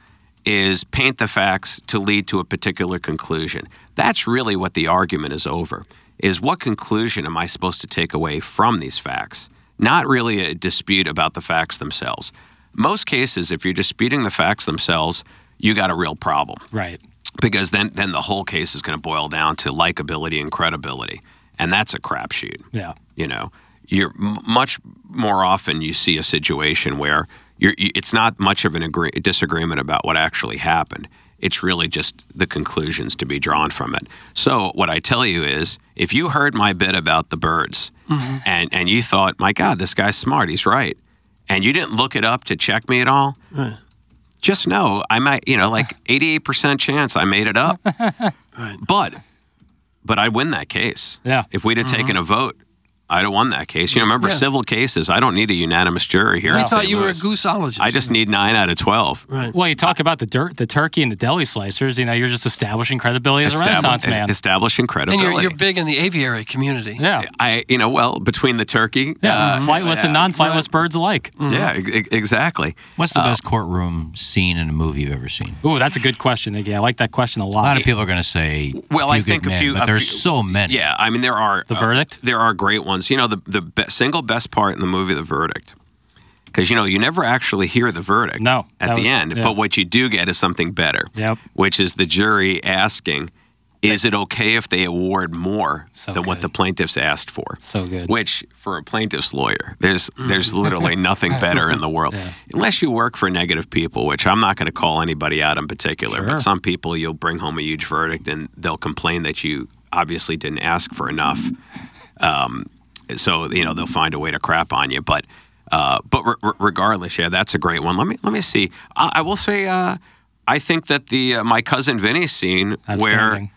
S10: is paint the facts to lead to a particular conclusion. That's really what the argument is over. Is what conclusion am I supposed to take away from these facts? Not really a dispute about the facts themselves. Most cases if you're disputing the facts themselves, you got a real problem
S4: Right.
S10: because then then the whole case is going to boil down to likability and credibility, and that's a crapshoot.
S4: Yeah.
S10: You know, you're m- much more often you see a situation where you're, you, it's not much of an agree- disagreement about what actually happened. It's really just the conclusions to be drawn from it. So what I tell you is, if you heard my bit about the birds,
S11: Mhm.
S10: and and you thought, my God, this guy's smart, he's right, and you didn't look it up to check me at all, just know I might, you know, like 88% chance I made it up. But but I win that case. Yeah. If we'd have taken a vote, I'd have won that case. You know, remember
S3: Mm-hmm. Yeah.
S10: civil cases, I don't need a unanimous jury here.
S3: I
S10: in
S3: thought
S10: St.
S3: you were a
S10: Louis.
S3: gooseologist.
S10: I just need 9 out of 12.
S3: Right.
S4: Well, you talk about the dirt, the turkey, and the deli slicers. You know, you're just establishing credibility as a
S10: Estab-
S4: Renaissance
S10: es-
S4: man.
S10: Establishing
S3: And
S10: credibility.
S3: you're, you're big in the aviary community.
S4: Yeah.
S10: I, you know, well, between the turkey,
S4: Yeah,
S10: uh,
S4: flightless and
S10: yeah.
S4: non-flightless birds alike.
S10: Yeah, e- e- exactly.
S6: What's the best courtroom scene in a movie you've ever seen?
S4: Ooh, that's a good question, Iggy. I like that question a lot.
S6: A lot of people are going to say,
S10: Well,
S6: few
S10: I
S6: good
S10: think
S6: men,
S10: a few.
S6: but
S10: a
S6: there's
S10: few-
S6: so many.
S10: Yeah, I mean there are the
S4: verdict.
S10: there are great ones. You know, the the be- single best part in the movie, the verdict, because you know you never actually hear the verdict. No, at
S4: that
S10: the
S4: was-
S10: end,
S4: yeah.
S10: but what you do get is something better.
S4: Yep.
S10: Which is the jury asking, Is it okay if they award more than what the plaintiffs asked for?
S4: So good. Mm.
S10: Which, for a plaintiff's lawyer, there's there's literally nothing better in the world, unless you work for negative people. Which I'm not going to call anybody out in particular,
S4: Sure.
S10: but some people you'll bring home a huge verdict and they'll complain that you obviously didn't ask for enough. Um, so you know they'll find a way to crap on you, but. Uh, but re- re- regardless, yeah, that's a great one. Let me let me see. I, I will say, uh, I think that the uh, my cousin Vinny scene where
S4: Outstanding.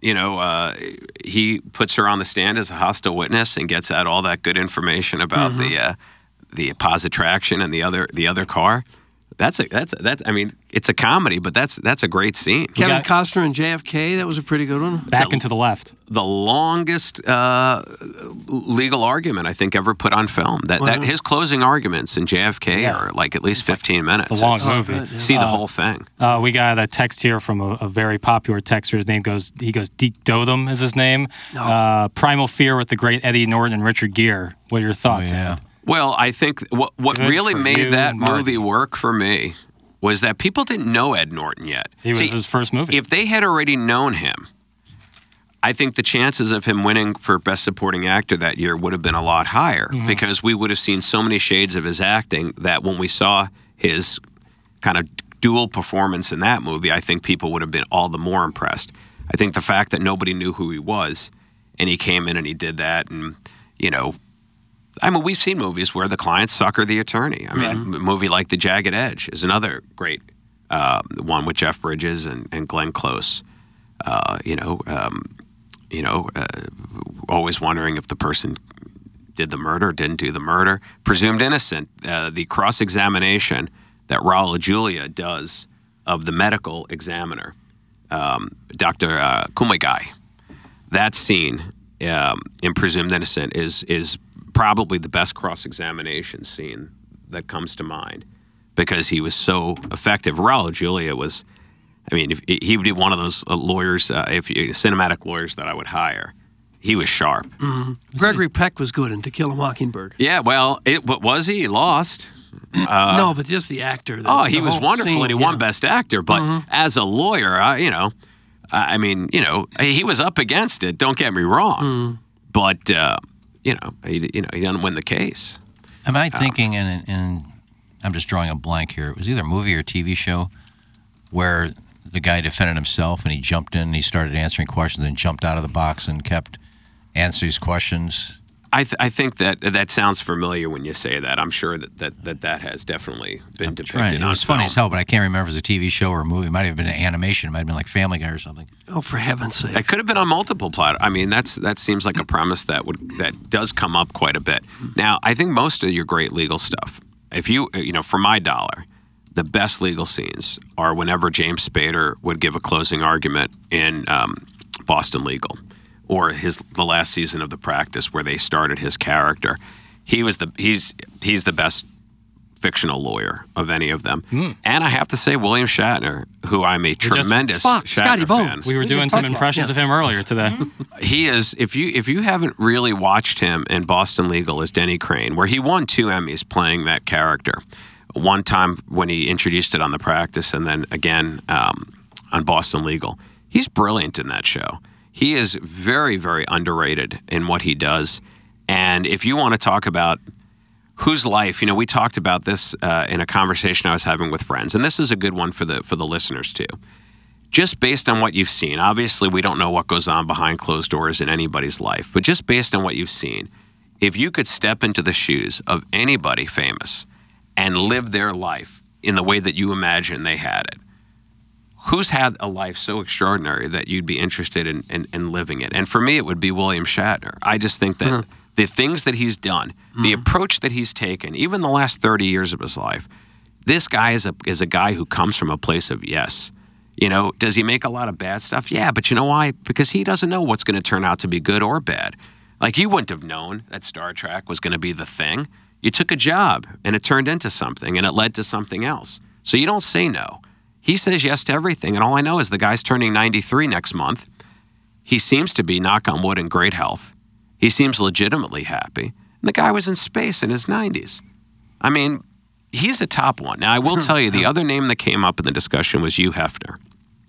S10: you know uh, he puts her on the stand as a hostile witness and gets out all that good information about the
S4: Mm-hmm.
S10: uh, the positraction and the other the other car. That's a that's a, that's I mean it's a comedy, but that's that's a great scene.
S3: Kevin Costner and JFK. That was a pretty good one.
S10: Back into
S4: the left.
S10: The longest uh, legal argument I think ever put on film. That that
S4: Wow.
S10: his closing arguments in JFK are like at least fifteen minutes.
S4: it's a long movie.
S10: See the
S4: Uh,
S10: whole thing.
S4: Uh, we got a text here from a, a very popular texter. His name goes, he goes, Deke Dodum is his name. Uh, Primal Fear with the great Eddie Norton and Richard Gere. What are your
S6: Oh,
S4: thoughts? yeah.
S10: Well, I think what what
S4: Good
S10: really
S4: for
S10: made
S4: you,
S10: that
S4: Marty.
S10: movie work for me was that people didn't know Ed Norton yet.
S4: He was his first movie.
S10: If they had already known him, I think the chances of him winning for Best Supporting Actor that year would have been a lot higher
S4: Mhm.
S10: because we would have seen so many shades of his acting that when we saw his kind of dual performance in that movie, I think people would have been all the more impressed. I think the fact that nobody knew who he was and he came in and he did that and, you know, I mean, we've seen movies where the client sucker the attorney. I mean, a movie like The Jagged Edge is another great uh, one with Jeff Bridges and, and Glenn Close. Uh, you know, um, you know, uh, always wondering if the person did the murder, didn't do the murder. Presumed innocent. Uh, the cross examination that Raul Julia does of the medical examiner, um, Dr. Uh, Kumagai. That scene um, in Presumed Innocent is is probably the best cross examination scene that comes to mind because he was so effective. Raul Julia was, I mean, if, he would be one of those uh, lawyers, uh, if you, cinematic lawyers that I would hire. He was sharp.
S3: Mhm. Gregory Peck was good in To Kill a Mockingbird.
S10: Yeah, well, it what was he? He lost. Uh,
S3: no, but just the actor. the-
S10: oh, he
S3: the
S10: was
S3: whole
S10: wonderful,
S3: scene,
S10: and he
S3: yeah.
S10: won Best Actor. But as a lawyer, I, you know, I I mean, you know, he was up against it. Don't get me wrong, but uh, you know, he, you know, he didn't win the case.
S6: Am I thinking in, in I'm just drawing a blank here. It was either a movie or a TV show where the guy defended himself and he jumped in and he started answering questions and jumped out of the box and kept answering his questions.
S10: I, th- I think that that sounds familiar when you say that. I'm sure that that that, that has definitely been depicted.
S6: Right. It
S10: on
S6: was funny
S10: film.
S6: as hell, but I can't remember if it was a TV show or a movie. It might have been an animation. It might have been like Family Guy or something.
S3: Oh, for heaven's sake!
S10: That could have been on multiple plat. I mean, that's that seems like a premise that would that does come up quite a bit. Now, I think most of your great legal stuff, if you you know, for my dollar, the best legal scenes are whenever James Spader would give a closing argument in um, Boston Legal, or his the last season of The Practice where they started his character. He was the he's he's the best fictional lawyer of any of them. And I have to say, William Shatner, who I'm a tremendous Shatner fan.
S4: We were doing some impressions of him earlier today.
S10: He is. If you if you haven't really watched him in Boston Legal as Denny Crane, where he won two Emmys playing that character, one time when he introduced it on the practice, and then again um, on Boston Legal. He's brilliant in that show. He is very very underrated in what he does. And if you want to talk about whose life you know we talked about this uh, in a conversation i was having with friends and this is a good one for the for the listeners too just based on what you've seen obviously we don't know what goes on behind closed doors in anybody's life but just based on what you've seen if you could step into the shoes of anybody famous and live their life in the way that you imagine they had it who's had a life so extraordinary that you'd be interested in, in, in living it? And for me, it would be William Shatner. I just think that the things that he's done, the approach that he's taken, even the last 30 years of his life, this guy is a, is a guy who comes from a place of yes. You know, does he make a lot of bad stuff? Yeah, but you know why? Because he doesn't know what's going to turn out to be good or bad. Like, you wouldn't have known that Star Trek was going to be the thing. You took a job and it turned into something and it led to something else. So you don't say no. He says yes to everything, and all I know is the guy's turning 93 next month. He seems to be, knock on wood, in great health. He seems legitimately happy. And the guy was in space in his 90s. I mean, he's a top one. Now, I will tell you, the other name that came up in the discussion was Hugh Hefner.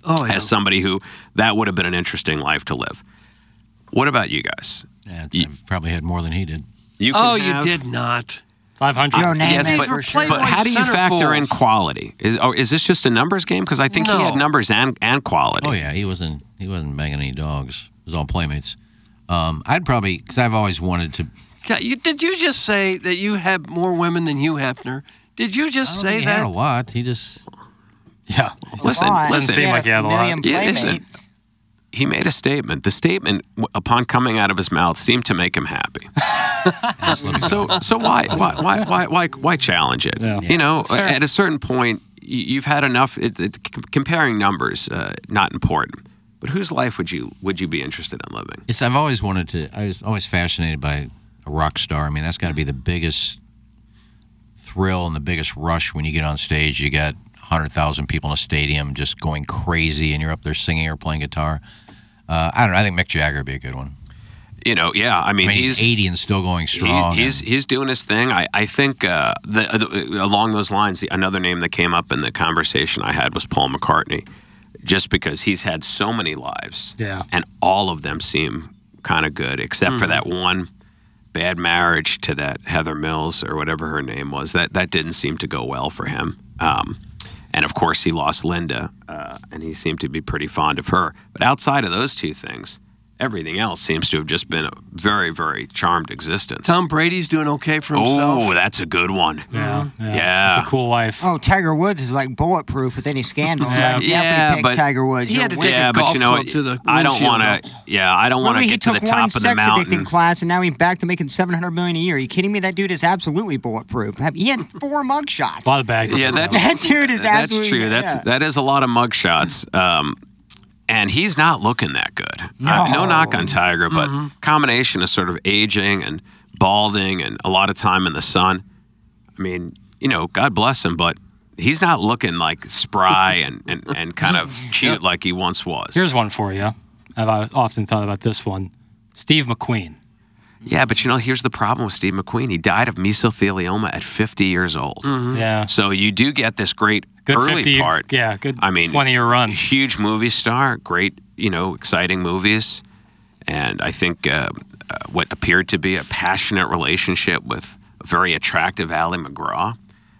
S3: Oh,
S10: as somebody who that would have been an interesting life to live. What about you guys?
S6: Yeah, I've probably had more than he did.
S10: You
S3: oh,
S10: can
S3: you
S10: have-
S3: did not.
S4: Five hundred.
S10: Yes, but, but how do you factor in quality? Is or is this just a numbers game? Because I think he had
S6: No.
S10: numbers and and quality.
S6: Oh yeah, he wasn't he wasn't banging any dogs. It was all playmates. Um, I'd probably because I've always wanted to.
S3: God, you, did you just say that you have more women than Hugh Hefner? Did you
S10: Oh,
S3: just
S6: I
S3: say
S6: he
S3: that?
S6: had a lot. He just yeah.
S10: Listen, listen. Yeah,
S6: Yeah,
S10: listen. He made a statement. The statement, w- upon coming out of his mouth, seemed to make him happy. so, so why, why, why, why, why, why challenge it? You know,
S6: That's fair.
S10: at a certain point, y- you've had enough. It, it, c- comparing numbers, uh, not important. But whose life would you would you be interested in living?
S6: Yes, I've always wanted to. I was always fascinated by a rock star. I mean, that's got to be the biggest thrill and the biggest rush when you get on stage. You got hundred thousand people in a stadium just going crazy, and you're up there singing or playing guitar. Uh, I don't know. I think Mick Jagger would be a good one.
S10: You know, yeah. I
S6: I
S10: mean,
S6: mean, he's, 80 and still going strong.
S10: He, he's he's doing his thing. I I think uh, the, uh, the- along those lines, the, another name that came up in the conversation I had was Paul McCartney, just because he's had so many lives,
S3: Yeah.
S10: and all of them seem kind of good, except for
S3: Mhm.
S10: that one bad marriage to that Heather Mills or whatever her name was. That that didn't seem to go well for him. Um, and of course, he lost Linda, uh, and he seemed to be pretty fond of her. But outside of those two things, everything else seems to have just been a very, very charmed existence.
S3: Tom Brady's doing okay for himself.
S10: Oh, that's a good one.
S3: Yeah.
S5: Yeah.
S10: Yeah.
S5: It's
S4: a cool life.
S5: Oh, Tiger Woods is like bulletproof with any scandals.
S10: Yeah.
S5: I'd definitely
S10: Yeah,
S5: pick
S10: but-
S5: Tiger Woods.
S10: He had
S5: You're
S10: to take a
S5: winning.
S10: golf you know, club to the I don't wanna- windshield, though. yeah, I don't wanna
S5: Remember he
S10: get to the
S5: took
S10: top
S5: one
S10: of the
S5: sex
S10: mountain.
S5: addicting class, and now he's back to making seven hundred million a year. Are you kidding me? That dude is absolutely bulletproof. Have- He had four mug shots.
S4: A lot of baggage.
S10: Yeah, that's
S5: That dude is
S10: that's
S5: absolutely-
S10: true. That's
S5: yeah.
S10: that is a lot of mug shots. Um, and he's not looking that good. Uh, No, knock on Tiger, but combination of sort of aging and balding and a lot of time in the sun. I mean, you know, God bless him, but he's not looking like spry and, and, and kind of cute like he once was.
S4: Here's one for you. I've often thought about this one. Steve McQueen.
S10: Yeah, but you know, here's the problem with Steve McQueen. He died of mesothelioma at 50 years old.
S4: Mhm. Yeah.
S10: So you do get this great
S4: Good
S10: early
S4: 50
S10: part.
S4: Yeah, good.
S10: I mean,
S4: 20 year run.
S10: Huge movie star, great, you know, exciting movies. And I think uh, uh, what appeared to be a passionate relationship with a very attractive Ally McGraw.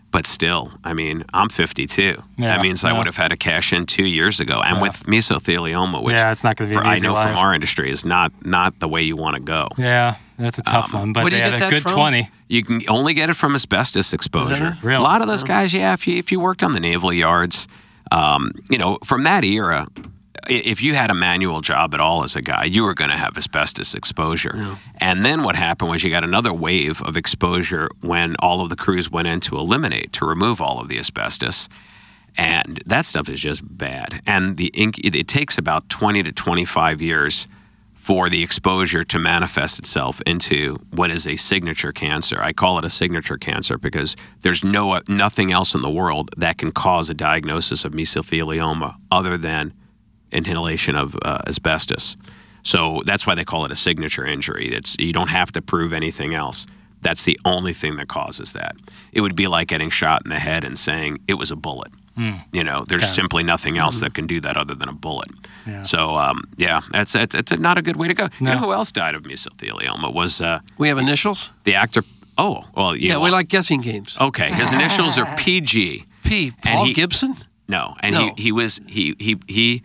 S10: But still, I mean, I'm 52.
S4: Yeah,
S10: that means I
S4: yeah.
S10: would have had a cash in two years ago. And
S4: Yeah.
S10: with mesothelioma, which
S4: Yeah, it's not gonna be
S10: for,
S4: an
S10: I
S4: easy
S10: know from
S4: life.
S10: our industry is not not the way you want to go.
S4: Yeah, that's a tough
S10: Um,
S4: one, but they had a good 20.
S10: You can only get it from asbestos exposure.
S4: it? Really?
S10: A lot of those guys, yeah, if you, if you worked on the naval yards, um, you know, from that era, i- if you had a manual job at all as a guy, you were going to have asbestos exposure. And then what happened was you got another wave of exposure when all of the crews went in to eliminate, to remove all of the asbestos. And that stuff is just bad. And the ink, it, it takes about 20 to 25 years for the exposure to manifest itself into what is a signature cancer. I call it a signature cancer because there's no nothing else in the world that can cause a diagnosis of mesothelioma other than inhalation of uh, asbestos. So that's why they call it a signature injury. It's you don't have to prove anything else. That's the only thing that causes that. It would be like getting shot in the head and saying it was a bullet.
S3: Hmm.
S10: You know, there's
S11: Okay.
S10: simply nothing else
S3: Mm-hmm.
S10: that can do that other than a bullet. So um, yeah, that's that's it's not a good way to go. You know who else died of mesothelioma was uh,
S3: We have initials?
S10: the actor. Oh well, you
S3: Yeah,
S10: know-
S3: we like guessing
S4: Oh.
S3: games.
S10: okay. His initials are PG.
S3: P.
S10: And
S3: Paul
S10: he-
S3: Gibson?
S10: No, and
S3: No.
S10: he he was he he he.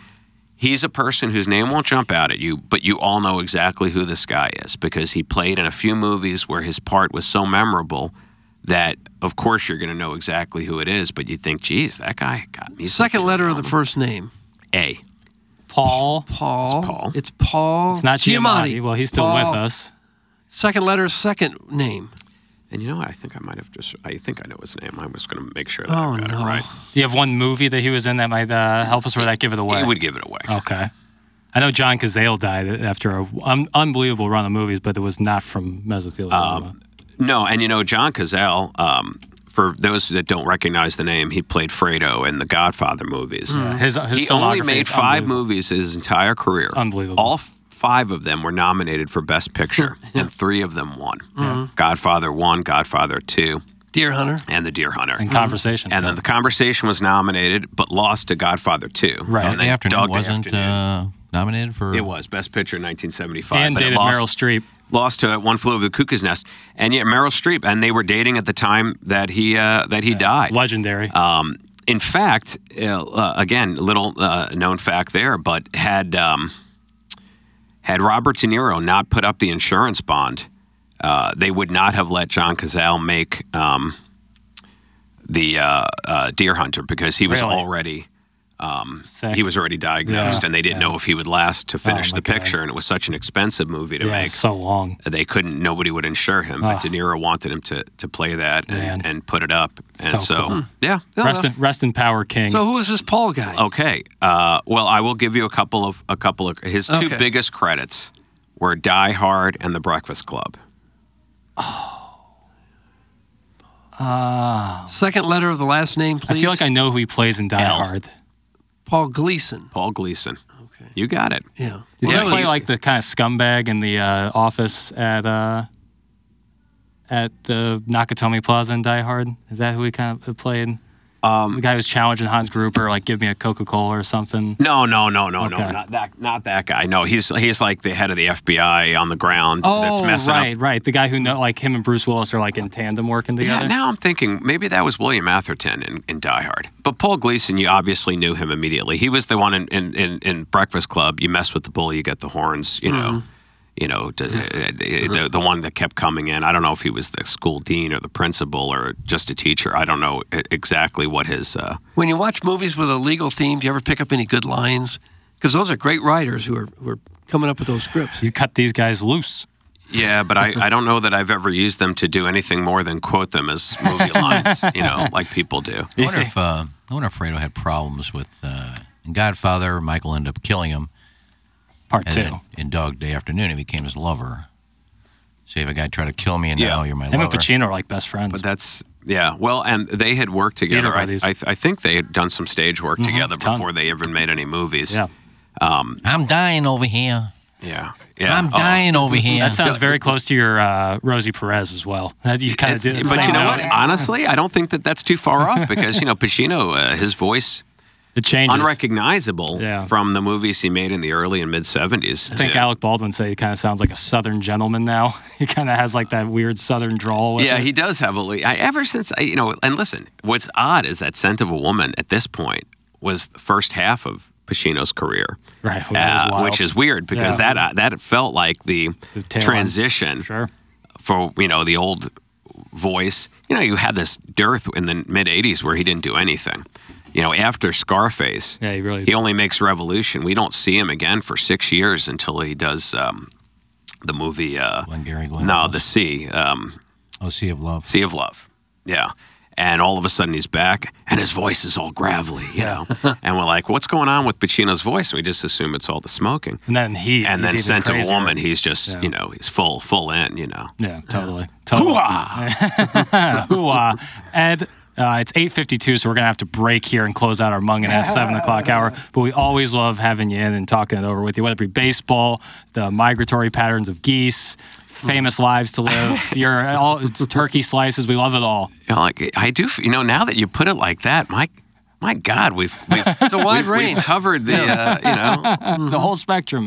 S10: He's a person whose name won't jump out at you, but you all know exactly who this guy is because he played in a few movies where his part was so memorable that, of course, you're going to know exactly who it is. But you think, geez, that guy got me.
S3: Second letter of the first name.
S10: A.
S4: Paul.
S3: Paul. It's Paul. It's Paul.
S4: It's not Giamatti. Well, he's still
S3: Paul.
S4: with us.
S3: Second letter, second name.
S10: And you know what? I think I might have just. I think I know his name. I was going to make sure that
S4: Oh,
S10: I got
S4: no.
S10: it right.
S4: Do you have one movie that he was in that might uh, help us or would that give it away?
S10: He would give it away.
S3: Oh.
S4: Okay. I know John Cazale died after an un- unbelievable run of movies, but it was not from mesothelioma.
S10: Um, No, and you know John Cazale. Um, for those that don't recognize the name, he played Fredo in the Godfather movies.
S3: Hmm.
S4: Yeah, his- his
S10: he only
S4: filmography
S10: made
S4: is
S10: five
S4: unbelievable.
S10: movies his entire career.
S4: Unbelievable.
S10: All f- five of them were
S4: Mm-hmm.
S10: nominated for Best Picture, and three of them won.
S4: Yeah.
S10: Godfather One, Godfather Two,
S3: Deer Hunter.
S10: and The Deer Hunter.
S4: And Conversation.
S10: And then The Conversation was nominated, but lost to Godfather 2.
S4: Right.
S10: And
S4: Dog
S10: then
S4: Day Afternoon
S10: Dog Day
S4: wasn't,
S10: Afternoon.
S6: Uh, nominated for
S10: It was Best Picture in 1975.
S4: And
S10: but it
S4: dated
S10: lost-
S4: Meryl Streep.
S10: Lost to One Flew Over the Cuckoo's Nest, and yet Meryl Streep, and they were dating at the time that he uh, that he died.
S4: Legendary.
S10: Um, in fact, uh, uh, again, little uh, known fact there, but had um, had Robert De Niro not put up the insurance bond, uh, they would not have let John Cazale make um, the uh, uh, Deer Hunter because he was
S4: Really?
S10: already. Um,
S4: Sick.
S10: he was already diagnosed,
S4: Yeah, Oh
S10: and they didn't know if he would last to finish
S4: my
S10: the
S4: God.
S10: picture. And it was such an expensive movie to
S4: Yeah,
S10: make,
S4: so long.
S10: they couldn't. Nobody would insure him, but
S4: Ugh.
S10: De Niro wanted him to to play that
S4: Man.
S10: and, and put it up. And so,
S4: So cool. Hmm.
S10: yeah,
S4: Rest in, rest in power, King.
S3: So who is this Paul guy?
S4: Oh.
S10: Okay. Uh, well, I will give you a couple of a couple of his two
S3: Okay.
S10: biggest credits were Die Hard and The Breakfast Club.
S3: Ah. Second letter of the last name, please.
S4: I feel like I know who he plays in Die Hard.
S3: Paul Gleason.
S10: Paul Gleason. Okay. You got it.
S3: Yeah.
S4: Did
S3: Really?
S4: he play like the kind of scumbag in the uh, office at uh, at the Nakatomi Plaza in Die Hard? Is that who he kind of played?
S10: Um,
S4: the guy who's challenging Hans Gruber, like give me a Coca Cola or something.
S10: No, no, no, no, no,
S4: Okay.
S10: not that, not that guy. No, he's he's like the head of the FBI on the ground that's
S4: Oh,
S10: messing
S4: right,
S10: up.
S4: right. The guy who know, like him and Bruce Willis are like in tandem working
S10: Yeah,
S4: together.
S10: now I'm thinking maybe that was William Atherton in, in Die Hard. But Paul Gleason, you obviously knew him immediately. He was the one in, in, in, in Breakfast Club. You mess with the bull, you get the horns, you know. You know, d- uh, the, the one that kept coming in. I don't know if he was the school dean or the principal or just a teacher. I don't know e- exactly what his. Uh,
S3: When you watch movies with a legal theme, do you ever pick up any good lines? Because those are great writers who are, who are coming up with those scripts.
S4: You cut these guys loose.
S10: yeah, but I, I don't know that I've ever used them to do anything more than quote them as movie lines, you know, like people do.
S6: I wonder if uh, I wonder if Fredo had problems with uh, in Godfather. Michael ended up killing him.
S4: Part
S6: and
S4: two.
S6: then In Dog Day Afternoon, he became his lover. So you have a guy try to kill me, and now you're my
S4: him
S6: lover.
S4: and Pacino are like best friends.
S10: But that's yeah. Well, and they had worked together.
S4: Theater
S10: I,
S4: buddies.
S10: I, I think they had done some stage work
S6: Mhm,
S10: together
S6: ton.
S10: before they even made any movies.
S4: Yeah.
S10: Um,
S6: I'm dying over here.
S10: yeah. Yeah.
S6: I'm
S10: Oh.
S6: dying over here.
S4: That sounds very close to your uh, Rosie Perez as well. You kind of
S10: It's-
S4: did. the
S10: but
S4: same
S10: you know
S4: note.
S10: what? Honestly, I don't think that that's too far off because you know Pacino, uh, his voice
S4: It changes.
S10: unrecognizable
S4: Yeah.
S10: from the movies he made in the early and mid seventies.
S4: I think Alec Baldwin said he kind of sounds like a Southern gentleman now. he kind of has like that weird Southern drawl. With
S10: Yeah,
S4: it.
S10: he does have a. le- I, ever since I, you know, and listen, what's odd is that scent of a woman at this point was the first half of Pacino's career,
S4: Right, well, that was
S10: Uh,
S4: wild.
S10: which is weird because
S4: Yeah.
S10: that uh, that felt like the,
S4: The tail end.
S10: transition
S4: sure.
S10: for you know the old voice. You know, you had this dearth in the mid '80s where he didn't do anything. You know, after Scarface,
S4: Yeah, he really.
S10: he only makes Revolution. We don't see him again for six years until he does um, the movie. Uh,
S6: Glengarry Glen.
S10: no, the Sea. Um,
S6: Oh, Sea of Love.
S10: Sea of Love. Yeah. And all of a sudden he's back and his voice is all gravelly, you know. and we're like, what's going on with Pacino's voice? And we just assume it's all the smoking.
S4: and then he.
S10: And then sent
S4: to
S10: to a woman, he's just,
S4: Yeah.
S10: you know, he's full, full in, you know.
S4: Yeah, totally. totally. Hoo-ah. Ed, uh, it's 8.52, so we're going to have to break here and close out our Mung and Ass 7 o'clock hour. But we always love having you in and talking it over with you, whether it be baseball, the migratory patterns of geese, famous lives to live, your all, it's turkey slices. We love it all.
S10: You know, like I do, f- you know, now that you put it like that, my, my God, we've, we've
S3: It's a wide
S10: we've,
S3: range.
S10: we've covered the, uh, you know,
S4: The whole spectrum,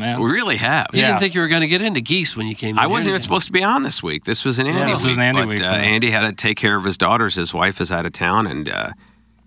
S10: we
S4: man.
S10: really have.
S3: You
S4: Yeah.
S3: didn't think you were going to get into geese when you came.
S10: I
S3: in
S10: wasn't
S3: here.
S10: even supposed to be on this week. This was an Andy.
S4: this was
S10: week,
S4: an Andy
S10: but,
S4: week,
S10: Uh,
S4: yeah.
S10: Andy had to take care of his daughters. His wife is out of town, and uh,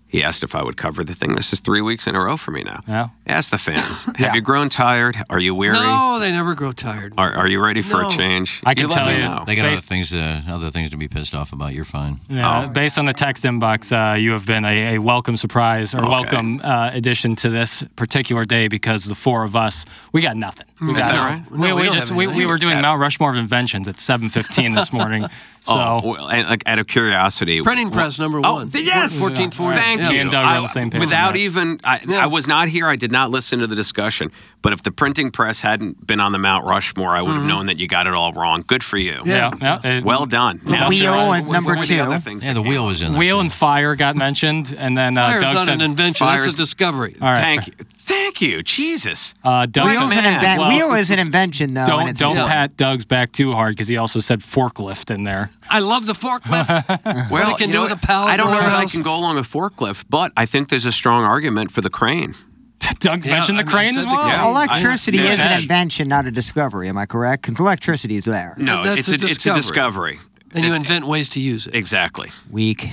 S10: he asked if I would cover the thing. This is three weeks in a row for me now.
S4: Yeah.
S10: Ask the fans.
S4: Yeah.
S10: Have you grown tired? Are you weary?
S3: No, they never grow tired.
S10: Are, are you ready for
S3: No.
S10: a change?
S4: I can
S10: let
S4: tell
S10: me
S4: you,
S10: know.
S6: They got
S4: Based-
S6: other things, to, other things to be pissed off about. You're fine.
S4: Yeah,
S10: Oh.
S4: based on the text inbox, uh, you have been a, a welcome surprise or welcome uh, addition to this particular day because the four of us we got nothing.
S3: Mm-hmm.
S4: We got
S10: that
S4: nothing.
S10: right?
S4: We,
S3: No, we
S4: we
S3: don't
S4: just
S3: have
S4: we,
S3: anything.
S4: we were doing Mount Rushmore of inventions at 7:15 this morning. So
S10: Oh, well, and, like, out of curiosity,
S3: Printing
S10: wh-
S3: press number
S10: Oh,
S3: one.
S10: th- yes,
S3: fourteen forty.
S10: Thank
S4: Me
S10: you.
S4: and Doug are on
S10: I-
S4: the same page.
S10: Without
S4: Yeah.
S10: even, I, I was not here. I did not listen to the discussion. But if the printing press hadn't been on the Mount Rushmore, I would have known that you got it all wrong. Good for you.
S4: Mm-hmm. yeah, yeah, it-
S10: Well done.
S5: The wheel and number
S10: what were the
S5: two.
S10: other things
S6: Yeah, the
S10: that
S6: wheel
S10: came
S6: was in there.
S4: Wheel
S6: too.
S4: and fire got mentioned, and then uh,
S3: Fire's
S4: Doug
S3: not
S4: said,
S3: an invention; that's
S10: Fire's-
S3: a discovery.
S4: All right,
S10: Thank you. Thank you, Jesus.
S4: Uh, Doug
S5: Wheel is,
S4: says-
S5: an inven-
S4: Well,
S5: wheel is an invention, though. and
S4: Don't
S5: it's
S4: don't
S5: not.
S4: pat Doug's back too hard because he also said forklift in there.
S3: I love the forklift.
S10: Well,
S3: what it
S10: you
S3: can do
S10: know
S3: with a
S10: what?
S3: pallet.
S10: I don't know that I
S3: warehouse.
S10: can go along with forklift, but I think there's a strong argument for the crane.
S4: Doug mentioned the crane as well.
S5: Electricity
S10: I-
S5: is
S10: Yeah.
S5: an invention, not a discovery. Am I correct? 'Cause electricity is there.
S10: No,
S3: That's
S10: it's
S3: a
S10: a, it's a discovery.
S3: And you
S10: It's-
S3: invent ways to use it.
S10: Exactly.
S5: Weak.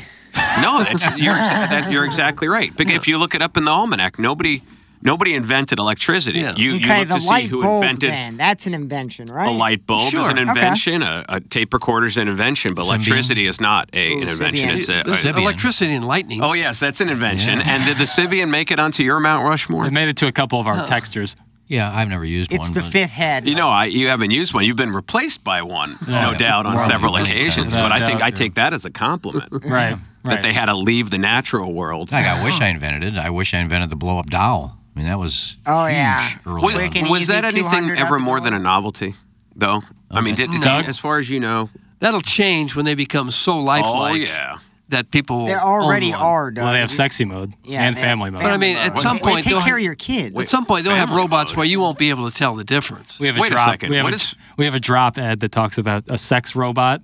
S10: No, that's, you're, that's, you're exactly right. Because if you look it up in the almanac, nobody nobody invented electricity. You, you
S5: okay,
S10: look
S5: the
S10: to see
S5: light
S10: who
S5: bulb.
S10: invented
S5: then that's an invention, right?
S10: a light bulb is an
S5: Okay.
S10: invention, a, a tape recorder is an invention, but
S3: Symbian.
S10: electricity is not a, an
S3: Ooh,
S10: invention.
S3: Symbian.
S10: It's a,
S3: This is
S10: a-
S3: electricity and lightning.
S10: Oh yes, that's an invention. And did the Sibian make it onto your Mount Rushmore?
S4: It made it to a couple of our textures.
S6: Yeah, I've never used
S5: It's the fifth head.
S10: You know, I, you haven't used one. You've been replaced by one, no
S6: Yeah.
S10: doubt, on
S6: Probably
S10: several
S6: many
S10: occasions.
S6: times.
S10: But I
S6: Without
S10: think
S6: doubt,
S10: I take that as a compliment.
S4: Right,
S10: That they had to leave the natural world.
S6: Like, I wish I invented it. I wish I invented the blow up doll. I mean, that was
S5: Oh yeah.
S6: early
S10: Was,
S6: on.
S5: and
S10: was
S5: easy,
S10: that anything
S5: 200
S10: ever
S5: out the
S10: more than a novelty, though? I mean, did,
S3: No.
S10: as far as you know.
S3: That'll change when they become so lifelike
S10: Oh yeah.
S3: that people
S5: There already
S3: own one.
S5: are. Doug.
S4: Well, they have
S5: Just-
S4: sexy mode
S5: Yeah,
S4: and
S5: they have
S4: family mode.
S3: But I mean, at
S5: Well,
S3: some
S5: they
S3: point
S5: take
S3: they'll
S5: care
S3: have-
S5: of your kids.
S3: At some point, they'll have
S10: Family
S3: robots
S10: mode.
S3: where you won't be able to tell the difference.
S4: We have a
S10: Wait a
S4: drop.
S10: second,
S4: we, have
S10: what
S4: a,
S10: is-
S4: we have a drop ad that talks about a sex robot.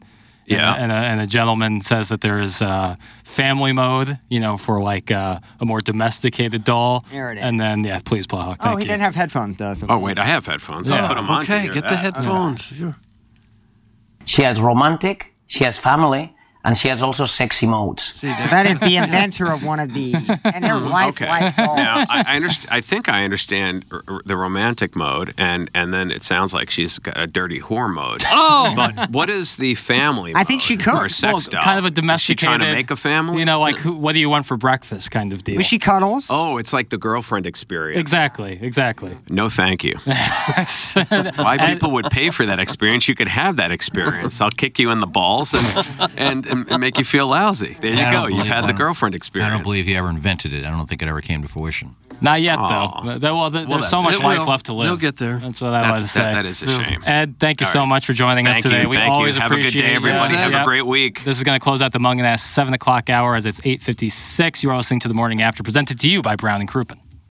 S4: and a-
S10: Yeah.
S4: And a, and a, gentleman says that there is uh, family mode, you know, for like uh, a more domesticated doll.
S5: There it
S4: And
S5: is.
S4: then, yeah, please, Plowhawk.
S5: Oh,
S4: Thank
S5: he
S4: you.
S5: didn't have headphones though. so-
S10: Oh wait, I have headphones. I'll put them on. to
S3: okay,
S10: hear
S3: get the
S10: that.
S3: headphones. Sure.
S11: She has romantic, she has family, and she has also sexy modes.
S3: See, there-
S5: That is the inventor of one of the and her life
S10: Okay.
S5: life bulb.
S10: Now I, I, underst- I think I understand r- r- the romantic mode, and and then it sounds like she's got a dirty whore mode.
S3: Oh!
S10: but what is the family?
S5: I think
S10: mode
S5: she could.
S10: for a sex
S4: Well,
S10: doll.
S4: kind of a
S10: Is she
S4: domesticated.
S10: trying to make a family?
S4: You know, like who, what do you want for breakfast kind of deal.
S5: Was she cuddles?
S10: Oh, it's like the girlfriend experience.
S4: exactly, exactly.
S10: No, thank you.
S4: That's-
S10: Why people would pay for that experience? You could have that experience. I'll kick you in the balls and and, and, make you feel lousy. There
S6: I
S10: you
S6: don't
S10: go. You've
S6: believe
S10: had the
S6: one-
S10: girlfriend
S6: I
S10: experience.
S6: don't believe he ever invented it. I don't think it ever came to fruition.
S4: Not yet,
S10: Aw.
S4: though. There- well, there-
S10: Well,
S4: there's so
S10: that's-
S4: much
S3: it
S4: life
S3: will.
S4: left to live.
S3: They'll get there.
S4: That's what I
S10: That's-
S4: wanted to say.
S10: that- that is a shame.
S4: Ed, thank you
S10: All
S4: so
S10: right.
S4: much for joining us
S10: Thank
S4: today.
S10: you.
S4: we
S10: thank
S4: always
S10: you. Have a
S4: appreciate
S10: good day,
S4: you.
S10: everybody.
S3: Yeah.
S10: Have
S4: Yep.
S10: a great week.
S4: This is going to close out the Mungan Ass 7 o'clock hour as it's 8.56. You're listening to The Morning After, presented to you by Brown and Crouppen.